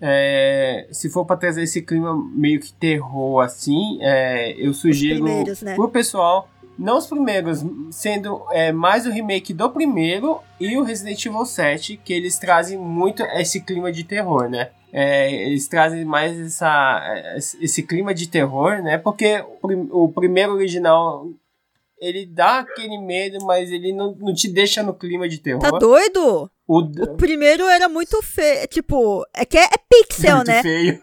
A: É, se for pra trazer esse clima meio que terror assim, é, eu sugiro
E: primeiros, né?
A: pro pessoal, não os primeiros, sendo é, mais o remake do primeiro e o Resident Evil 7, que eles trazem muito esse clima de terror, né? É, eles trazem mais essa, esse clima de terror, né? Porque o, prim- o primeiro original ele dá aquele medo, mas ele não, não te deixa no clima de terror.
E: Tá doido?
A: O
E: O primeiro era muito feio. Tipo, é que é, é pixel,
A: muito
E: né?
A: feio.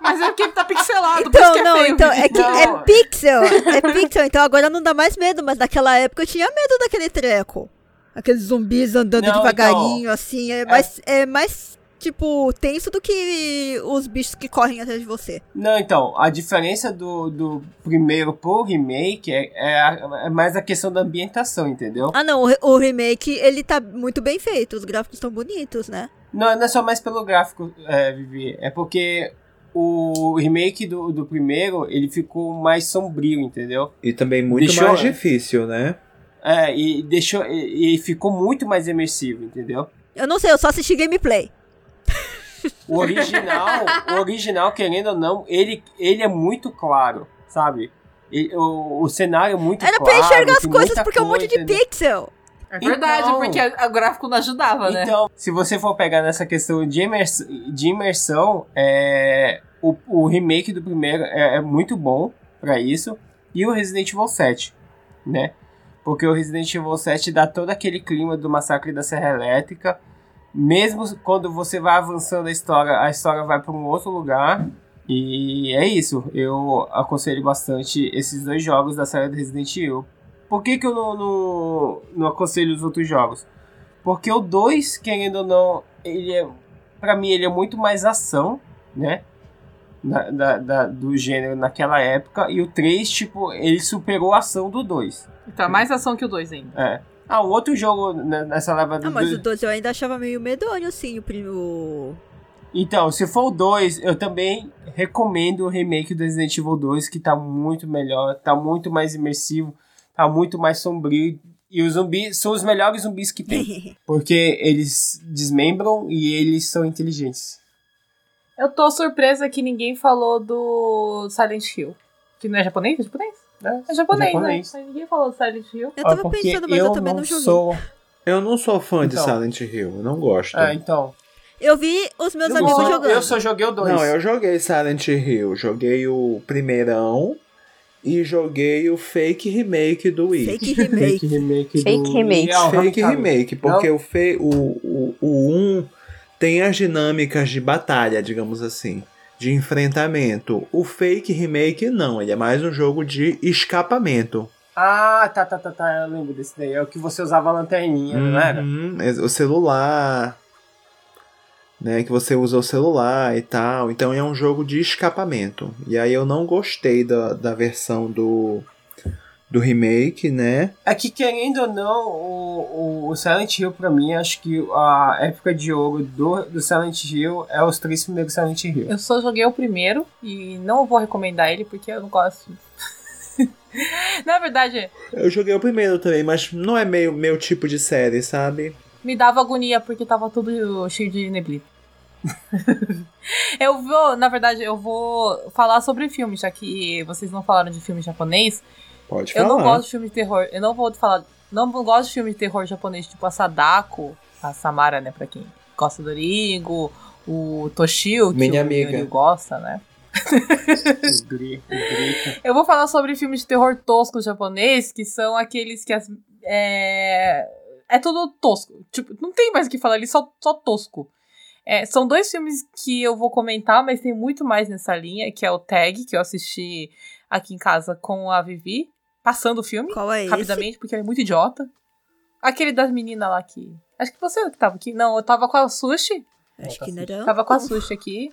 B: Mas é porque ele tá pixelado, por isso
E: Então,
B: que é
E: não,
B: feio.
E: então, é que
A: Não.
E: é pixel. É pixel, então agora não dá mais medo, mas naquela época eu tinha medo daquele treco. Aqueles zumbis andando
A: Não,
E: devagarinho, assim. É mais, é mais, tipo, tenso do que os bichos que correm atrás de você.
A: Não, então, a diferença do, do primeiro pro remake é, é, a- é mais a questão da ambientação, entendeu?
E: Ah, não, o, re- o remake, ele tá muito bem feito. Os gráficos estão bonitos, né?
A: Não, não é só mais pelo gráfico, é, Vivi. É porque o remake do, do primeiro, ele ficou mais sombrio, entendeu?
C: E também muito
A: Deixou-
C: mais difícil, né?
A: É, e deixou. E, e ficou muito mais imersivo, entendeu?
E: Eu não sei, eu só assisti gameplay.
A: O original, o original, querendo ou não, ele, ele é muito claro, sabe? E- o, o cenário é muito
E: Era pra
A: claro.
E: enxergar as
A: tem
E: coisas,
A: muita
E: porque é um monte de
A: coisa, né?
E: pixel.
B: É verdade,
A: Então-
B: porque a- o gráfico não ajudava, né?
A: Então, se você for pegar nessa questão de, imers de imersão, é, o, o remake do primeiro é, é muito bom pra isso. E o Resident Evil 7, né? Porque o Resident Evil 7 dá todo aquele clima do massacre da Serra Elétrica. Mesmo quando você vai avançando a história, a história vai pra um outro lugar. E é isso. Eu aconselho bastante esses dois jogos da série do Resident Evil. Por que, que eu não, não, não aconselho os outros jogos? Porque o 2, querendo ou não, ele é. Pra mim, ele é muito mais ação, né? Da, da- da- do gênero naquela época. E o 3, tipo, ele superou a ação do 2.
E: Então-
B: Tá mais ação que o 2 ainda.
A: É. Ah, um outro jogo ne- nessa leva do.
E: Ah, mas o
A: do-
E: 12 eu ainda achava meio medonho, assim, o primo...
A: Então, se for o 2, eu também recomendo o remake do Resident Evil 2, que tá muito melhor, tá muito mais imersivo, tá muito mais sombrio. E os zumbis são os melhores zumbis que tem. Porque eles desmembram e eles são inteligentes.
B: Eu tô surpresa que ninguém falou do Silent Hill. Que não é japonês? É japonês?
A: né?
B: É japonês,
A: Japonês.
B: né? Mas ninguém falou do Silent Hill.
E: Eu
A: Ah,
E: tava
A: porque
E: pensando, mas eu, também não joguei.
A: Sou... É,
C: Eu não sou fã de
A: Então.
C: Silent Hill, eu não gosto.
A: Ah, então.
E: Eu vi os meus
A: Eu
E: amigos
A: só-
E: jogando.
A: Eu só joguei o 2.
C: Não, eu joguei Silent Hill, joguei o primeirão e joguei o fake remake do Wii.
E: Fake remake.
A: remake.
F: Fake remake.
A: Real,
C: fake
A: Hamilton.
C: remake, porque o, fe... o, o, o 1 tem as dinâmicas de batalha, digamos assim, de enfrentamento. O fake remake não, ele é mais um jogo de escapamento.
A: Ah, tá, tá, tá, tá. Eu lembro desse daí. É o que você usava a lanterninha, não era?
C: Uhum, é O celular, né, que você usa o celular e tal. Então é um jogo de escapamento. E aí eu não gostei da, da versão do, do remake, né?
A: É que, querendo ou não, o, o- o Silent Hill, pra mim, acho que a época de ouro do, do Silent Hill é os três primeiros Silent Hill.
B: Eu só joguei o primeiro e não vou recomendar ele porque eu não gosto. Na verdade,
C: Eu joguei o primeiro também, mas não é meio meu tipo de série, sabe?
B: me dava agonia porque tava tudo cheio de neblina. eu vou, na verdade, eu vou falar sobre filme, já que vocês não falaram de filme japonês.
C: Pode
B: Eu
C: falar.
B: não gosto de filme de terror. Eu não vou falar. Não gosto de filme de terror japonês, tipo a Sadako, a Samara, né, pra quem gosta do Rigo, o Toshio, que
C: Minha
B: o
C: amiga.
B: Yuri gosta, né?
A: O Gri- o Grito.
B: Eu vou falar sobre filmes de terror tosco japonês, que são aqueles que as. É, é tudo tosco. Tipo, não tem mais o que falar, ele só, só tosco. É, são dois filmes que eu vou comentar, mas tem muito mais nessa linha, que é o Tag, que eu assisti aqui em casa com a Vivi, passando o filme
E: Qual é esse?
B: rapidamente, porque ele é muito idiota. Aquele das meninas lá que. Acho que você que tava aqui. Não, eu tava com a Sushi.
E: Acho que não era.
B: Tava com a Sushi aqui.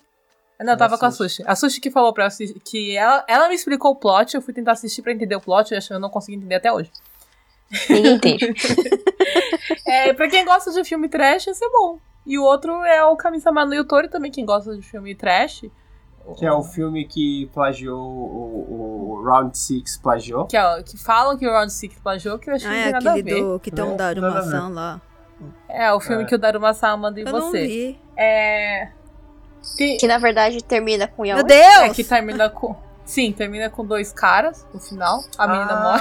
B: Não, eu tava com a Sushi. A Sushi que falou pra eu assistir. Que ela, ela me explicou o plot, eu fui tentar assistir pra entender o plot, eu acho que eu não consegui entender até hoje.
F: Ninguém entende.
B: É, pra quem gosta de filme trash, esse é bom. E o outro é o Kamisama no Yutori também, quem gosta de filme trash.
A: Que é o filme que plagiou o, o- o Round Six plagiou.
B: Que, é, o- que falam que o Round Six plagiou, que eu achei
E: Ah,
B: que
E: é
B: não tem nada a
E: aquele
B: ver.
E: do que
A: Não,
E: tão da
A: nada a ver.
E: armação lá.
B: É, o filme
A: É.
B: que o Daruma-san manda em
E: Eu não
B: você.
E: vi.
B: É. Tem-
F: Que na verdade termina com
E: Meu
F: Yaoi.
B: É,
E: Deus!
B: que termina com. Sim, termina com dois caras no final. A menina morre.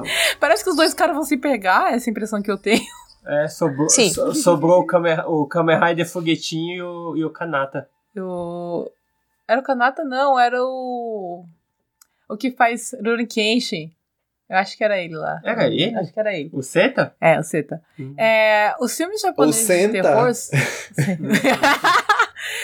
A: morre.
B: Parece que os dois caras vão se pegar, essa impressão que eu tenho.
A: É, sobrou,
F: Sim.
A: so- sobrou o Kamen, o Kamen Rider Foguetinho e o, e o Kanata.
B: O... Era o Kanata, não, era o. O que faz Rurik Kenshin. Eu acho que era ele lá.
A: Era ele?
B: Acho que era ele.
A: O Seta?
B: É, o Seta.
A: Hum.
B: É, os filmes japoneses de
C: Senta.
B: terror...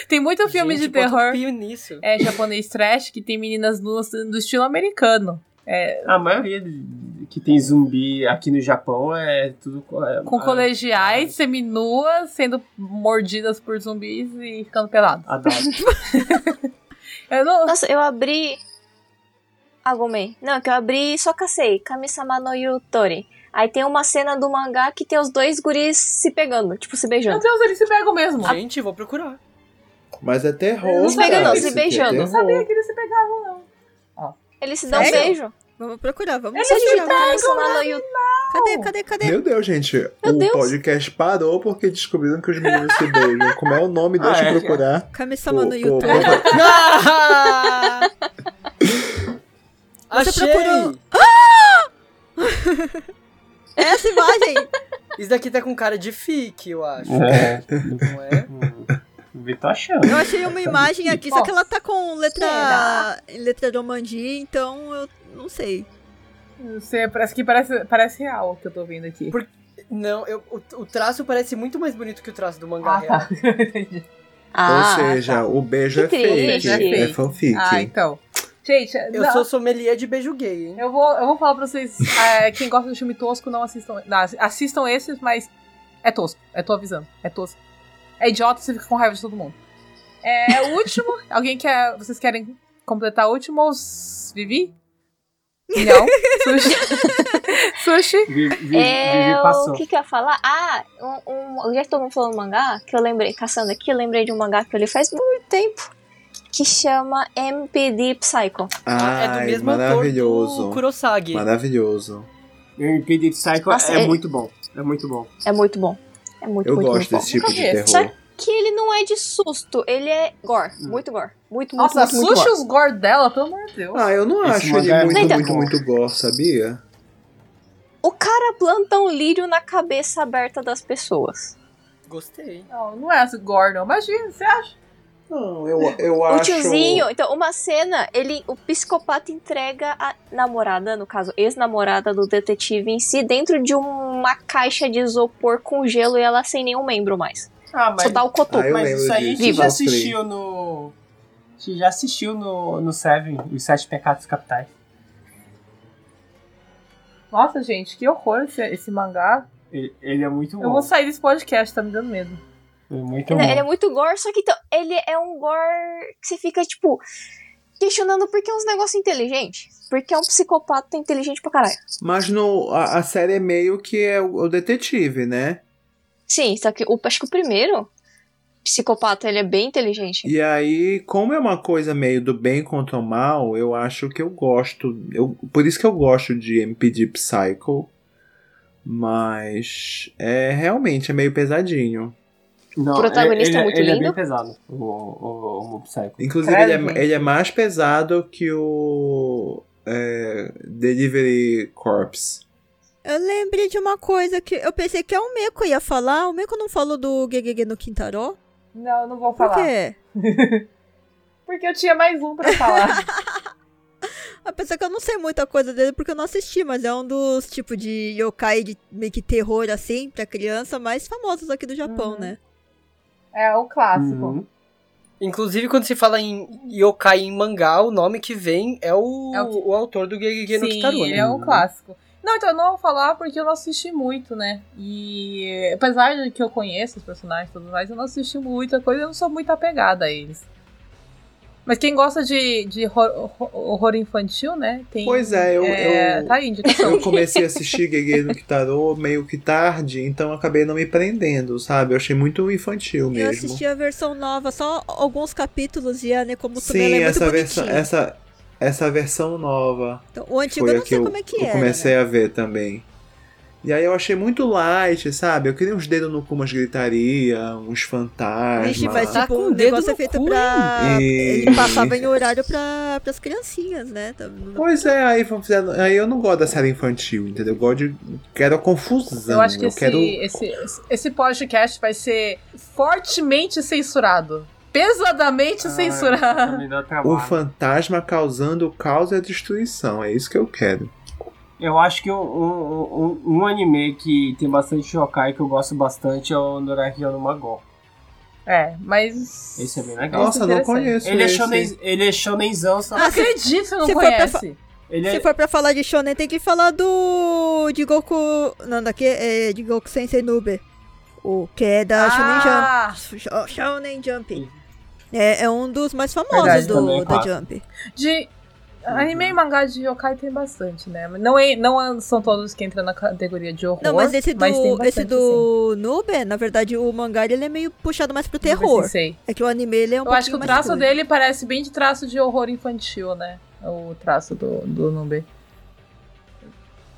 B: Tem muito filme
D: Gente,
B: de
D: bota um
B: terror
D: pio nisso.
B: é, japonês trash que tem meninas nuas do estilo americano. É,
A: A maioria de- que tem zumbi aqui no Japão é tudo. co- é-
B: com
A: a-
B: colegiais seminuas sendo mordidas por zumbis e ficando pelado.
A: a dada.
B: Eu não...
F: Nossa, eu abri. Agumei. Não, que eu abri só cacei. Kamisama no Yutori. Aí tem uma cena do mangá que tem os dois guris se pegando, tipo, se
B: Meu
F: beijando.
B: Deus, eles se pegam mesmo. Eu
D: Gente, vou procurar.
C: Mas é terror.
F: Não se pega
C: cara,
F: não,
C: isso
F: se
C: aqui é
F: beijando.
C: terror.
B: sabia que eles se pegavam, não.
F: Eles se dão
E: Sério?
F: beijo.
E: Vamos procurar, vamos
B: Eles
F: Só
E: procurar.
F: digitar Kamisama no Yutori.
E: Cadê, cadê, cadê?
C: Meu Deus, gente. o
F: Deus.
C: podcast parou porque descobriram que os meninos se beijam. Como é o nome? Deixa
A: Ah, é.
C: eu procurar.
E: Kami-sama
C: Pô,
E: no
C: pô, pô.
E: YouTube.
D: Ah!
E: Você
D: Achei!
E: procurou- É Essa imagem!
D: Isso daqui tá com cara de fique, eu acho.
A: É.
D: Não é?
A: O Vitor tá achando.
E: Eu achei uma imagem aqui, só que ela tá com letra,
F: Será?
E: letra romandi, então eu não sei.
B: Você, é, parece que parece, parece real o que eu tô vendo aqui.
D: Por- Não, eu- o, o traço parece muito mais bonito que o traço do mangá
B: Ah,
D: real.
B: tá.
F: Ah,
C: Ou seja, o beijo é
F: Que
C: fake.
F: triste.
C: É fanfic.
B: ah, então. Gente,
D: Eu
B: não-
D: sou sommelier de beijo gay, hein?
B: Eu vou, eu vou falar pra vocês, é, quem gosta de filme tosco, não assistam. não, assistam esses, mas é tosco. É tô avisando. É tosco. É idiota, você fica com raiva de todo mundo. É o último. Alguém quer. Vocês querem completar o último? ou s- Vivi? Não. Sushi. Sushi.
A: Vi- vi- Vivi
F: Eu,
A: passou.
F: É, o que que eu ia falar? Ah, um, um, já que todo mundo falou mangá, que eu lembrei, caçando aqui, eu lembrei de um mangá que eu li faz muito tempo, que chama MPD Psycho.
C: Ai,
D: é do mesmo autor
C: maravilhoso.
D: do Kurosagi.
C: Maravilhoso.
A: O Impeded Psycho
F: Nossa,
A: é,
F: é-
A: muito bom. É muito bom.
F: É muito bom. É muito,
C: Eu
F: muito, muito
C: gosto
F: bom.
C: desse tipo de
B: Nunca vi.
C: terror.
F: Que ele não é de susto, ele é gore. Muito gore. Muito, muito,
B: Nossa,
F: muito, muito
B: sushi
F: gore.
B: os gore dela, pelo amor de Deus.
C: Ah, eu não
A: Esse
C: acho
A: mangá é
C: ele muito,
F: muito
C: muito,
A: bom.
C: muito gore, sabia?
F: O cara planta um lírio na cabeça aberta das pessoas.
D: Gostei.
B: Não, não é gore, não. Imagina, você acha?
C: Não, eu, eu
F: O
C: acho.
F: tiozinho, então, uma cena, ele, o psicopata entrega a namorada, no caso, ex-namorada do detetive em si, dentro de uma caixa de isopor com gelo e ela sem nenhum membro mais.
A: Ah, mas,
F: Só dá um o
C: Ah,
F: cotoco.
C: eu
A: mas
C: lembro
A: isso aí a
C: disso,
A: gente já
F: eu
A: assistiu no. A gente já assistiu no, no Seven, Os Sete Pecados Capitais.
B: Nossa, gente, que horror esse, esse mangá.
A: Ele, ele é muito
B: Eu
A: bom.
B: vou sair desse podcast, tá me dando medo.
A: É muito
F: Ele,
A: bom.
F: ele é muito gore, só que então, ele é um gore que você fica, tipo, questionando por que é uns negócios inteligentes. Porque é um psicopata inteligente pra caralho.
C: Mas no, a, a série é meio que é o, o detetive, né?
F: Sim, só que o, acho que o primeiro psicopata, ele é bem inteligente.
C: E aí, como é uma coisa meio do bem contra o mal, eu acho que eu gosto. Eu, por isso que eu gosto de MPD Psycho. Mas é realmente é meio pesadinho.
A: Não,
F: protagonista
A: ele,
F: muito
A: ele é
F: lindo.
A: bem pesado, o, o, o Mob Psycho.
C: Inclusive,
B: Credo,
C: ele
B: gente.
C: é, ele é mais pesado que o é, Delivery Corpse.
E: Eu lembrei de uma coisa que eu pensei que é o Meco ia falar. O Meco não falou do Gegege no Quintaró?
B: Não, eu não vou
E: Por
B: falar.
E: quê?
B: Porque eu tinha mais um pra falar.
E: Apesar que eu não sei muita coisa dele porque eu não assisti, mas é um dos tipos de yokai de meio que terror assim, pra criança, mais famosos aqui do Japão,
B: Uhum.
E: né?
B: é o clássico.
A: Uhum.
D: Inclusive, quando se fala em yokai em mangá, o nome que vem é o,
B: É
D: o... autor do Gegege no
B: Sim,
D: Kitaru,
B: ele
D: né?
B: é um clássico. Não, então eu não vou falar porque eu não assisti muito, né? E apesar de que eu conheço os personagens e tudo mais, eu não assisti muita coisa, eu não sou muito apegada a eles. Mas quem gosta de, de horror, horror- horror infantil, né? Tem,
C: Pois é, eu- eu-
B: Tá aí, a indicação.
C: Eu comecei a assistir Gegei no Kitaro meio que tarde, então acabei não me prendendo, sabe? Eu achei muito infantil
E: Eu
C: mesmo.
E: assisti a versão nova, só alguns capítulos e a Nekomusume ela
C: Sim,
E: é muito
C: essa versão,
E: bonitinha.
C: essa, essa versão nova
E: Então, o antigo
C: foi a
E: eu não
C: que
E: sei
C: eu,
E: como é que
C: eu
E: era.
C: comecei
E: né?
C: a ver também. E aí eu achei muito light, sabe? Eu queria uns dedos no cu, umas gritaria, uns fantasmas.
E: Vixe, mas
D: Tá
E: tipo,
D: com
E: o
D: o dedo
E: negócio é
D: no
E: feito
D: cu,
E: pra...
C: hein? E-
E: Ele passava em horário pra, pras criancinhas, né? Então, não-
C: Pois é, aí, vamos dizer, aí eu não gosto da série infantil, entendeu? Eu gosto de. Quero a confusão.
B: Eu acho que esse,
C: quero.
B: esse, esse podcast vai ser fortemente censurado. Pesadamente
A: Ah,
B: censurado.
A: também dá
C: O
A: trabalho.
C: fantasma causando caos e a destruição. É isso que eu quero.
A: Eu acho que um, um, um, um anime que tem bastante Shokai que eu gosto bastante é o Norahiro no Magol.
B: É, mas.
A: Esse é bem legal.
C: Nossa, não
B: interessante.
C: conheço
A: Ele é,
C: esse.
A: shonen, ele é shonenzão, só
B: Não acredito, você não
E: Ah, se for pra
B: conhece.
A: ele é,
E: Se for pra falar de shonen, tem que falar do de Goku, não daqui é de Goku Sensei Nube, o que é da
B: Ah!
E: Shonen Jump. Sho- Shonen Jump. É, é um dos mais famosos
B: Verdade,
E: do
A: também,
E: da
A: claro.
E: Jump.
B: De anime
A: Uhum.
B: e mangá de yokai tem bastante, né? Não, é, não são todos que entram na categoria de horror.
E: Não, mas esse do
B: tem bastante, assim.
E: esse do Nube, na verdade, o mangá ele é meio puxado mais pro
B: sim. Nube
E: terror.
B: Sensei.
E: É que o anime ele é um
B: Eu acho que o
E: pouquinho mais
B: traço
E: cru.
B: dele parece bem de traço de horror infantil, né? O traço do, do Nube.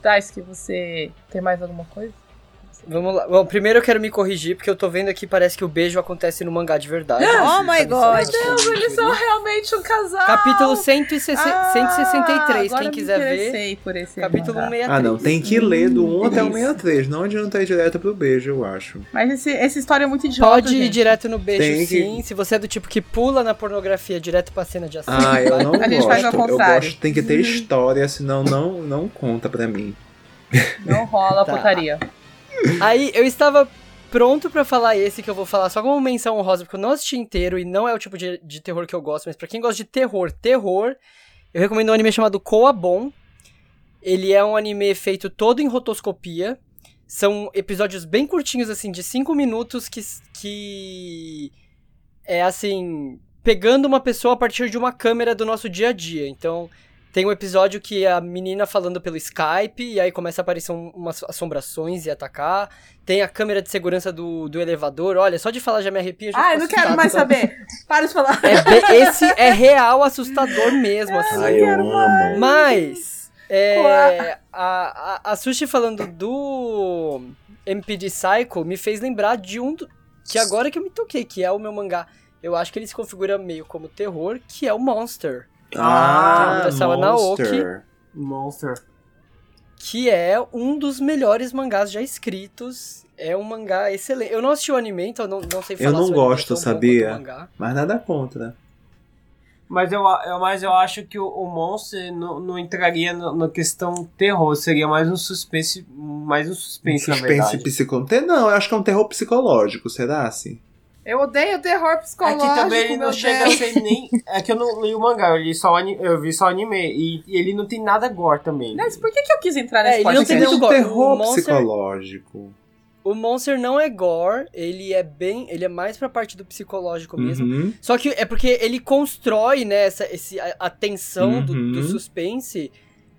B: Tais, que você tem mais alguma coisa?
D: Vamos lá. Bom, primeiro eu quero me corrigir, porque eu tô vendo aqui, parece que o beijo acontece no mangá de verdade.
B: é Ah! assim,
E: Oh my God.
B: Meu Deus, eles são realmente um casal!
D: Capítulo 160 163,
B: Ah, agora
D: quem
B: me
D: quiser ver.
B: interessei por esse
D: Capítulo
B: mangá.
D: 163.
C: Ah, não. Tem que ler do 1 até o
B: Isso.
C: 63. Não adianta ir direto pro beijo, eu acho.
B: Mas esse, essa história é muito idiota,
D: um. Pode ir
B: gente.
D: direto no beijo,
C: Tem que-
D: sim. Se você é do tipo que pula na pornografia direto pra cena de ação.
C: Ah, eu não
B: A gente
C: gosto.
B: faz ao
C: eu
B: contrário. Uhum.
C: gosto, tem que ter história, senão não, não conta pra mim.
B: Não rola a
D: Tá.
B: putaria.
D: Aí eu estava pronto pra falar esse que eu vou falar só como menção honrosa, porque eu não assisti inteiro e não é o tipo de, de terror que eu gosto, mas pra quem gosta de terror, terror, eu recomendo um anime chamado Koabon. Ele é um anime feito todo em rotoscopia. São episódios bem curtinhos, assim, de 5 minutos que, s- que. É assim. Pegando uma pessoa a partir de uma câmera do nosso dia a dia. Então, tem um episódio que a menina falando pelo Skype, e aí começa a aparecer um- umas assombrações e atacar. Tem a câmera de segurança do, do elevador. Olha, só de falar já me arrepia. Já
B: Ah, eu
D: fico
B: não quero
D: assustado.
B: mais saber. Para de falar.
D: É be- esse é real assustador mesmo, assim.
C: Ah, eu amo.
D: Mas, é, a, a, a Sushi falando do MPD Psycho me fez lembrar de um do- que agora que eu me toquei, que é o meu mangá. Eu acho que ele se configura meio como terror, que é o Monster.
C: Ah,
D: Urasawa Naoki.
C: Monster.
A: Monster.
D: que é um dos melhores mangás já escritos. É um mangá excelente. Eu não assisti o anime, então não, não sei falar
C: Eu não
D: se o anime é
C: gosto,
D: tão bom
C: sabia?
D: quanto o mangá.
C: Mas nada contra.
A: Mas eu, a- eu, mas eu acho que o, o Monster não, não entraria no- na questão terror, seria mais um suspense, mais um suspense, na
C: Suspense
A: verdade.
C: psicológico. Não, eu acho que é um terror psicológico, será assim?
B: Eu odeio terror psicológico,
A: Aqui É também ele
B: meu
A: não chega a
B: Deus.
A: ser nem. É que eu não li o mangá, eu, li só o ani- eu vi só o anime. E, e ele não tem nada gore também.
B: Mas por que, que eu quis entrar
D: É,
B: nesse
D: ele
B: podcast?
D: não
C: Mas
D: tem
C: é
D: muito
C: um
D: gore.
C: terror
D: O Monster-
C: psicológico.
D: O Monster não é gore, ele é bem. Ele é mais pra parte do psicológico mesmo.
C: Uhum.
D: Só que é porque ele constrói, né, essa, esse, a, a tensão do, do
C: Uhum.
D: suspense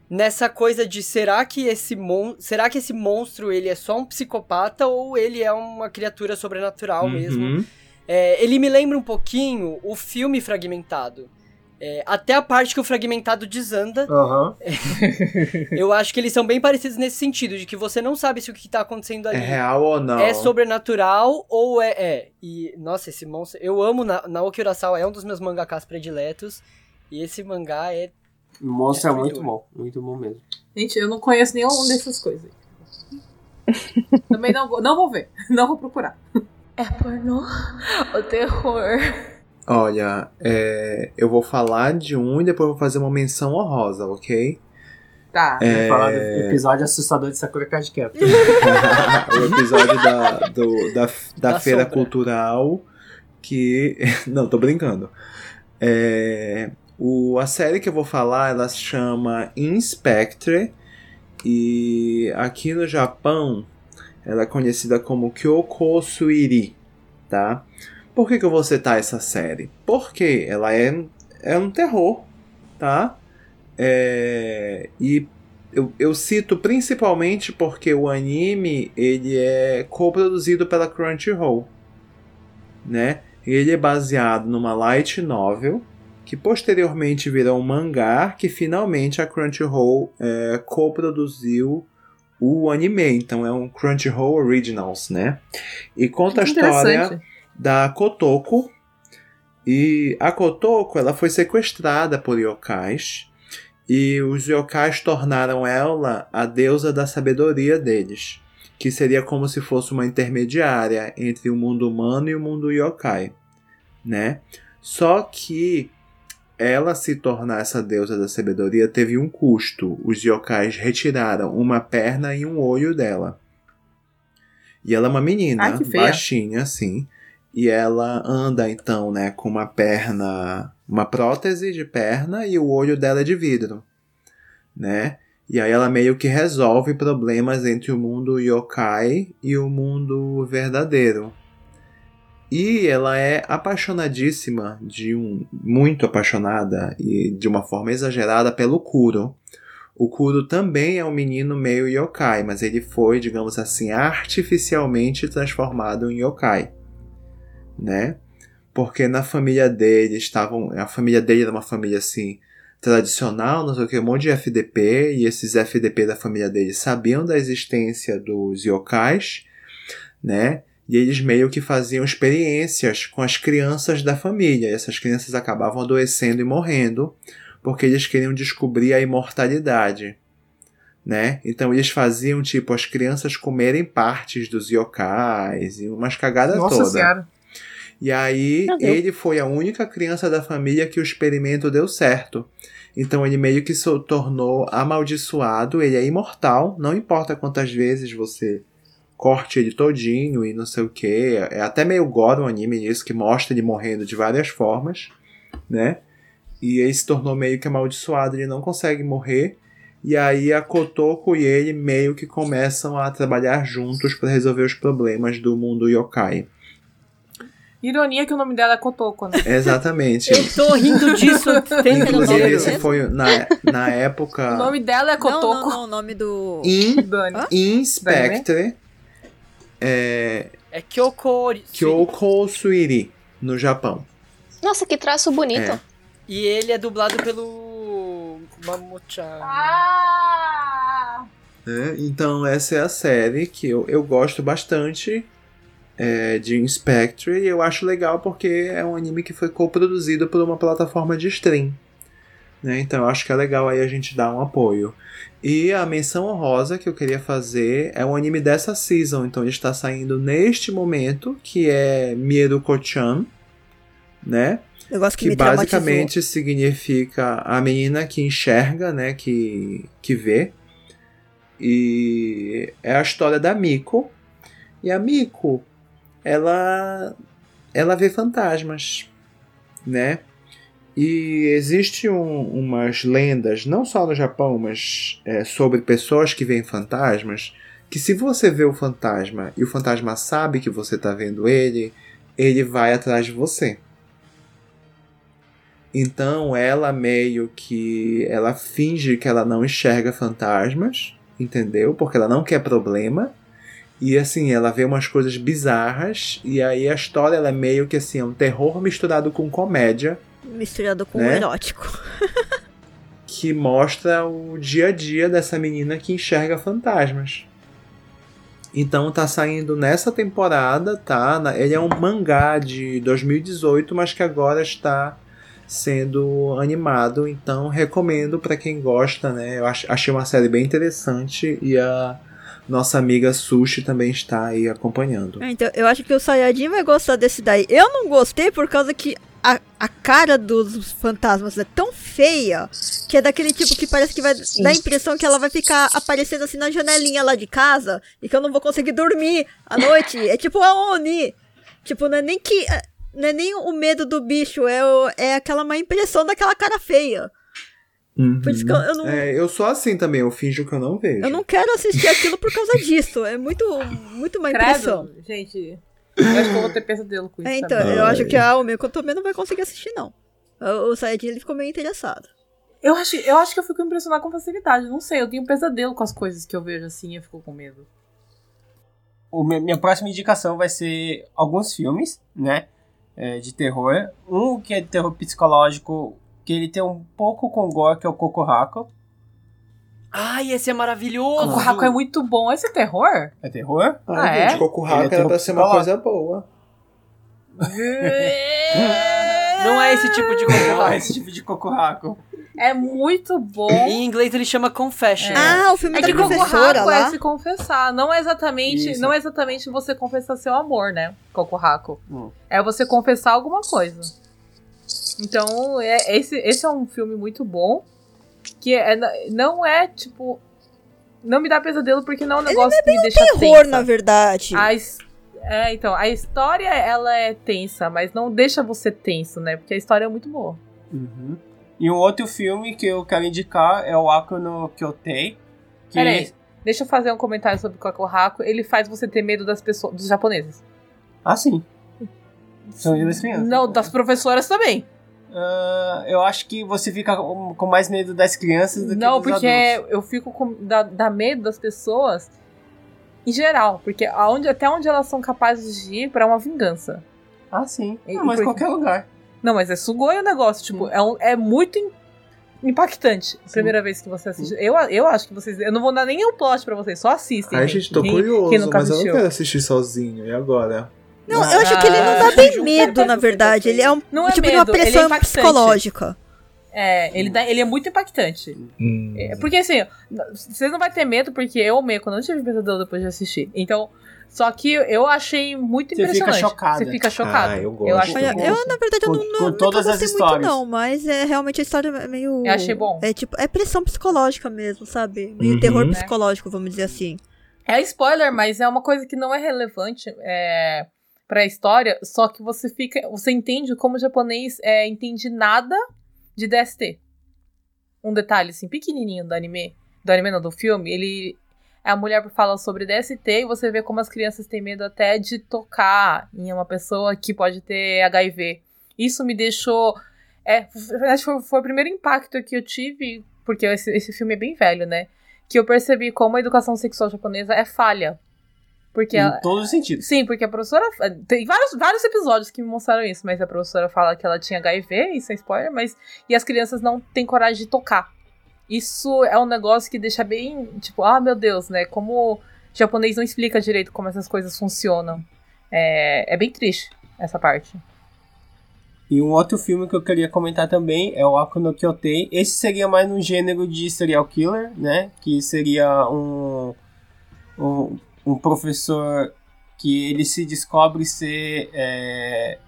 D: nessa coisa de será que esse mon será que esse monstro ele é só um psicopata ou ele é uma criatura sobrenatural mesmo
C: Uhum.
D: É, ele me lembra um pouquinho o filme Fragmentado. É, até a parte que o Fragmentado desanda,
A: Aham.
D: eu acho que eles são bem parecidos nesse sentido, de que você não sabe se o que tá acontecendo
C: É
D: ali
C: real ou não?
D: é sobrenatural ou é, é. E, nossa, esse monstro. Eu amo Na Naoki Urasawa, é um dos meus mangakás prediletos. E esse mangá é.
A: Monster é,
D: É,
A: muito
D: muito
A: bom, muito bom mesmo.
B: Gente, eu não conheço nenhum dessas coisas. Também não vou, não vou ver. Não vou procurar.
G: É pornô? O terror.
C: Olha, é, eu vou falar de um e depois eu vou fazer uma menção honrosa, ok?
B: Tá.
D: É
C: É.
A: Vou Falar do episódio assustador de Sakura Card Captor.
C: o episódio da, do- da, da
D: Da
C: feira
D: sombra.
C: cultural que não tô brincando é, o a série que eu vou falar ela se chama Inspectre e aqui no Japão ela é conhecida como Kyoko Suiri tá por que, que eu vou citar essa série porque ela é é um terror tá É, e eu, eu cito principalmente porque o anime ele é coproduzido pela Crunchyroll, né? Ele é baseado numa light novel que posteriormente virou um mangá que finalmente a Crunchyroll é, coproduziu o anime, então é um Crunchyroll Originals, né? E conta a história
B: Interessante.
C: da Kotoko. E a Kotoko, ela foi sequestrada por yokais. E os yokais tornaram ela a deusa da sabedoria deles, que seria como se fosse uma intermediária entre o mundo humano e o mundo yokai, né? Só que ela se tornar essa deusa da sabedoria teve um custo. Os yokais retiraram uma perna e um olho dela. E ela é uma menina,
B: Ai, que feia.
C: baixinha assim. E ela anda então, né, com uma perna, uma prótese de perna e o olho dela é de vidro, né? E aí ela meio que resolve problemas entre o mundo yokai e o mundo verdadeiro. E ela é apaixonadíssima, de um, muito apaixonada e de uma forma exagerada pelo Kuro. O Kuro também é um menino meio yokai, mas ele foi, digamos assim, artificialmente transformado em yokai, né? Porque na família dele estavam, a família dele era uma família assim tradicional, não sei o que, um monte de FDP e esses FDP da família dele sabiam da existência dos yokais, né? E eles meio que faziam experiências com as crianças da família. E essas crianças acabavam adoecendo e morrendo porque eles queriam descobrir a imortalidade. Né? Então eles faziam tipo as crianças comerem partes dos yokais e umas cagadas
B: Nossa
C: todas.
B: senhora.
C: E aí
F: Meu Deus.
C: ele foi a única criança da família que o experimento deu certo. Então ele meio que se tornou amaldiçoado, ele é imortal, não importa quantas vezes você corte ele todinho e não sei o que. É até meio gore o anime isso, que mostra ele morrendo de várias formas, né? E ele se tornou meio que amaldiçoado, ele não consegue morrer. E aí a Kotoko e ele meio que começam a trabalhar juntos para resolver os problemas do mundo yokai.
B: Ironia que o nome dela é Kotoko, né?
C: Exatamente.
D: Eu tô rindo disso o tempo
C: Inclusive,
D: inteiro.
C: esse foi na, na época.
D: Ah.
B: O nome dela é
E: Não, não,
B: Kotoko.
E: não, o nome do...
C: In,
B: Dani.
C: Inspectre
D: É Kyokori.
C: Kyoko Suiri, no Japão.
G: Nossa, que traço bonito.
C: É.
D: E ele é dublado pelo Mamuchan.
B: Ah!
C: né? Então, essa é a série que eu, eu gosto bastante é, de Inspectre e eu acho legal porque é um anime que foi coproduzido por uma plataforma de stream. né? Então, eu acho que é legal aí a gente dar um apoio. E a menção honrosa que eu queria fazer é um anime dessa season, então ele está saindo neste momento, que é Mieru Kochan, né?
E: Negócio que,
C: que
E: me
C: basicamente significa a menina que enxerga, né, que, que vê. E é a história da Miko. E a Miko, ela ela vê fantasmas, né? E existe um- umas lendas, não só no Japão, mas é, sobre pessoas que veem fantasmas, que se você vê o fantasma e o fantasma sabe que você tá vendo ele, ele vai atrás de você. Então ela meio que ela finge que ela não enxerga fantasmas, entendeu? Porque ela não quer problema. E assim, ela vê umas coisas bizarras e aí a história ela é meio que assim, é um terror misturado com comédia
E: Basicamente... Misturado com
C: Né?
E: erótico.
C: que mostra o dia a dia dessa menina que enxerga fantasmas. Então tá saindo nessa temporada, tá? Na- Ele é um mangá de 2018, mas que agora está sendo animado, então recomendo pra quem gosta, né? Eu ach- achei uma série bem interessante e a nossa amiga Sushi também está aí acompanhando.
E: É, Então, eu acho que o Sayajin vai gostar desse daí. Eu não gostei por causa que a, a cara dos fantasmas é tão feia que é daquele tipo que parece que vai dar a impressão que ela vai ficar aparecendo assim na janelinha lá de casa e que eu não vou conseguir dormir à noite. É tipo a Oni. Tipo, não é nem que. é- Não é nem o medo do bicho, é, o- é aquela má impressão daquela cara feia.
A: Uhum.
E: Por isso que eu, eu não.
C: É, eu sou assim também, eu finjo que eu não vejo.
E: Eu não quero assistir aquilo por causa disso. É muito, muito má impressão.
B: Credo, gente. Eu acho que eu vou ter pesadelo com isso.
E: É, então,
B: também.
E: eu acho que a Alme, quanto também não vai conseguir assistir, não. O o Sayajin, ele ficou meio interessado.
B: Eu acho, eu acho que eu fico impressionada com facilidade. Não sei, eu tenho pesadelo com as coisas que eu vejo assim e eu fico com medo.
A: O me- minha próxima indicação vai ser alguns filmes, né? é, de terror. Um que é de terror psicológico, que ele tem um pouco com gore, que é o Kokoraco.
D: Ai, esse é
B: O
D: maravilhoso.
B: Kurrako é muito bom. Esse é terror?
A: É terror?
C: Ah,
B: Ah,
C: gente,
B: é?
A: Ele é
C: Kokuhaka era
A: terror
C: pra ser uma coisa boa.
D: Não é esse tipo de
A: Não é
D: Kokoraku.
A: esse tipo de Kokoraku.
B: É muito bom.
D: Em inglês ele chama Confession.
E: Ah, o filme
B: É
E: da
B: que
E: professora
B: Kokoraku é
E: lá.
B: se confessar. Não é exatamente,
A: Isso.
B: não é exatamente você confessar seu amor, né? Kokoraku.
A: Hum.
B: É você confessar alguma coisa. Então, é, esse, esse é um filme muito bom. Que é, é- não é, tipo. Não me dá pesadelo porque não é um negócio que me deixa
E: Terror,
B: tensa.
E: na verdade.
B: A his- é, então, a história ela é tensa, mas não deixa você tenso, né? Porque a história é muito boa.
A: Uhum. E um outro filme que eu quero indicar é o Akuno Kyotei. Que
B: Peraí. Deixa eu fazer um comentário sobre o Kakohaku. Ele faz você ter medo das pessoas, dos japoneses.
A: Ah, sim. São eles crianças.
B: Não, das professoras também.
A: Ah, eu acho que você fica com com mais medo das crianças do
B: Não,
A: que é dos
B: porque é-
A: adultos.
B: eu fico com dá, dá medo das pessoas em geral, porque aonde, até onde elas são capazes de ir pra uma vingança.
A: Ah, sim.
B: E-
A: Não,
B: e
A: mas
B: por-
A: qualquer lugar.
B: Não, mas é sugoi o negócio, tipo, é, um- é muito im- impactante. a Primeira vez que você assiste. Eu, eu acho que vocês, eu não vou dar nenhum plot pra vocês, só assistem.
C: Ai, gente, tô
B: Quem-
C: curioso,
B: quem nunca
C: mas eu não
B: assistiu?
C: quero assistir sozinho. E agora?
E: Não, eu acho que ele não
B: ah,
E: dá bem medo, na verdade. Ele é um
B: Não é
E: tipo de
B: medo,
E: uma
B: ele é
E: pressão
B: impactante.
E: psicológica.
B: É, ele, dá- ele é muito impactante.
C: Hum.
B: É, Porque assim, n- vocês não vão ter medo, porque eu, Meco, não tive pesadelo depois de assistir. Então, só que eu achei muito
A: Você fica
B: impressionante.
A: chocada.
B: Você fica chocado.
C: Ah, eu
B: Eu,
C: gosto.
B: acho
E: Olha,
B: bom.
E: eu, na verdade, eu
A: Com-
E: não, não,
A: com
E: não
A: todas as
E: gostei muito,
A: histórias.
E: não, mas é realmente a história é meio.
B: Eu achei bom.
E: É tipo, é pressão psicológica mesmo, sabe? Meio
C: Uhum.
E: terror
B: Né?
E: psicológico, vamos dizer assim.
B: É spoiler, mas é uma coisa que não é relevante é, pra história, só que você fica. Você entende como o japonês é, entende nada de DST. Um detalhe, assim, pequenininho do anime. Do anime não, do filme, ele. é A mulher fala sobre DST e você vê como as crianças têm medo até de tocar em uma pessoa que pode ter HIV. Isso me deixou. É, acho que foi, foi o primeiro impacto que eu tive, porque esse- esse filme é bem velho, né? que eu percebi como a educação sexual japonesa é falha. Porque ela,
A: Em todos os sentidos.
B: Sim, porque a professora. Tem vários, vários episódios que me mostraram isso, mas a professora fala que ela tinha HIV, isso é spoiler, mas. E as crianças não têm coragem de tocar. Isso é um negócio que deixa bem. Tipo, ah, meu Deus, né? Como o japonês não explica direito como essas coisas funcionam. É, é bem triste essa parte.
A: E um outro filme que eu queria comentar também é o Akuno Kyotei. Esse seria mais no gênero de serial killer, né? Que seria um, um, um professor que ele se descobre ser é,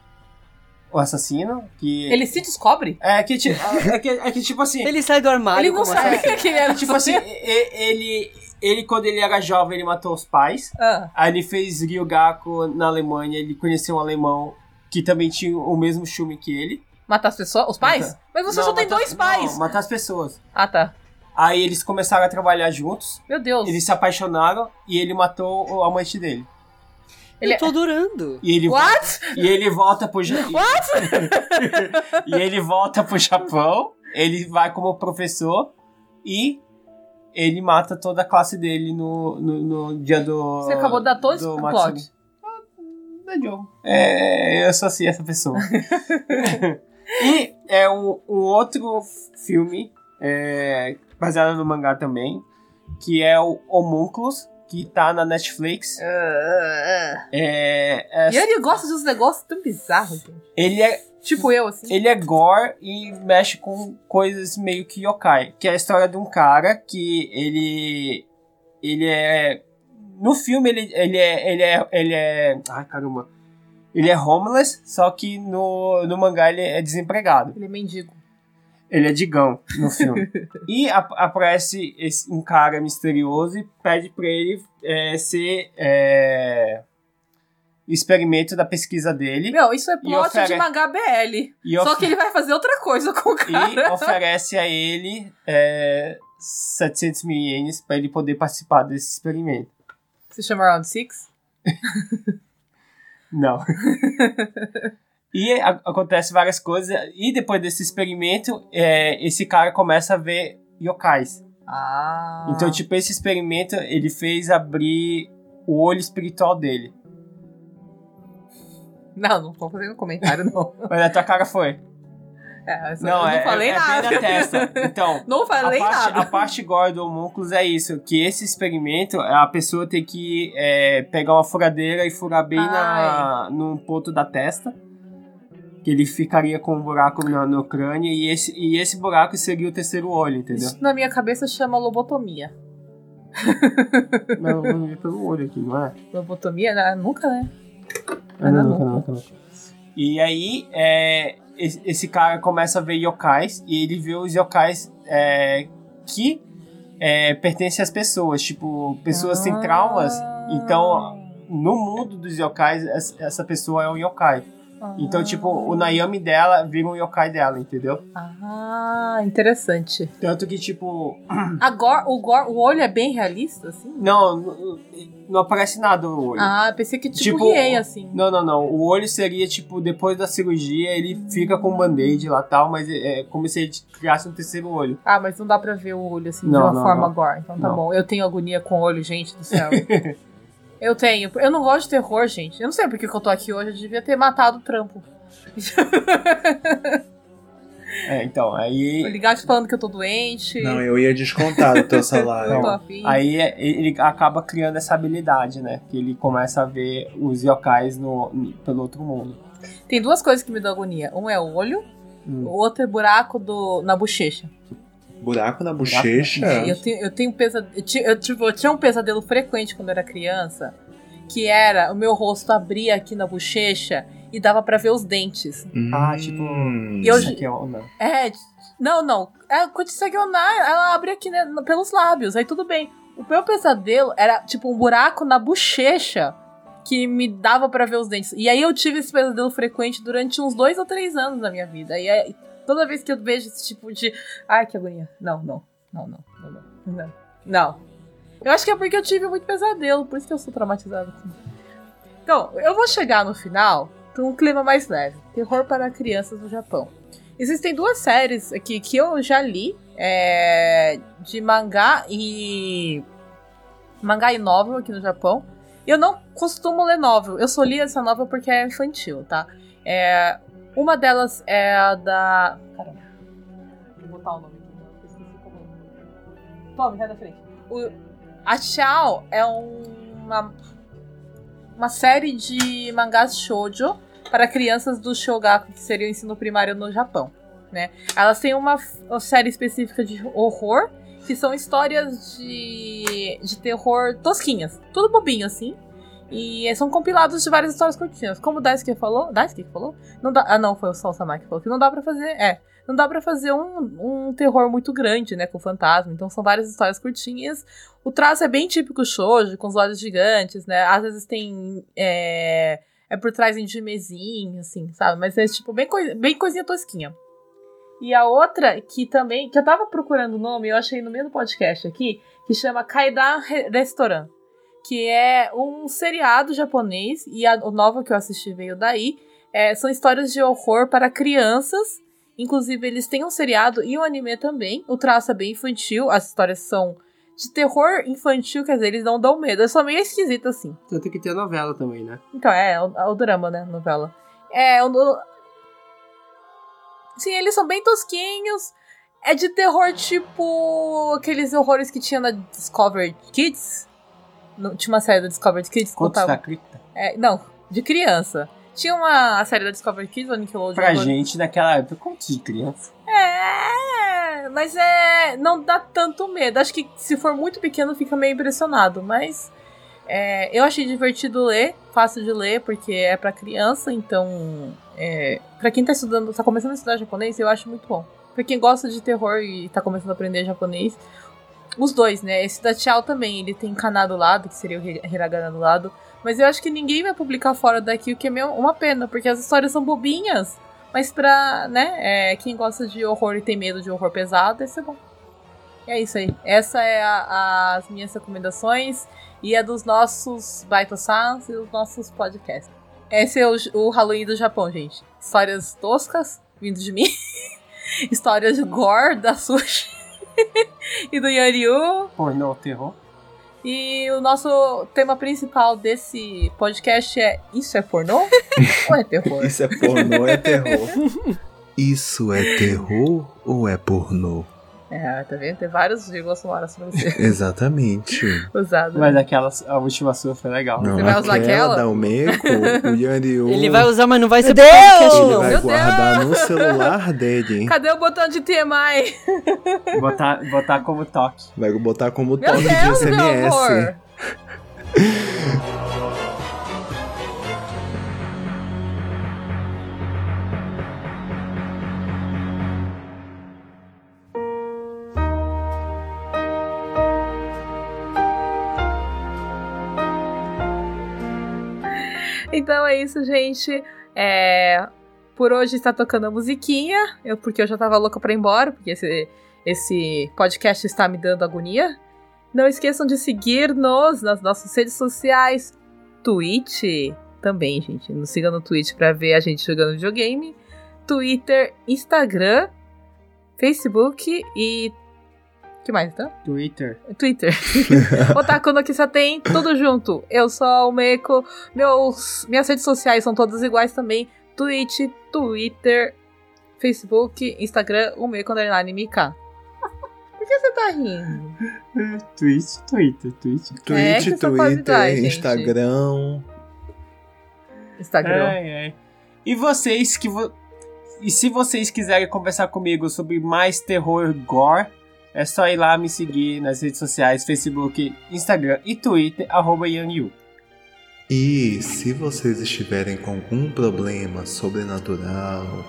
A: o assassino. Que
B: Ele se descobre?
A: É que, ti- é, que, é que tipo assim.
D: Ele sai do armário.
B: Ele não
D: como
B: sabe
D: assim?
B: que ele era
A: Tipo assim, e- ele, ele quando ele era jovem, ele matou os pais.
B: Ah,
A: Aí ele fez Ryugaku na Alemanha, ele conheceu um alemão que também tinha o mesmo chume que ele.
B: matar as pessoas? Os pais? Mas você
A: Uhum. Não,
B: só tem
A: matar-
B: dois pais!
A: Não, matar as pessoas.
B: Ah, tá.
A: Aí eles começaram a trabalhar juntos,
B: Meu Deus.
A: eles se apaixonaram e ele matou o amante dele.
B: Ele-
D: Eu tô adorando.
A: E ele,
B: What?
A: e ele volta pro Ja-
B: What?
A: e ele volta pro Japão, ele vai como professor e ele mata toda a classe dele no, no, no dia do.
B: Você acabou de dar todo
A: do
B: esse
A: Matsuri.
B: plot.
A: da Joe. É, eu associei essa pessoa. e é um, um outro filme, é, baseado no mangá também, que é o Homunculus, que tá na Netflix. É, é-
B: E ele gosta de uns negócios tão bizarros, gente.
A: ele, é,
B: Tipo eu, assim.
A: ele é gore e mexe com coisas meio que yokai, que é a história de um cara que ele. Ele é. No filme ele, ele é. Ele é. Ele é. Ai caramba. Ele é homeless, só que no, no mangá ele é desempregado.
B: Ele é mendigo.
A: Ele é digão no filme. e a- aparece esse- um cara misterioso e pede pra ele é, ser é, experimento da pesquisa dele
B: Meu, isso é
A: E
B: plot
A: oferece-
B: de mangá BL.
A: e,
B: Só
A: of-
B: que ele vai fazer outra coisa com o
A: e
B: cara.
A: oferece a ele é, 700 mil ienes pra ele poder participar desse experimento.
B: Se chama Round Six?
A: Não. e a- acontece várias coisas e depois desse experimento é, esse cara começa a ver yokais.
B: Ah.
A: Então, tipo, esse experimento ele fez abrir o olho espiritual dele.
B: Não, não tô fazendo comentário, não.
A: Mas a tua cara foi.
B: É, eu só-
A: Não,
B: eu
A: é,
B: não falei
A: é, é
B: nada.
A: bem na testa. Então,
B: Não
A: a
B: falei
A: parte, a
B: nada.
A: parte gore do homúnculos é isso, que esse experimento, a pessoa tem que é, pegar uma furadeira e furar bem na, no ponto da testa, que ele ficaria com um buraco no, no crânio, e esse, e esse buraco seria o terceiro olho, entendeu?
B: Isso na minha cabeça chama lobotomia.
A: Não, não é pelo olho aqui, não é?
B: Lobotomia? né? nunca, né?
A: Ah, não,
B: Ah,
A: não,
B: não.
A: não, não, não. E aí, é, esse, esse cara começa a ver yokais e ele vê os yokais é, que é, pertencem às pessoas, tipo, pessoas sem traumas.
B: Ah.
A: Então, no mundo dos yokais, es- essa pessoa é um yokai. Então, tipo, o Nayami dela vira um yokai dela, entendeu?
B: Ah, interessante.
A: Tanto que, tipo,
B: Agora, o, gore- o olho é bem realista, assim?
A: não, não- não aparece nada o olho.
B: Ah, pensei que tipo,
A: Tipo,
B: tipo Riei, assim.
A: Não, não, não. O olho seria, tipo, depois da cirurgia, ele fica com um band-aid lá e tal, mas é é como se ele criasse um terceiro olho.
B: Ah, mas não dá pra ver o olho assim
A: Não,
B: de uma
A: não,
B: forma
A: não.
B: gore. Então tá
A: Não.
B: bom. Eu tenho agonia com o olho, gente do céu. eu tenho. Eu não gosto de terror, gente. Eu não sei por que que eu tô aqui hoje. Eu devia ter matado o trampo.
A: É, então,
B: Vou
A: aí.
B: ligar falando que eu tô doente.
C: Não, eu ia descontar do teu
B: não tô
C: salário.
B: afim.
A: Aí é, ele acaba criando essa habilidade, né? Que ele começa a ver os yokais no, no- pelo outro mundo.
B: Tem duas coisas que me dão agonia. Um é o olho,
A: Hum.
B: o outro é buraco do, na bochecha.
C: Buraco na bochecha?
A: É.
B: Eu tenho, eu tenho pesadelo. Eu, ti- eu, tipo, eu tinha um pesadelo frequente quando eu era criança, que era o meu rosto abria aqui na bochecha e dava pra ver os dentes.
C: Hum.
A: Ah, tipo,
B: E eu-
A: Isso aqui é o- não.
B: É, t- não, não. É, quando hexagonal, ela abre aqui né, no- pelos lábios, aí tudo bem. O meu pesadelo era tipo um buraco na bochecha que me dava pra ver os dentes. E aí eu tive esse pesadelo frequente durante uns dois ou três anos da minha vida. E aí, toda vez que eu vejo esse tipo de. Ai, que agonia. Não, não, não, não, não, não, não. Não. Eu acho que é porque eu tive muito pesadelo, por isso que eu sou traumatizada. com- Então, eu vou chegar no final com um clima mais leve. Terror para crianças no Japão. Existem duas séries aqui que eu já li é, de mangá e. mangá e novel aqui no Japão. Eu não costumo ler novel, eu só li essa novel porque é infantil, tá? É, uma delas é a da. Caramba. Vou botar o nome aqui, eu esqueci como é. Tome, sai da frente. O- a Chao é uma. uma série de mangás shoujo para crianças do Shogaku, que seria o ensino primário no Japão. Né? Elas têm uma, f- uma série específica de horror, que são histórias de, de terror tosquinhas, tudo bobinho assim. E são compilados de várias histórias curtinhas. Como o Daisuke falou. Daisuke que falou? Não dá, ah, não, foi o Sol Samar que falou que não dá pra fazer. É. Não dá pra fazer um, um terror muito grande, né? Com fantasma. Então são várias histórias curtinhas. O traço é bem típico shoujo, com os olhos gigantes, né? Às vezes tem. é, é por trás de mesinha, assim, sabe? Mas é tipo bem, coi- bem coisinha tosquinha. E a outra que também, que eu tava procurando o nome, eu achei no meio do podcast aqui, que chama Kaidan Re- Restaurant, que é um seriado japonês e a, o novo que eu assisti veio daí. É, são histórias de horror para crianças. Inclusive, eles têm um seriado e um anime também. O traço é bem infantil, as histórias são de terror infantil, quer dizer, eles não dão medo. É só meio esquisito assim.
A: Tanto que tem a novela também, né?
B: Então, é, o, o drama, né? Novela. É, o. o- Sim, eles são bem tosquinhos. É de terror, tipo. aqueles horrores que tinha na Discovery Kids. Não, tinha uma série da Discovery Kids que
A: Contos da
B: contava.
A: cripta.
B: É, não, de criança. Tinha uma a série da Discovery Kids, ou Nickelodeon.
A: Pra
B: agora-
A: gente, naquela época, contos de criança.
B: É, mas é. Não dá tanto medo. Acho que se for muito pequeno fica meio impressionado, mas. é, eu achei divertido ler, fácil de ler, porque é pra criança, então. É, pra quem tá estudando, tá começando a estudar japonês, eu acho muito bom. Pra quem gosta de terror e tá começando a aprender japonês, os dois, né? Esse da Tchau também, ele tem Kana do lado, que seria o hi- Hiragana do lado. Mas eu acho que ninguém vai publicar fora daqui, o que é meio uma pena, porque as histórias são bobinhas. Mas pra, né, é, quem gosta de horror e tem medo de horror pesado, esse é bom. E é isso aí. Essa é a- as minhas recomendações e a dos nossos Baito Sans e dos nossos podcasts. Esse é o, o Halloween do Japão, gente. Histórias toscas, vindo de mim. Histórias de gore da Sushi e do Yoriu.
A: Pornô, terror.
B: E o nosso tema principal desse podcast é Isso é pornô? Ou é terror?
C: Isso é pornô, é terror. Isso é terror ou é pornô?
B: É, tá vendo? Tem vários vírgulas sonoras pra você
C: Exatamente.
B: usado.
A: Mas aquela, a última sua foi legal.
C: Não, né? é
B: vai usar aquela?
C: dá o meco, o Yanryu.
D: Ele vai usar, mas não vai ser
E: Meu
D: podcast,
E: Deus!
C: Ele
D: não.
C: vai
B: Meu
C: guardar no celular dele, hein?
B: Cadê o botão de TMI?
A: Botar, botar como toque.
C: Vai botar como
B: Meu
C: toque de
B: Deus, meu
C: SMS.
B: amor! Então é isso, gente. É, por hoje está tocando a musiquinha, eu, porque eu já tava louca pra ir embora, porque esse, esse podcast está me dando agonia. Não esqueçam de seguir-nos nas nossas redes sociais, Twitch também, gente. Nos siga no Twitch pra ver a gente jogando videogame, Twitter, Instagram, Facebook e. que mais, então?
A: Twitter.
B: Twitter. Otaku no Kissa tem, tudo junto. Eu sou a Almeco. Meus, minhas redes sociais são todas iguais também. Twitch, Twitter, Facebook, Instagram, Umeco Underline MK. Por que você tá rindo?
A: Twitch, Twitter, Twitch.
B: É, que
C: Twitch,
B: essa fase
C: Twitter,
B: dá, gente.
C: Instagram.
B: Instagram.
A: Ai, ai. E vocês que vo- e se vocês quiserem conversar comigo sobre mais terror gore, é só ir lá me seguir nas redes sociais, Facebook, Instagram e Twitter arroba @yanyu.
C: E se vocês estiverem com algum problema sobrenatural,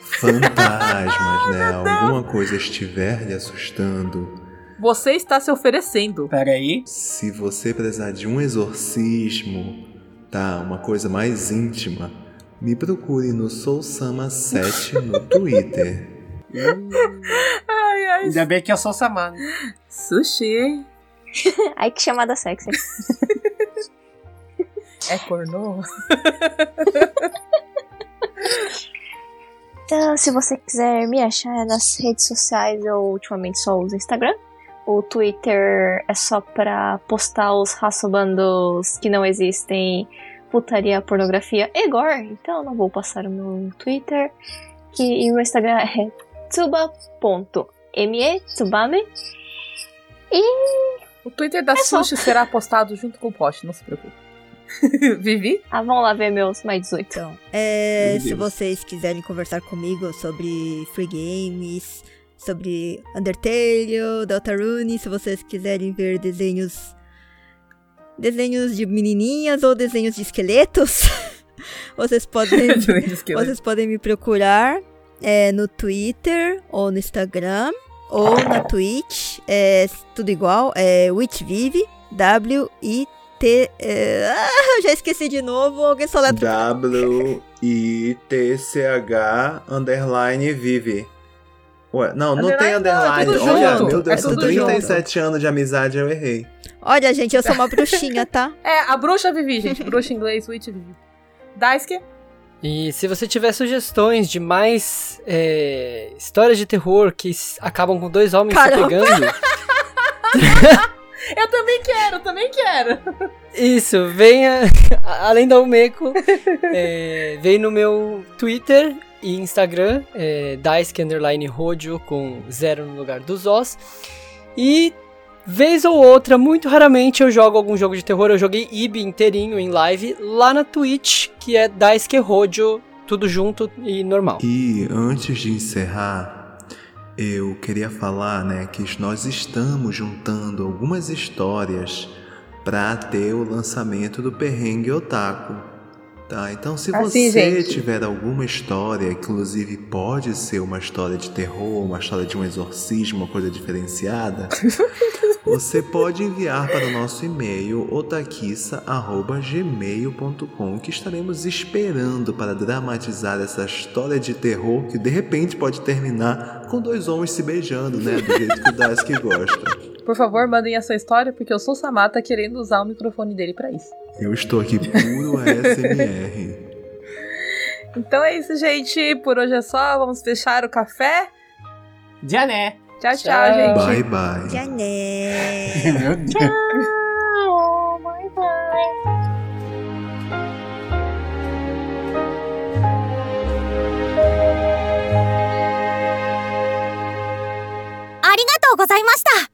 C: fantasmas, né? Alguma coisa estiver lhe assustando,
B: Você está se oferecendo.
A: Pera aí.
C: se você precisar de um exorcismo, tá? Uma coisa mais íntima, me procure no Soulsama7 no Twitter.
B: Ai, ai.
A: Ainda bem que eu sou Samana.
B: Sushi.
G: Ai, que chamada sexy.
B: É pornô?
G: Então, se você quiser me achar nas redes sociais, eu ultimamente só uso Instagram. O Twitter é só pra postar os raçobandos que não existem, putaria, pornografia e gore. Então, não vou passar o meu Twitter. Que, e o Instagram é tuba.me, tubame.
B: O Twitter da
G: só.
B: Sushi será postado junto com o post, não se preocupe. Vivi?
G: Ah, vão lá ver meus mais 18.
E: Então, é,
A: Meu
E: se
A: Deus.
E: vocês quiserem conversar comigo sobre free games, sobre Undertale, Deltarune, se vocês quiserem ver desenhos desenhos de menininhas ou desenhos de esqueletos, vocês podem Vocês podem me procurar é, no Twitter ou no Instagram ou na Twitch, é tudo igual, é Witvive, W-I-T. é, ah, eu já esqueci de novo, alguém só letra.
C: W-I-T-C-H underline vive. Ué, não, não tem
B: Underline,
C: underline.
B: não, é tudo
C: Olha,
B: junto,
C: meu
B: é
C: Deus, são
E: tudo
C: 37 anos de amizade eu errei.
E: Olha, gente, eu sou uma bruxinha, tá?
B: É, a bruxa Vivi, gente. Bruxa em inglês, Witch Vivi. Daisuke?
D: E se você tiver sugestões de mais é, histórias de terror que s- acabam com dois homens
E: Caramba.
D: se pegando,
B: Eu também quero, eu também quero.
D: isso, venha, a- além da Umeco, é, vem no meu Twitter e Instagram, é, Daisuke Underline Rodio, com zero no lugar dos Os. E vez ou outra, muito raramente, eu jogo algum jogo de terror. Eu joguei Ibi inteirinho em live lá na Twitch, que é Daisuke Rodio, tudo junto e normal.
C: E antes de encerrar, eu queria falar, né, que nós estamos juntando algumas histórias pra ter o lançamento do Perrengue Otaku. Tá? Então, se
B: Assim,
C: você
B: gente.
C: tiver alguma história, inclusive pode ser uma história de terror, uma história de um exorcismo, uma coisa diferenciada, você pode enviar para o nosso e-mail otaquissa.gmail.com que estaremos esperando para dramatizar essa história de terror que de repente pode terminar com dois homens se beijando, né? Do jeito que o Dask gosta.
B: Por favor, mandem a sua história, porque eu sou Samata querendo usar o microfone dele pra isso.
C: Eu estou aqui puro ASMR.
B: Então é isso, gente. Por hoje é só. Vamos fechar o café.
A: Jané.
B: Tchau, tchau,
D: Tchau.
B: gente.
C: Bye, bye.
E: Já né.
A: Meu Deus.
G: Oh, bye bye.
H: ありがとうございました